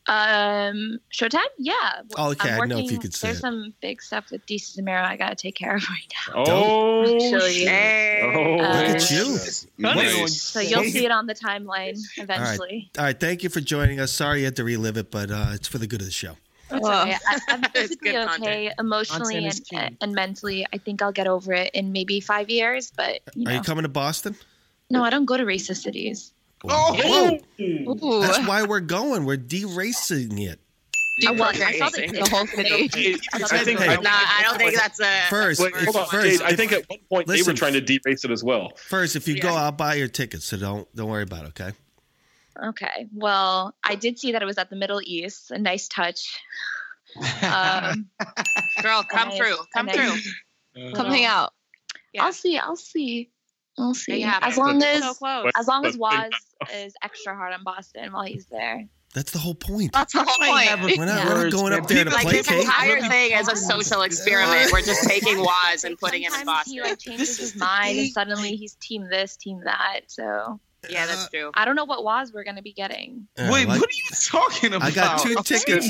S14: um Showtime. Yeah. w-
S2: Oh, okay,
S14: I'm
S2: I didn't know if
S14: working-
S2: you could say
S14: There's
S2: it.
S14: some big stuff with DC Zamero I gotta take care of right now.
S3: Oh,
S14: Actually,
S3: shit. Oh,
S14: Uh,
S2: Look at you. Nice.
S14: So you'll see it on the timeline eventually.
S2: All right. Thank you for joining us. Sorry you had to relive it, but uh, it's for the good of the show.
S14: It's okay.
S7: Oh.
S14: I,
S7: [laughs]
S14: I'm physically okay, emotionally
S2: Content is
S14: and, and mentally. I think I'll get over it in maybe five years, but you
S2: Are
S14: know,
S2: you coming to Boston?
S14: no, I don't go to racist cities.
S2: Oh,
S14: Ooh.
S2: That's why we're going. We're deracing it.
S14: Oh, well, I saw the, the whole city.
S3: I think-
S2: Hey.
S7: No, I don't think that's a
S2: First,
S3: Wait,
S2: if-
S3: hold on.
S2: first,
S3: Jade, I
S2: if-
S3: think at one point they
S2: listen.
S3: were trying to derace it as well.
S2: First, if you go, I'll buy your tickets, so don't don't worry about it, okay?
S14: Okay. Well, I did see that it was at the Middle East. A nice
S7: [laughs]
S14: touch. Um,
S7: Girl, come through. Come through.
S14: Come hang out. I'll see. I'll see. I'll see.
S7: have
S14: As
S7: it.
S14: long
S7: So
S14: as
S7: close.
S14: as long as
S2: But- but-
S14: Waz
S7: [laughs]
S14: is extra hard on Boston while he's there.
S2: That's the whole point.
S14: That's the whole
S2: Why have a- We're not, we're not going up there to
S7: like
S2: play
S7: this
S2: cake.
S7: entire thing is a social experiment. We're
S2: [laughs]
S7: just taking Waz and putting him in
S14: Sometimes
S7: Boston.
S14: he like changes his mind and suddenly he's team this, team that. So
S7: Yeah, that's true.
S14: I don't know what Waz we're gonna be getting.
S2: Wait,
S3: what
S1: are you [laughs]
S3: [laughs]
S1: talking about?
S2: I Uh, got two tickets.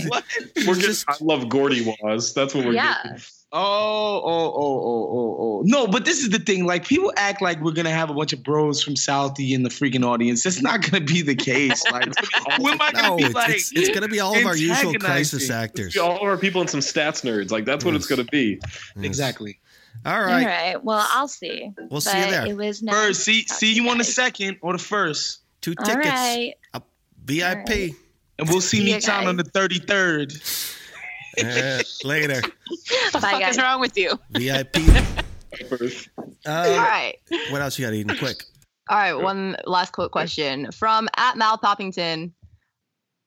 S3: We're just, I love Gordy was. That's what we're
S14: Yeah.
S3: doing.
S1: Oh, oh, oh, oh, oh, oh. No, but this is the thing. Like, people act like we're gonna have a bunch of bros from Southie in the freaking audience. That's not gonna be
S3: [laughs]
S1: the case. Like, who am I
S3: Oh,
S1: gonna
S3: No,
S1: be
S3: it's-
S1: like?
S3: it's- it's gonna be all of our usual
S1: antagonizing?
S2: crisis actors.
S3: All of our people and some stats nerds. Like that's what it's going to be.
S1: Exactly.
S2: All
S14: All right. Well, I'll see.
S3: We'll see you
S14: But
S3: there.
S14: It was nice.
S1: First, see, see you on the second or the first.
S2: Two
S14: All tickets. right.
S2: VIP.
S1: And we'll see
S14: See
S1: me
S14: you
S1: town on the 33rd.
S2: Later.
S7: What the fuck is wrong with you?
S2: VIP.
S5: All
S2: Uh,
S5: right.
S2: what else you got, Eden? Quick.
S5: All right. One last quick question from at Mal Poppington.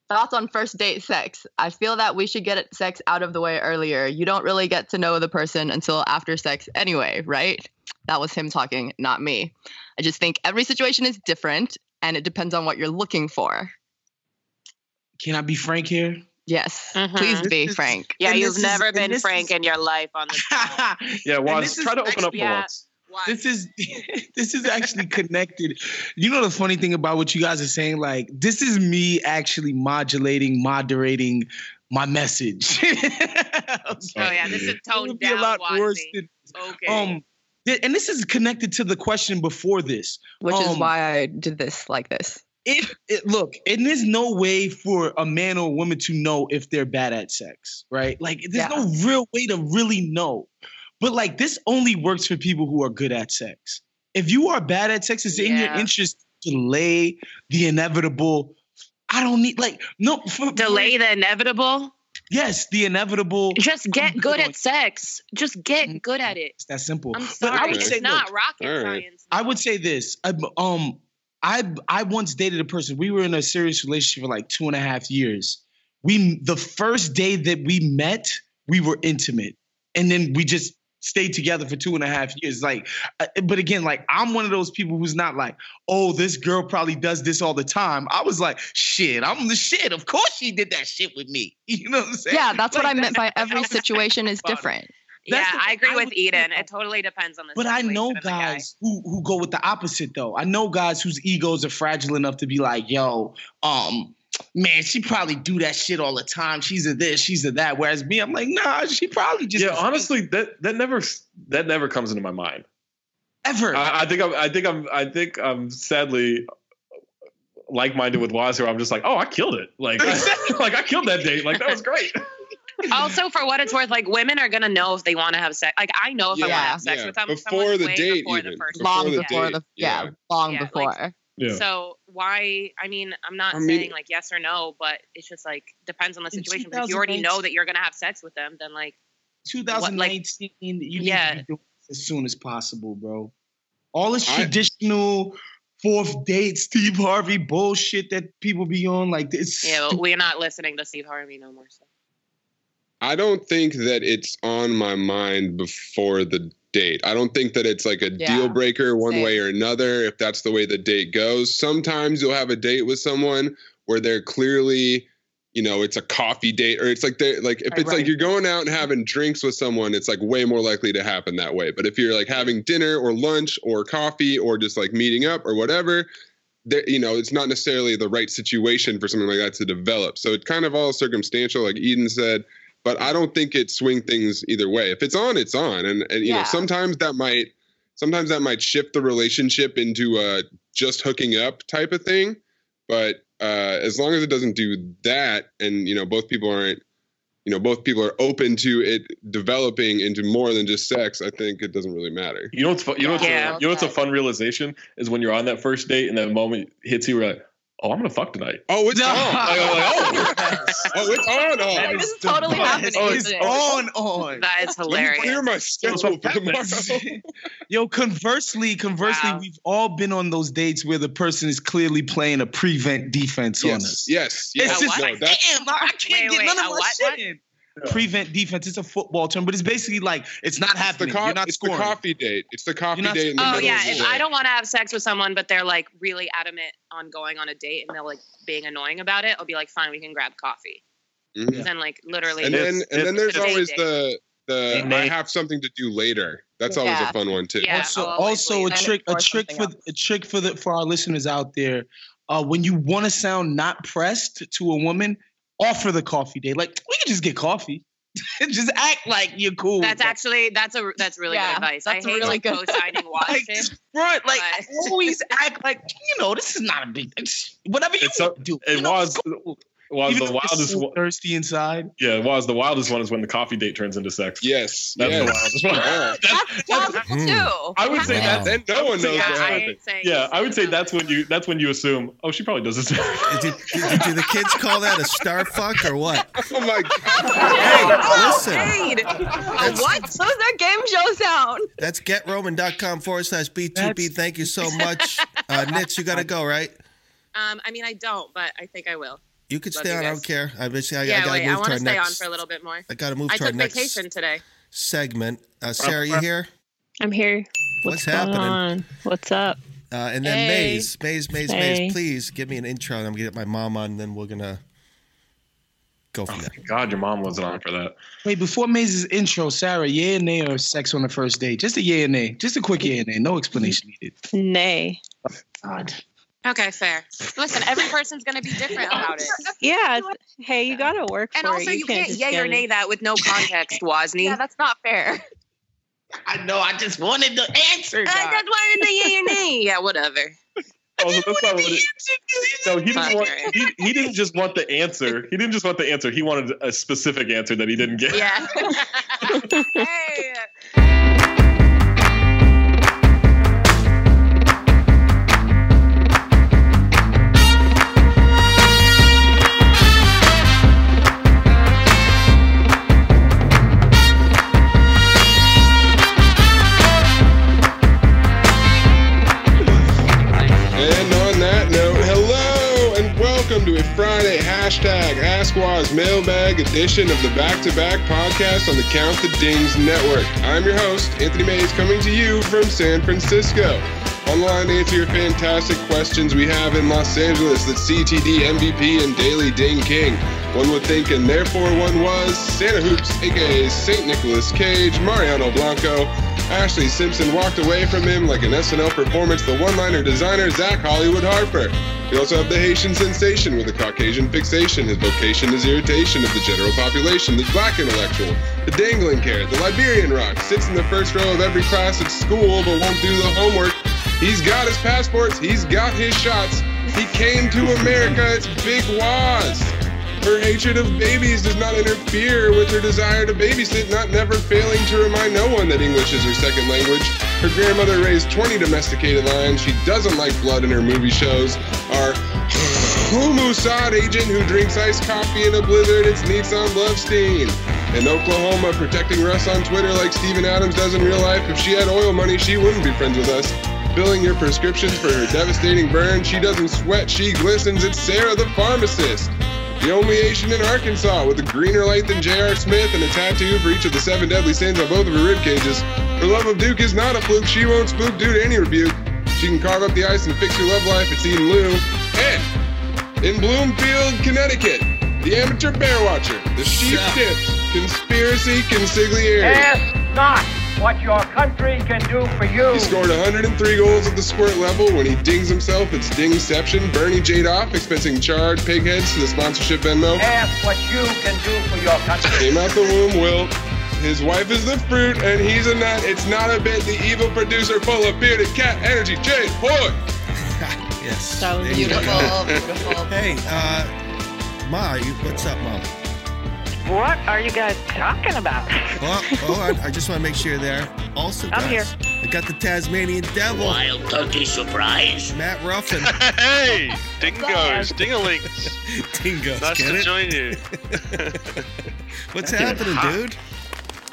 S5: Thoughts on first date sex? I feel that we should get it- sex out of the way earlier. You don't really get to know the person until after sex, anyway, right? That was him talking, not me. I just think every situation is different and it depends on what you're looking for.
S1: Can I be frank here?
S5: Yes. Please
S7: Mhm.
S5: be frank.
S7: Yeah,
S1: And
S7: you've [laughs]
S1: this is-
S7: never
S1: and
S7: been
S1: this
S7: frank in your life
S1: [laughs]
S7: on this.
S3: Yeah,
S1: And
S3: Waz,
S1: this is
S3: try to open up
S1: actually-
S3: for once.
S1: This is [laughs] this is actually connected. You know the funny thing about what you guys are saying, like this is me actually modulating, moderating my message. [laughs]
S7: Oh yeah, this is
S1: It
S7: toned
S1: would be a
S7: down.
S1: lot
S7: Wozzy.
S1: worse than-
S7: okay.
S1: um, th- and this is connected to the question before this,
S5: Which is
S1: Um,
S5: why I did this like this.
S1: if it, look, and there's no way for a man or a woman to know if they're bad at sex, right? Like, there's no real way to really know. But like, this only works for people who are good at sex. If you are bad at sex, it's in your
S7: Yeah.
S1: interest to delay the inevitable. I don't need like no for,
S7: Delay the inevitable.
S1: Yes, the inevitable.
S7: Just get
S1: I'm
S7: good
S1: on
S7: at sex. Just get good at it.
S1: It's that simple.
S7: I'm
S1: But
S7: sorry, it's not rocket All right. science.
S1: I would say this. I, um, I I once dated a person. We were in a serious relationship for like two and a half years. We the first day that we met, we were intimate, and then we just stayed together for two and a half years. Like, uh, but again, like I'm one of those people who's not like, oh, this girl probably does this all the time. I was like, shit, I'm the shit. Of course she did that shit with me. [laughs] You know what I'm saying?
S5: Yeah, that's what I
S1: Like,
S5: meant
S7: [laughs]
S5: by every situation is different.
S7: Yeah,
S1: That's what
S7: I agree
S1: I
S7: with
S1: would
S7: Eden. It totally depends on the.
S1: But I know
S7: situation and the guy.
S1: guys who who go with the opposite though. I know guys whose egos are fragile enough to be like, yo, um, man, she probably do that shit all the time. She's a this, she's a that. Whereas me, I'm like, nah, she probably just
S3: yeah, honestly, that that never that never comes into my mind
S1: ever.
S3: I, I think I'm I think I'm I think I'm sadly like-minded with Waz here. I'm just like, oh, I killed it. Like, [laughs] like I killed that date. Like that was great.
S7: [laughs]
S3: [laughs]
S7: also, for what it's worth, like women are gonna know if they want to have sex. Like I know if I want to have sex with them someone way before the first
S5: long
S7: date.
S5: before the yeah, long
S7: Yeah, like-
S5: before.
S7: So why? I mean, I'm not
S5: I mean-
S7: saying like yes or no, but it's just like depends on the
S1: In
S7: situation. But if you already
S1: 2019
S7: know that you're gonna have sex with them, then like
S1: 2019, you
S7: Yeah.
S1: need to be doing this as soon as possible, bro. All this traditional fourth date Steve Harvey bullshit that people be on, like this.
S5: [laughs]
S7: yeah, well, we're not listening to Steve Harvey no more. So.
S4: I don't think that it's on my mind before the date. I don't think that it's like a
S7: Yeah,
S4: deal breaker one
S7: same.
S4: way or another if that's the way the date goes. Sometimes you'll have a date with someone where they're clearly, you know, it's a coffee date or it's like they are like if
S3: Right,
S4: it's
S3: right.
S4: like you're going out and having drinks with someone, it's like way more likely to happen that way. But if you're like having dinner or lunch or coffee or just like meeting up or whatever, there, you know, it's not necessarily the right situation for something like that to develop. So it's kind of all circumstantial, like Eden said. But I don't think it swing things either way. If it's on, it's on, and, and you
S3: Yeah.
S4: know, sometimes that might, sometimes that might shift the relationship into a just hooking up type of thing. But uh, as long as it doesn't do that, and you know, both people aren't, you know, both people are open to it developing into more than just sex. I think it doesn't really matter.
S3: You know what's fun, you know what's,
S4: Yeah.
S3: you know what's a fun [laughs] realization is when you're on that first date and that moment hits you. We're like, oh, I'm gonna fuck tonight.
S4: Oh, it's
S3: on. [laughs]
S4: [laughs]
S3: Like, I'm like, oh,
S4: oh, it's on. on.
S3: That is totally happening,
S1: It's
S3: isn't it?
S1: on on.
S7: That is hilarious.
S4: clear my schedule for [laughs]
S1: tomorrow. Yo, conversely, conversely, we've all been on those dates where the person is clearly playing a prevent defense on us.
S4: Yes,
S1: It's
S4: yes,
S1: just
S4: no,
S1: like,
S4: that's-
S1: damn, I can't
S7: Wait,
S1: get none
S7: wait,
S1: of
S7: a
S1: my
S7: what?
S1: shit in. Prevent defense. It's a football term, but it's basically like it's not happening.
S4: co-
S1: You're not
S4: it's the
S1: scoring.
S4: coffee date. It's the coffee
S1: You're not-
S4: date in the
S7: Oh
S4: middle
S7: yeah,
S4: of the
S7: if
S4: day.
S7: I don't want to have sex with someone, but they're like really adamant on going on a date and they're like being annoying about it, I'll be like, fine, we can grab coffee.
S4: Mhm.
S7: Then like literally,
S4: and then and then there's
S7: Date
S4: always
S7: day.
S4: the the
S1: Yeah.
S4: I have something to do later. That's always
S1: Yeah.
S4: a fun one too.
S1: also, also a trick, a trick for a trick for the for our listeners out there. Uh, when you want to sound not pressed to a woman, offer the coffee date. Like we can just get coffee. [laughs] Just act like you're cool.
S7: That's actually that's a that's really
S1: Yeah,
S7: good advice.
S1: that's
S7: I hate
S1: really
S7: like
S1: good.
S7: co-signing Washington.
S1: Right, like I
S7: [laughs]
S1: always act like you know this is not a big it's- whatever you
S3: It's up- it was was
S1: Even
S3: the
S1: if it's
S3: wildest
S1: so
S3: one.
S1: thirsty inside.
S3: Yeah, it was the wildest one is when the coffee date turns into sex.
S4: Yes,
S3: that's
S4: yes.
S3: the wildest one.
S2: Hmm.
S7: too.
S3: I would say
S4: Wow.
S3: that's
S4: And no
S3: I would
S4: one
S3: say
S4: knows
S3: that's-
S4: what happened.
S3: Yeah, I would say that's when you that's when you assume. Oh, she probably does this.
S2: do, do the kids call that a star fuck or what?
S4: Oh my
S2: Hey, listen,
S5: Oh, what? Those are game show sound.
S2: that's getroman.com forward slash B2B. Thank you so much. Uh, Nitz, you got to go, right?
S7: Um, I mean, I don't, but I think I will.
S2: You could
S7: Love
S2: stay
S7: you
S2: on. I
S7: guys.
S2: don't care. I, bet you- I, I
S7: yeah,
S2: got
S7: wait.
S2: to
S7: I
S2: move
S7: want
S2: to
S7: to
S2: our
S7: stay on
S2: next
S7: for a little bit more.
S2: I gotta move
S7: I
S2: to our
S7: took
S2: next-
S7: vacation today.
S2: segment. Uh, Sarah, you here?
S18: I'm here. What's,
S2: What's
S18: going
S2: happening?
S18: on? What's up?
S2: Uh, and then
S18: Hey.
S2: Maze, Maze, Maze,
S18: Hey.
S2: Maze. Please give me an intro, and I'm gonna get my mom on. And then we're gonna go
S7: [laughs]
S2: for that.
S3: God, your mom wasn't on for that.
S1: Wait, before Maze's intro, Sarah, yeah and nay or sex on the first date? Just a yeah and nay. Just a quick yeah and nay. No explanation needed.
S18: Nay.
S1: God.
S7: Okay, fair. Listen, every person's going to be different about it.
S18: Yeah. it's- Hey, you gotta work for
S7: And
S18: it.
S7: also, you can't
S18: just
S7: yay
S18: get
S7: or
S18: it.
S7: nay that with no context, Wozni.
S18: Yeah,
S7: that's not [laughs] fair.
S1: I know. I just wanted the
S18: Uh,
S1: answer.
S7: I just wanted to yay or nay. [laughs] Yeah, whatever.
S3: Also, Oh, that's not what it, no, he didn't want. He, he didn't just want the answer. He didn't just want the answer. He wanted a specific answer that he didn't get.
S7: Yeah.
S4: And on that note, hello and welcome to a Friday hashtag AskWaz mailbag edition of the Back to Back podcast on the Count the Dings network. I'm your host, Anthony Mays, coming to you from San Francisco. Online to answer your fantastic questions we have in Los Angeles, the CTD MVP and Daily Ding King. One would think, and therefore one was Santa Hoops, aka St. Nicholas Cage, Mariano Blanco, Ashley Simpson walked away from him like an SNL performance, the one liner designer Zach Hollywood Harper. We also have the Haitian sensation with a Caucasian fixation. His vocation is irritation of the general population, the black intellectual, the dangling carrot, the Liberian rock, sits in the first row of every class at school but won't do the homework. He's got his passports, he's got his shots. He came to America, it's Big Waz. Her hatred of babies does not interfere with her desire to babysit, not never failing to remind no one that English is her second language. Her grandmother raised 20 domesticated lions. She doesn't like blood in her movie shows. Our [sighs] Humusad agent who drinks iced coffee in a blizzard, it's Nissan Bloodsteen. In Oklahoma, protecting Russ on Twitter like Steven Adams does in real life. If she had oil money, she wouldn't be friends with us. Filling your prescription for her devastating burn, she doesn't sweat, she glistens. It's Sarah the pharmacist. The only Asian in Arkansas with a greener light than J.R. Smith and a tattoo for each of the seven deadly sins on both of her rib cages. Her love of Duke is not a fluke. She won't spook due to any rebuke. She can carve up the ice and fix her love life. It's Eden Lou. And in Bloomfield, Connecticut, the amateur bear watcher, the sheep tips, conspiracy consigliere.
S19: Ask not what your country can do for you.
S4: He scored 103 goals at the squirt level. When he dings himself, it's dingception. Bernie Jadoff expensing charred pig heads to the sponsorship Venmo.
S19: Ask what you can do for your country.
S4: Came out the womb, Will. His wife is the fruit, and he's a nut. It's not a bit. The evil producer, full of bearded cat energy, Jay Boy.
S2: Yes.
S18: So
S2: There you go. [laughs]
S4: beautiful,
S2: hey, uh, Ma, you, what's up, Mom?
S20: What are you guys talking about?
S2: Oh, oh I, I just want to make sure you're there. Also,
S20: I'm
S2: guys, I got the Tasmanian Devil.
S20: Wild
S2: turkey surprise. Matt Ruffin.
S21: [laughs] hey, dingoes, dingalinks.
S2: [laughs] dingoes,
S21: Nice
S2: get
S21: to
S2: it?
S21: join you.
S2: What's happening, dude?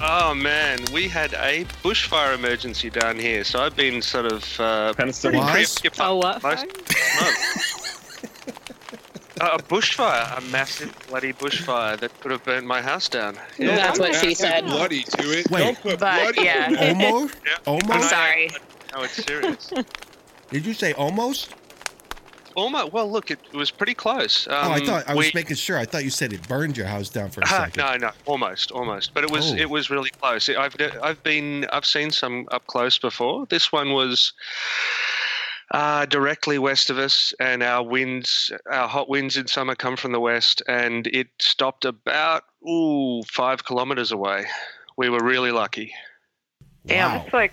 S21: Oh man, we had a bushfire emergency down here, so I've been sort of uh, pretty
S2: Wise?
S21: preoccupied. Oh, what? Most, no. [laughs] a a bushfire, a massive bloody bushfire that could have burned my house down.
S4: Don't put that Bloody to it.
S21: Wait.
S4: Don't put
S21: But,
S4: bloody.
S21: yeah.
S2: Almost?
S21: Yeah.
S2: Almost?
S21: And I- No, it's serious.
S2: Did you say almost?
S21: Almost. Well, look, it, was pretty close. Um,
S2: oh, I thought I
S21: we-
S2: was making sure. I thought you said it burned your house down for a
S21: Ah,
S2: second.
S21: no, no, almost, almost. But it was
S2: Oh.
S21: it was really close. I've I've been I've seen some up close before. This one was uh, directly west of us, and our winds, our hot winds in summer come from the west, and it stopped about ooh five kilometers away. We were really lucky.
S20: Damn, it's like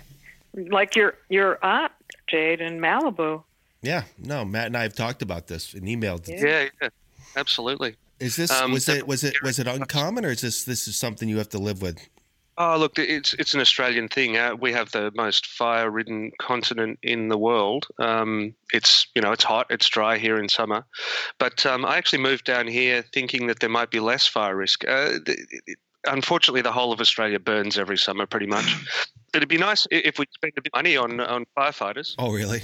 S20: like your your aunt Jade in Malibu.
S2: Yeah, no, Matt and I have talked about this and emailed.
S21: Yeah, yeah, absolutely.
S2: Is this
S21: Um,
S2: was it was it was it uncommon or is this this is something you have to live with?
S21: Oh, look, it's it's an Australian thing. Uh, we have the most fire-ridden continent in the world. Um, it's you know it's hot, it's dry here in summer, but um, I actually moved down here thinking that there might be less fire risk. Uh, th- it- unfortunately, the whole of Australia burns every summer, pretty much. but it'd be nice i- if we spend a bit of money on on firefighters.
S2: Oh, really?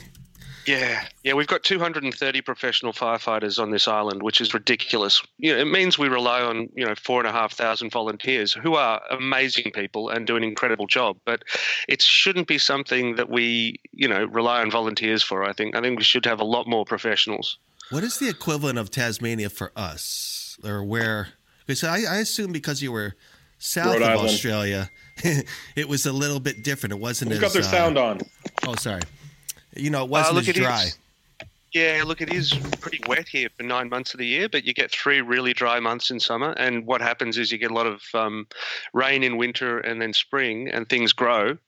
S21: Yeah, yeah, we've got 230 professional firefighters on this island, which is ridiculous. You know, it means we rely on you know four and a half thousand volunteers who are amazing people and do an incredible job. But it shouldn't be something that we you know rely on volunteers for. I think I think we should have a lot more professionals.
S2: What is the equivalent of Tasmania for us, or where? Because I, I assume because you were south
S3: Rhode
S2: of
S3: Island.
S2: Australia, [laughs] it was a little bit different. It wasn't
S3: Who's
S2: as
S3: got their
S2: uh,
S3: sound on?
S2: Oh, sorry. You know, it
S21: Uh,
S2: wasn't
S21: look,
S2: as
S21: it is-
S2: dry.
S21: Yeah, look, it is pretty wet here for nine months of the year, but you get three really dry months in summer. And what happens is you get a lot of um, rain in winter and then spring, and things grow.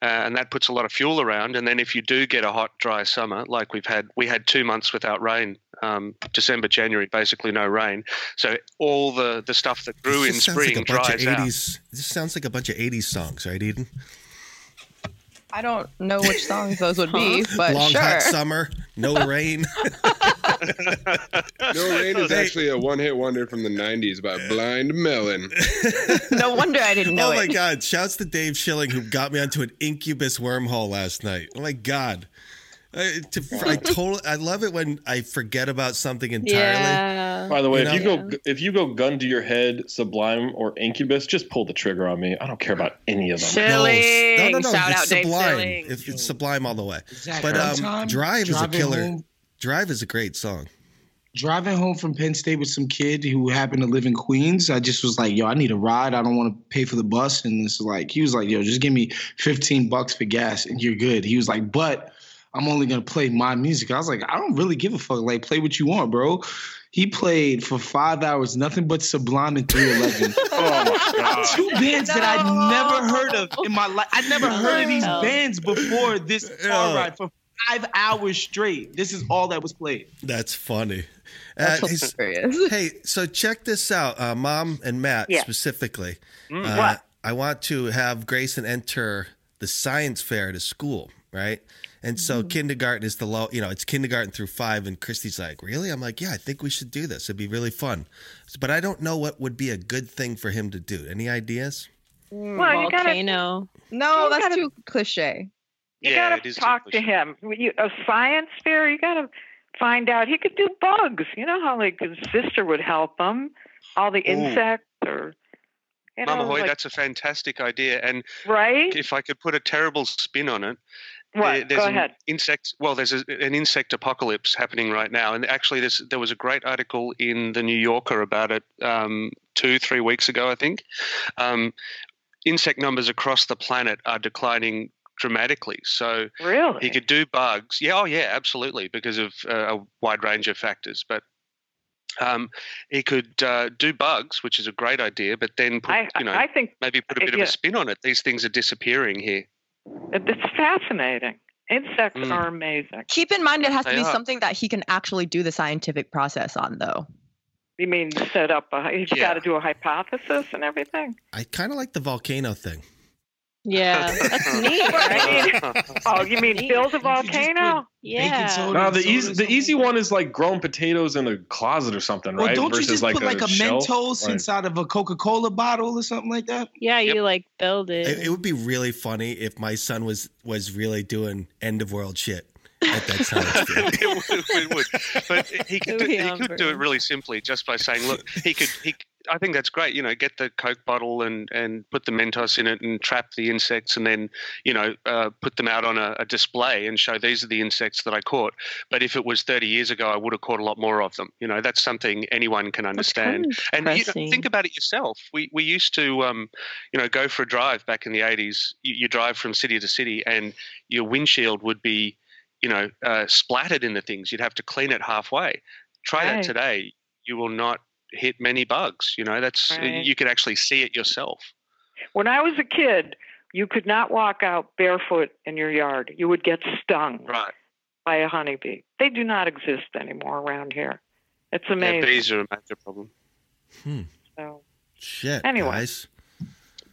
S21: Uh, and that puts a lot of fuel around. And then if you do get a hot, dry summer, like we've had, we had two months without rain. Um, December, January, basically no rain. So all the, the stuff that grew in
S2: This sounds like
S21: spring
S2: a bunch of
S21: dries out.
S2: '80s. This sounds like a bunch of '80s songs, right, Eden?
S5: I don't know which songs those would be, but
S2: Long
S5: sure.
S2: hot summer,
S5: [laughs]
S2: no rain.
S4: No Rain is actually a one hit wonder from the 90s by Blind Melon.
S5: no wonder I didn't know
S2: oh my
S5: it.
S2: god! Shouts to Dave Schilling who got me onto an incubus wormhole last night. Oh my god! I, to,
S5: [laughs]
S2: I totally I love it when I forget about something entirely.
S18: Yeah.
S1: Uh,
S3: By the way,
S2: know?
S3: if you go if you go gun to your head, Sublime or Incubus, just pull the trigger on me. I don't care about any of them.
S2: No,
S7: Schilling.
S2: no, no,
S7: Shout
S2: it's
S7: out Dave
S2: sublime.
S7: Schilling.
S2: If it's sublime all the way.
S1: Exactly.
S2: But um,
S1: Sometime
S2: Drive is a
S1: driving
S2: killer.
S1: home-
S2: Drive is a great song.
S1: driving home from Penn State with some kid who happened to live in Queens, I just was like, yo, I need a ride. I don't want to pay for the bus. And it's like, he was like, yo, just give me 15 bucks for gas and you're good. He was like, but I'm only going to play my music. I was like, I don't really give a fuck. Like, play what you want, bro. He played for five hours, nothing but Sublime and 311. Two bands that I'd never heard of in my life. I'd never heard of these
S18: No.
S1: bands before this car
S2: Yeah.
S1: ride for five hours straight. This is all that was played.
S2: That's funny.
S1: That's
S2: it's- [laughs] hey, so check this out, uh, Mom and Matt
S1: Yeah.
S2: specifically.
S1: Mm.
S2: Uh,
S1: What?
S2: I want to have Grayson enter the science fair to school, right? And so
S1: Mm-hmm.
S2: kindergarten is the low, you know, it's kindergarten through five. And Christy's like, really? I'm like, yeah, I think we should do this. It'd be really fun. But I don't know what would be a good thing for him to do. Any ideas?
S5: Hmm,
S20: Well, you gotta-
S18: Volcano.
S5: no,
S20: you
S5: that's
S20: gotta-
S5: too cliche.
S20: You
S2: Yeah, it
S20: gotta
S2: is too
S20: talk to him. You, a science fair. You gotta find out. He could do bugs. You know how like his sister would help him. All the insects or you know,
S21: Mama Hoy,
S20: like-
S21: that's a fantastic idea. And
S20: right.
S21: if I could put a terrible spin on it,
S20: What?
S21: there's
S20: Go
S21: an
S20: ahead.
S21: Insect. Well, there's a, an insect apocalypse happening right now, and actually, there's, there was a great article in the New Yorker about it um, two, three weeks ago, I think. Um, insect numbers across the planet are declining dramatically. So
S20: really,
S21: he could do bugs. Yeah, oh yeah, absolutely, because of uh, a wide range of factors, but. Um, he could uh, do bugs, which is a great idea, but then put,
S20: I-
S21: you know,
S20: I think-
S21: maybe put a
S20: uh,
S21: bit
S20: yeah.
S21: of a spin on it. These things are disappearing here.
S20: It's fascinating. Insects
S21: Mm.
S20: are amazing.
S5: Keep in mind it has to
S21: They
S5: be
S21: are.
S5: something that he can actually do the scientific process on, though.
S20: You mean set up a? He's got to do a hypothesis and everything.
S2: I kind of like the volcano thing.
S18: Yeah. That's
S21: [laughs]
S18: neat,
S20: Right?
S18: right?
S20: oh, you mean build a volcano?
S1: Oh,
S18: Yeah.
S3: No, the easy the easy one is like grown potatoes in a closet or something,
S1: Well,
S3: right?
S1: don't you just put like a,
S3: shell?
S1: Mentos
S3: Right.
S1: inside of a Coca Cola bottle or something like that?
S18: Yeah, you like build it.
S2: It, it would be really funny if my son was was really doing end of world shit at that science fair.
S21: [laughs] it would, it would. But he could,
S18: It
S21: do,
S18: would be
S21: he could do it
S18: awkward.
S21: really simply just by saying, look, he could. He, I think that's great. You know, get the Coke bottle and and put the Mentos in it and trap the insects, and then you know uh, put them out on a, a display and show these are the insects that I caught. But if it was 30 years ago, I would have caught a lot more of them. You know, that's something anyone can understand. and you know,
S18: depressing.
S21: think about it yourself. We we used to, um, you know, go for a drive back in the 80s. You, you drive from city to city, and your windshield would be you know, uh, splattered into things. You'd have to clean it halfway. Try
S8: Right.
S21: that today. You will not hit many bugs. You know, that's uh,
S20: Right.
S21: you could actually see it yourself.
S20: When I was a kid, you could not walk out barefoot in your yard. You would get stung
S21: Right.
S20: by a honeybee. They do not exist anymore around here. It's
S21: Yeah,
S20: amazing.
S21: bees are a major problem.
S20: so.
S2: Shit.
S20: Anyway.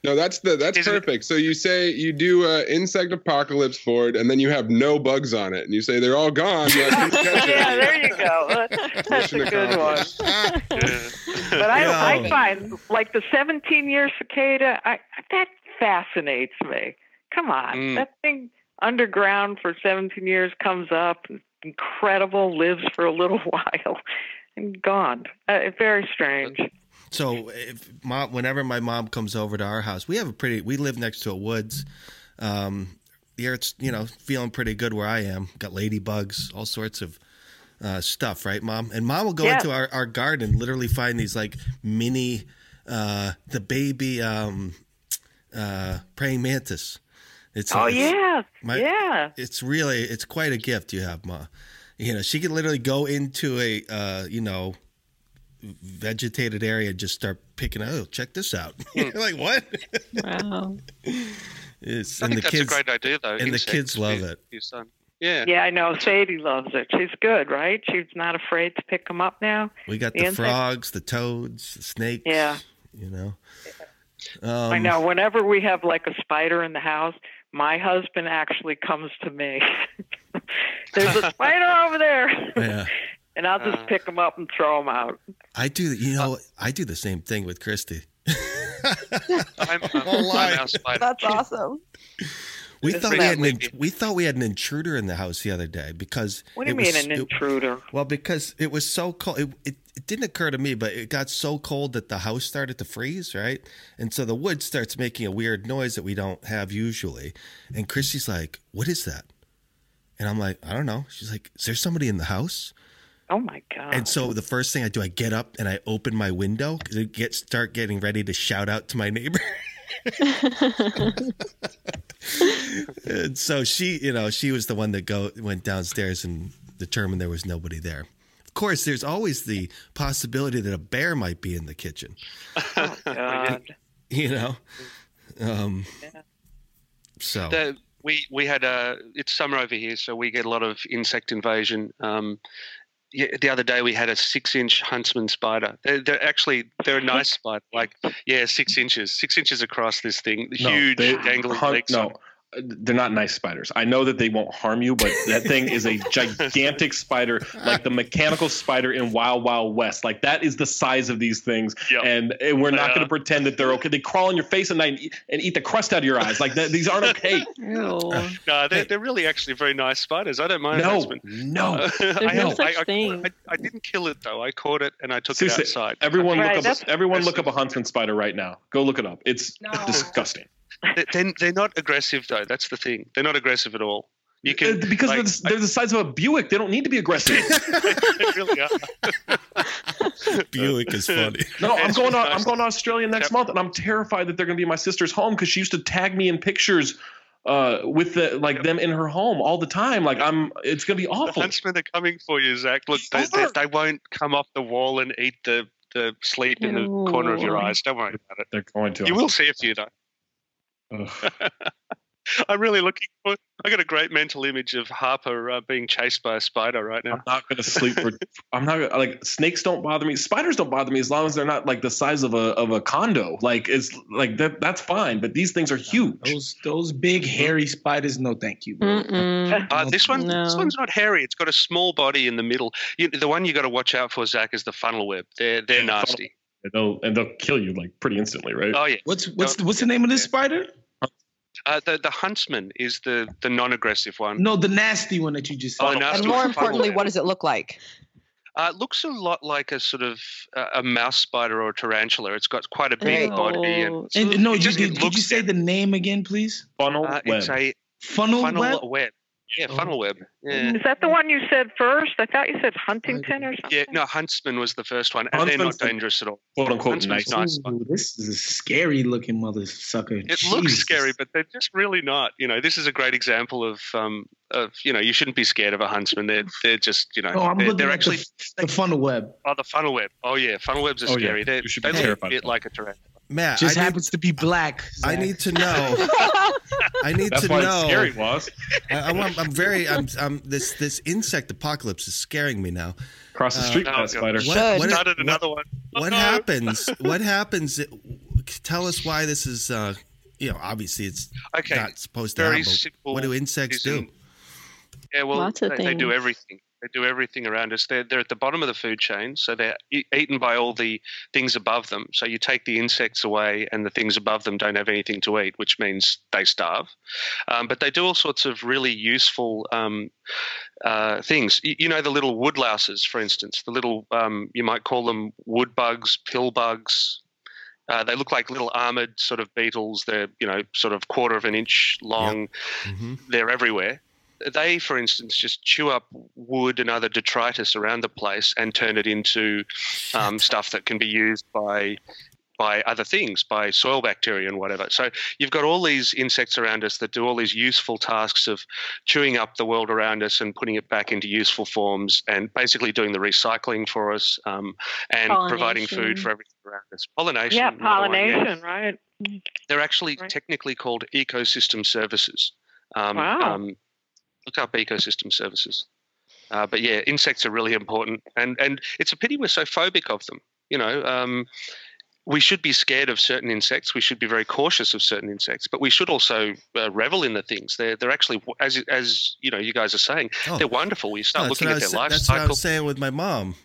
S4: No, that's the that's perfect. So you say you do a insect apocalypse board, and then you have no bugs on it, and you say they're all gone. You're
S20: [laughs] [laughs]
S4: like,
S20: yeah, there you go. [laughs] That's a
S4: Mission
S20: good one.
S4: accomplished.
S20: But I, I
S4: Yeah.
S20: find like the 17 year cicada, I, that fascinates me. Come on,
S21: Mm.
S20: that thing underground for 17 years comes up, incredible, lives for a little [laughs] while, and gone. Uh, very strange.
S2: So if mom, whenever my mom comes over to our house, we have a pretty. We live next to a woods. Um, the earth's you know feeling pretty good where I am. Got ladybugs, all sorts of uh, stuff, right, mom? And mom will go
S22: Yeah.
S2: into our our garden, literally find these like mini uh, the baby um, uh, praying mantis. It's
S20: oh,
S2: it's-
S20: yeah.
S2: my-
S20: yeah.
S2: it's really it's quite a gift you have, Ma. You know, she can literally go into a uh, you know vegetated area and just start picking. Oh, check this out!
S21: [laughs] Hmm.
S2: You're like what?
S18: Wow.
S2: [laughs] It's,
S21: I
S2: and the
S21: think that's
S2: kids,
S21: a great idea, though.
S2: and the
S21: insects
S2: kids
S21: for
S2: love
S21: your-
S2: it.
S20: [laughs]
S21: Your son. Yeah.
S20: Yeah, I know. Sadie loves it. She's good, right? She's not afraid to pick them up now.
S2: We got
S20: The
S2: the,
S20: insects-
S2: frogs, the toads, the snakes.
S20: Yeah.
S2: you know. Um,
S20: I know. Whenever we have like a spider in the house, my husband actually comes to me. [laughs] There's
S21: [laughs]
S20: a spider over there, [laughs]
S2: Yeah.
S20: and I'll
S21: Uh.
S20: just pick him up and throw him out.
S2: I do. You know, I do the same thing with Christy.
S21: I'm, a-
S2: Don't lie.
S21: I'm our spider.
S6: That's awesome.
S2: We
S21: It's
S2: thought we
S21: pretty
S2: had an in, we thought we had an intruder in the house the other day because
S20: What do you
S2: it was-
S20: mean an
S2: it-
S20: intruder?
S2: well, because it was so cold. It, it it didn't occur to me, but it got so cold that the house started to freeze, right? And so the wood starts making a weird noise that we don't have usually. And Christy's like, "What is that?" And I'm like, "I don't know." She's like, "Is there somebody in the house?"
S20: Oh my god!
S2: And so the first thing I do, I get up and I open my window to get start getting ready to shout out to my neighbor. and so she, you know, she was the one that go went downstairs and determined there was nobody there. Of course, there's always the possibility that a bear might be in the kitchen.
S20: Oh, God.
S2: You know, um, so
S21: The, we we had a it's summer over here, so we get a lot of insect invasion. Um, yeah, the other day we had a six-inch huntsman spider. They're, they're actually they're
S20: [laughs]
S21: a nice spider, like yeah, six inches, six inches across this thing, huge
S3: they-
S21: dangling
S3: har-
S21: legs.
S3: No, they're not nice spiders. I know that they won't harm you, but that thing is
S21: [laughs]
S3: a gigantic spider, like the mechanical spider in Wild Wild West. Like that is the size of these things, and, and we're not
S21: Yeah.
S3: going to pretend that they're okay. They crawl in your face at night and eat, and eat the crust out of your eyes. Like that, these aren't okay. Oh.
S21: [laughs] no, they're, they're really actually very nice spiders. I don't mind
S3: No,
S21: huntsman.
S3: no.
S21: [laughs] Uh,
S3: There's
S21: I,
S3: no
S21: I-
S3: such
S21: I- I-
S3: thing.
S21: I, I didn't kill it though. I caught it and I took
S3: Seriously,
S21: it outside.
S3: everyone look up. a- Everyone look up a huntsman spider right now. Go look it up. It's disgusting.
S21: They- They're, they're not aggressive though. That's the thing. They're not aggressive at all. You can
S3: Uh, because they're, the, they're the size of a Buick. They don't need to be aggressive.
S21: [laughs] they really are.
S2: [laughs] Buick is funny.
S3: No, I'm going. On, I'm going to Australia next month, and I'm terrified that they're going to be in my sister's home because she used to tag me in pictures uh, with the like them in her home all the time. Like I'm, it's going to be
S21: The
S3: awful.
S21: huntsmen are coming for you, Zach. Look, they, they, they won't come off the wall and eat the, the sleep in the corner of your
S3: Ew.
S21: eyes. Don't worry about it.
S3: They're going to.
S21: You will see a few though. [laughs] I'm really looking for. I got a great mental image of Harper uh, being chased by a spider right now.
S3: I'm not going to sleep for. I'm not gonna- like snakes don't bother me. Spiders don't bother me as long as they're not like the size of a of a condo. Like it's like that. That's fine. But these things are huge.
S1: Those those big hairy spiders, no thank you. Bro.
S3: [laughs]
S21: Uh, this one, this
S1: No.
S21: one's not hairy. It's got a small body in the middle. You, the one you got to watch out for, Zach, is the funnel web. They're they're nasty.
S3: And they'll and they'll kill you like pretty instantly, right?
S21: Oh yeah.
S1: What's what's the, what's the name of this spider?
S21: Uh, the the huntsman is the the non-aggressive one.
S1: No, the nasty one that you just
S21: Oh,
S1: said.
S21: nasty And more one. importantly,
S1: what does
S5: it look like?
S21: Uh, it looks a lot like a sort of uh, a mouse spider or a tarantula. It's got quite a big uh, body
S1: Oh.
S21: and,
S1: no, you, did, could you say the name again, please?
S3: Funnel
S21: uh, it's a
S1: Funnel,
S21: funnel
S1: web? Oh.
S21: web. Yeah, funnel web. Yeah.
S20: Is that the one you said first? I thought you said Huntington or something.
S21: Yeah, no, Huntsman was the first one, and they're not
S1: Huntsman's the-
S21: dangerous at all.
S1: quote unquote
S21: Huntsman's
S1: nice. Ooh, this is a scary looking mother sucker.
S21: It looks scary, but they're just really not. You know, this is a great example of um of you know you shouldn't be scared of a huntsman. They're they're just you know
S1: No, I'm
S21: they're,
S1: looking
S21: they're
S1: at
S21: actually
S1: the, the funnel web.
S21: oh the funnel web. Oh yeah, funnel webs are
S1: Oh, yeah.
S21: scary. They're,
S1: You should be
S21: they look a
S1: terrified of
S21: bit like a tarantula.
S2: Matt,
S1: just
S2: I need-
S1: happens to be black.
S2: I need to know. I need
S1: That's
S2: to
S1: why it's
S2: know.
S1: scary,
S3: was.
S2: I, am I'm very. I'm, I'm. This this insect apocalypse is scaring me now. Uh,
S3: Across the street,
S21: Oh,
S3: that spider.
S2: What, what,
S21: started another one.
S2: what
S21: Oh, no. [laughs]
S2: happens? What happens? Tell us why this is. Uh, you know, obviously it's
S21: Okay,
S2: not supposed to
S21: very
S2: happen. but
S21: simple
S2: What do insects do?
S21: Yeah, well,
S2: Lots of
S21: they, they do
S2: things.
S21: everything. They do everything around us. They're, they're at the bottom of the food chain, so they're e- eaten by all the things above them. So you take the insects away, and the things above them don't have anything to eat, which means they starve. Um, but they do all sorts of really useful um, uh, things. You, you know, the little woodlouses, for instance, the little, um, you might call them wood bugs, pill bugs, uh, they look like little armored sort of beetles. They're you know sort of quarter of an inch long.
S20: Mm-hmm.
S21: They're everywhere. They, for instance, just chew up wood and other detritus around the place and turn it into um, stuff that can be used by by other things, by soil bacteria and whatever. So you've got all these insects around us that do all these useful tasks of chewing up the world around us and putting it back into useful forms and basically doing the recycling for us um, and providing food
S20: Pollination.
S21: for everything around us. Pollination.
S20: Yeah,
S21: another one, yeah.
S20: pollination, right?
S21: They're actually technically called ecosystem services. Um,
S20: Wow.
S21: um, look up ecosystem services. Uh, but yeah, insects are really important, and and it's a pity we're so phobic of them. You know, um, we should be scared of certain insects. We should be very cautious of certain insects, but we should also uh, revel in the things. They're they're actually as as you know you guys are saying they're wonderful. You start
S2: No, Oh. that's what
S21: looking
S2: I was
S21: at their
S2: sa-
S21: life
S2: That's what I
S21: cycle.
S2: was saying with my mom.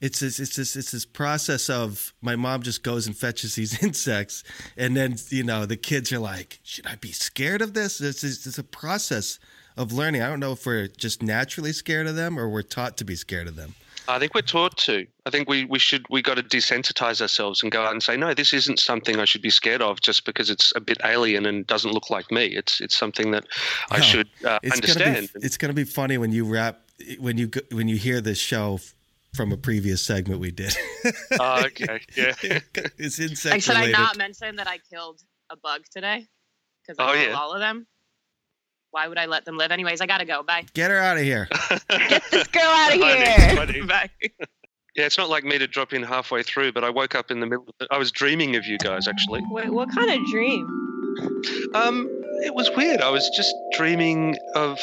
S2: It's this, it's this, it's this process of my mom just goes and fetches these [laughs] insects, and then you know the kids are like, "Should I be scared of this?" It's, it's, it's a process of learning. I don't know if we're just naturally scared of them or we're taught to be scared of them.
S21: I think we're taught to. I think we, we should we got to desensitize ourselves and go out and say no, this isn't something I should be scared of just because it's a bit alien and doesn't look like me. It's it's something that I
S2: No,
S21: should uh,
S2: Gonna [laughs]
S21: understand. [laughs]
S2: be, it's gonna be funny when you wrap when you go- when you hear this show f- from a previous segment we
S21: [laughs]
S2: did. [laughs]
S21: Ah, okay, yeah.
S2: it's insect
S7: Like, should I
S2: related.
S7: not mention that I killed a bug today? Because I
S2: Oh,
S7: killed
S2: yeah.
S7: all of them. Why would I let them live? Anyways, I gotta go. Bye.
S2: Get her out of here.
S7: This girl out
S21: Funny,
S7: [laughs]
S21: funny.
S7: Bye.
S21: Yeah, it's not like me to drop in halfway through, but I woke up in the middle. I was dreaming of you guys actually.
S18: Wait, what kind of dream?
S21: Um, it was weird. I was just dreaming of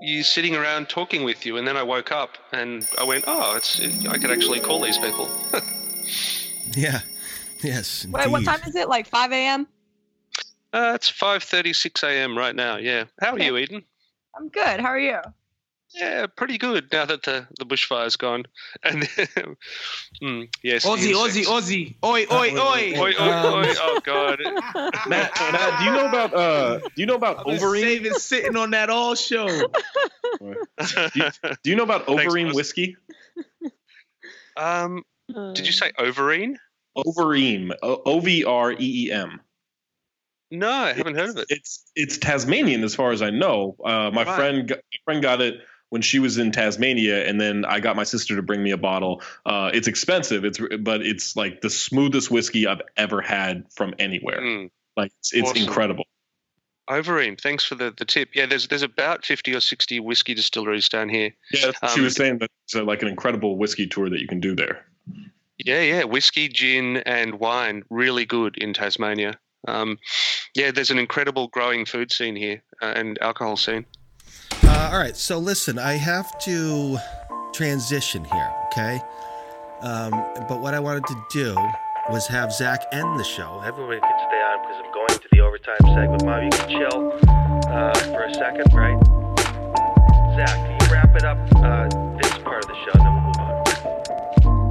S21: you sitting around talking with you, and then I woke up and I went, oh, it's I could actually call these people.
S2: [laughs] Yeah. Yes.
S6: Wait, what
S2: indeed.
S6: time is it? Like 5 a.m.
S21: Uh, it's five thirty-six a.m. right now. Yeah. How are you, Eden?
S6: I'm good. How are you?
S21: Yeah, pretty good now that the, the bushfire's gone. [laughs] And mm, yes, the
S1: Aussie, Aussie,
S21: insects.
S1: Aussie. Oi, oi, oi. Um,
S21: Oi, oi, oi. Oh
S1: [laughs]
S21: God.
S3: Matt, Matt, do you know about uh, do you know about Overeem?
S1: Saving sitting on that all show.
S3: do, you, do you know about Overeem whiskey?
S21: Um, did you say Overeen?
S3: Overeem, O- O V R E E M.
S21: No, I haven't heard of it.
S3: It's it's Tasmanian as far as I know. Uh, my
S21: Right.
S3: friend got, my friend got it when she was in Tasmania, and then I got my sister to bring me a bottle. Uh, it's expensive, it's but it's like the smoothest whiskey I've ever had from anywhere. Like it's, it's
S21: Awesome.
S3: incredible.
S21: Hmm. Overeem. Thanks for the, the tip. Yeah, there's there's about fifty or sixty whiskey distilleries down here.
S3: Yeah, that's what she
S21: Um,
S3: was saying that it's uh, like an incredible whiskey tour that you can do there.
S21: Yeah, yeah, whiskey, gin, and wine really good in Tasmania. Um, yeah, there's an incredible growing food scene here uh, and alcohol scene.
S2: Uh, all right, so listen, I have to transition here, okay? Um, but what I wanted to do was have Zach end the show.
S8: Everybody could stay on because I'm going to the overtime segment. Mom, you can chill uh, for a second, right? Zach, can you wrap it up uh, this part of the show, and then we'll move on?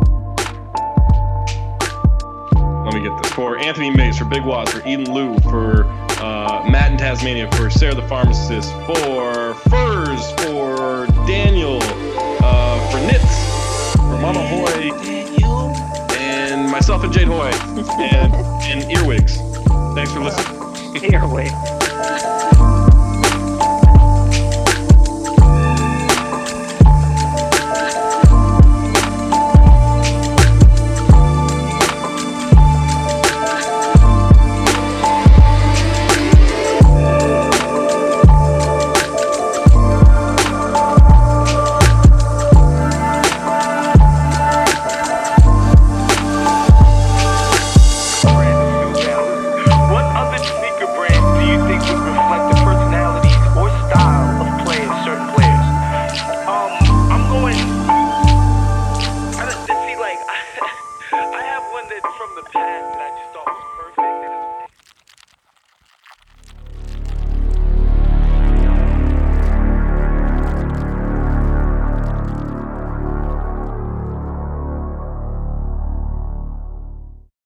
S3: Let me get this. For Anthony Mays, for Big Waz, for Eden Lou, for uh, Matt in Tasmania, for Sarah the Pharmacist, for Furs, for Daniel, uh, for Nitz, for Mama Hoy, and myself and Jade Hoy, and, and Earwigs. Thanks for listening.
S20: Earwigs.
S1: Um, [laughs]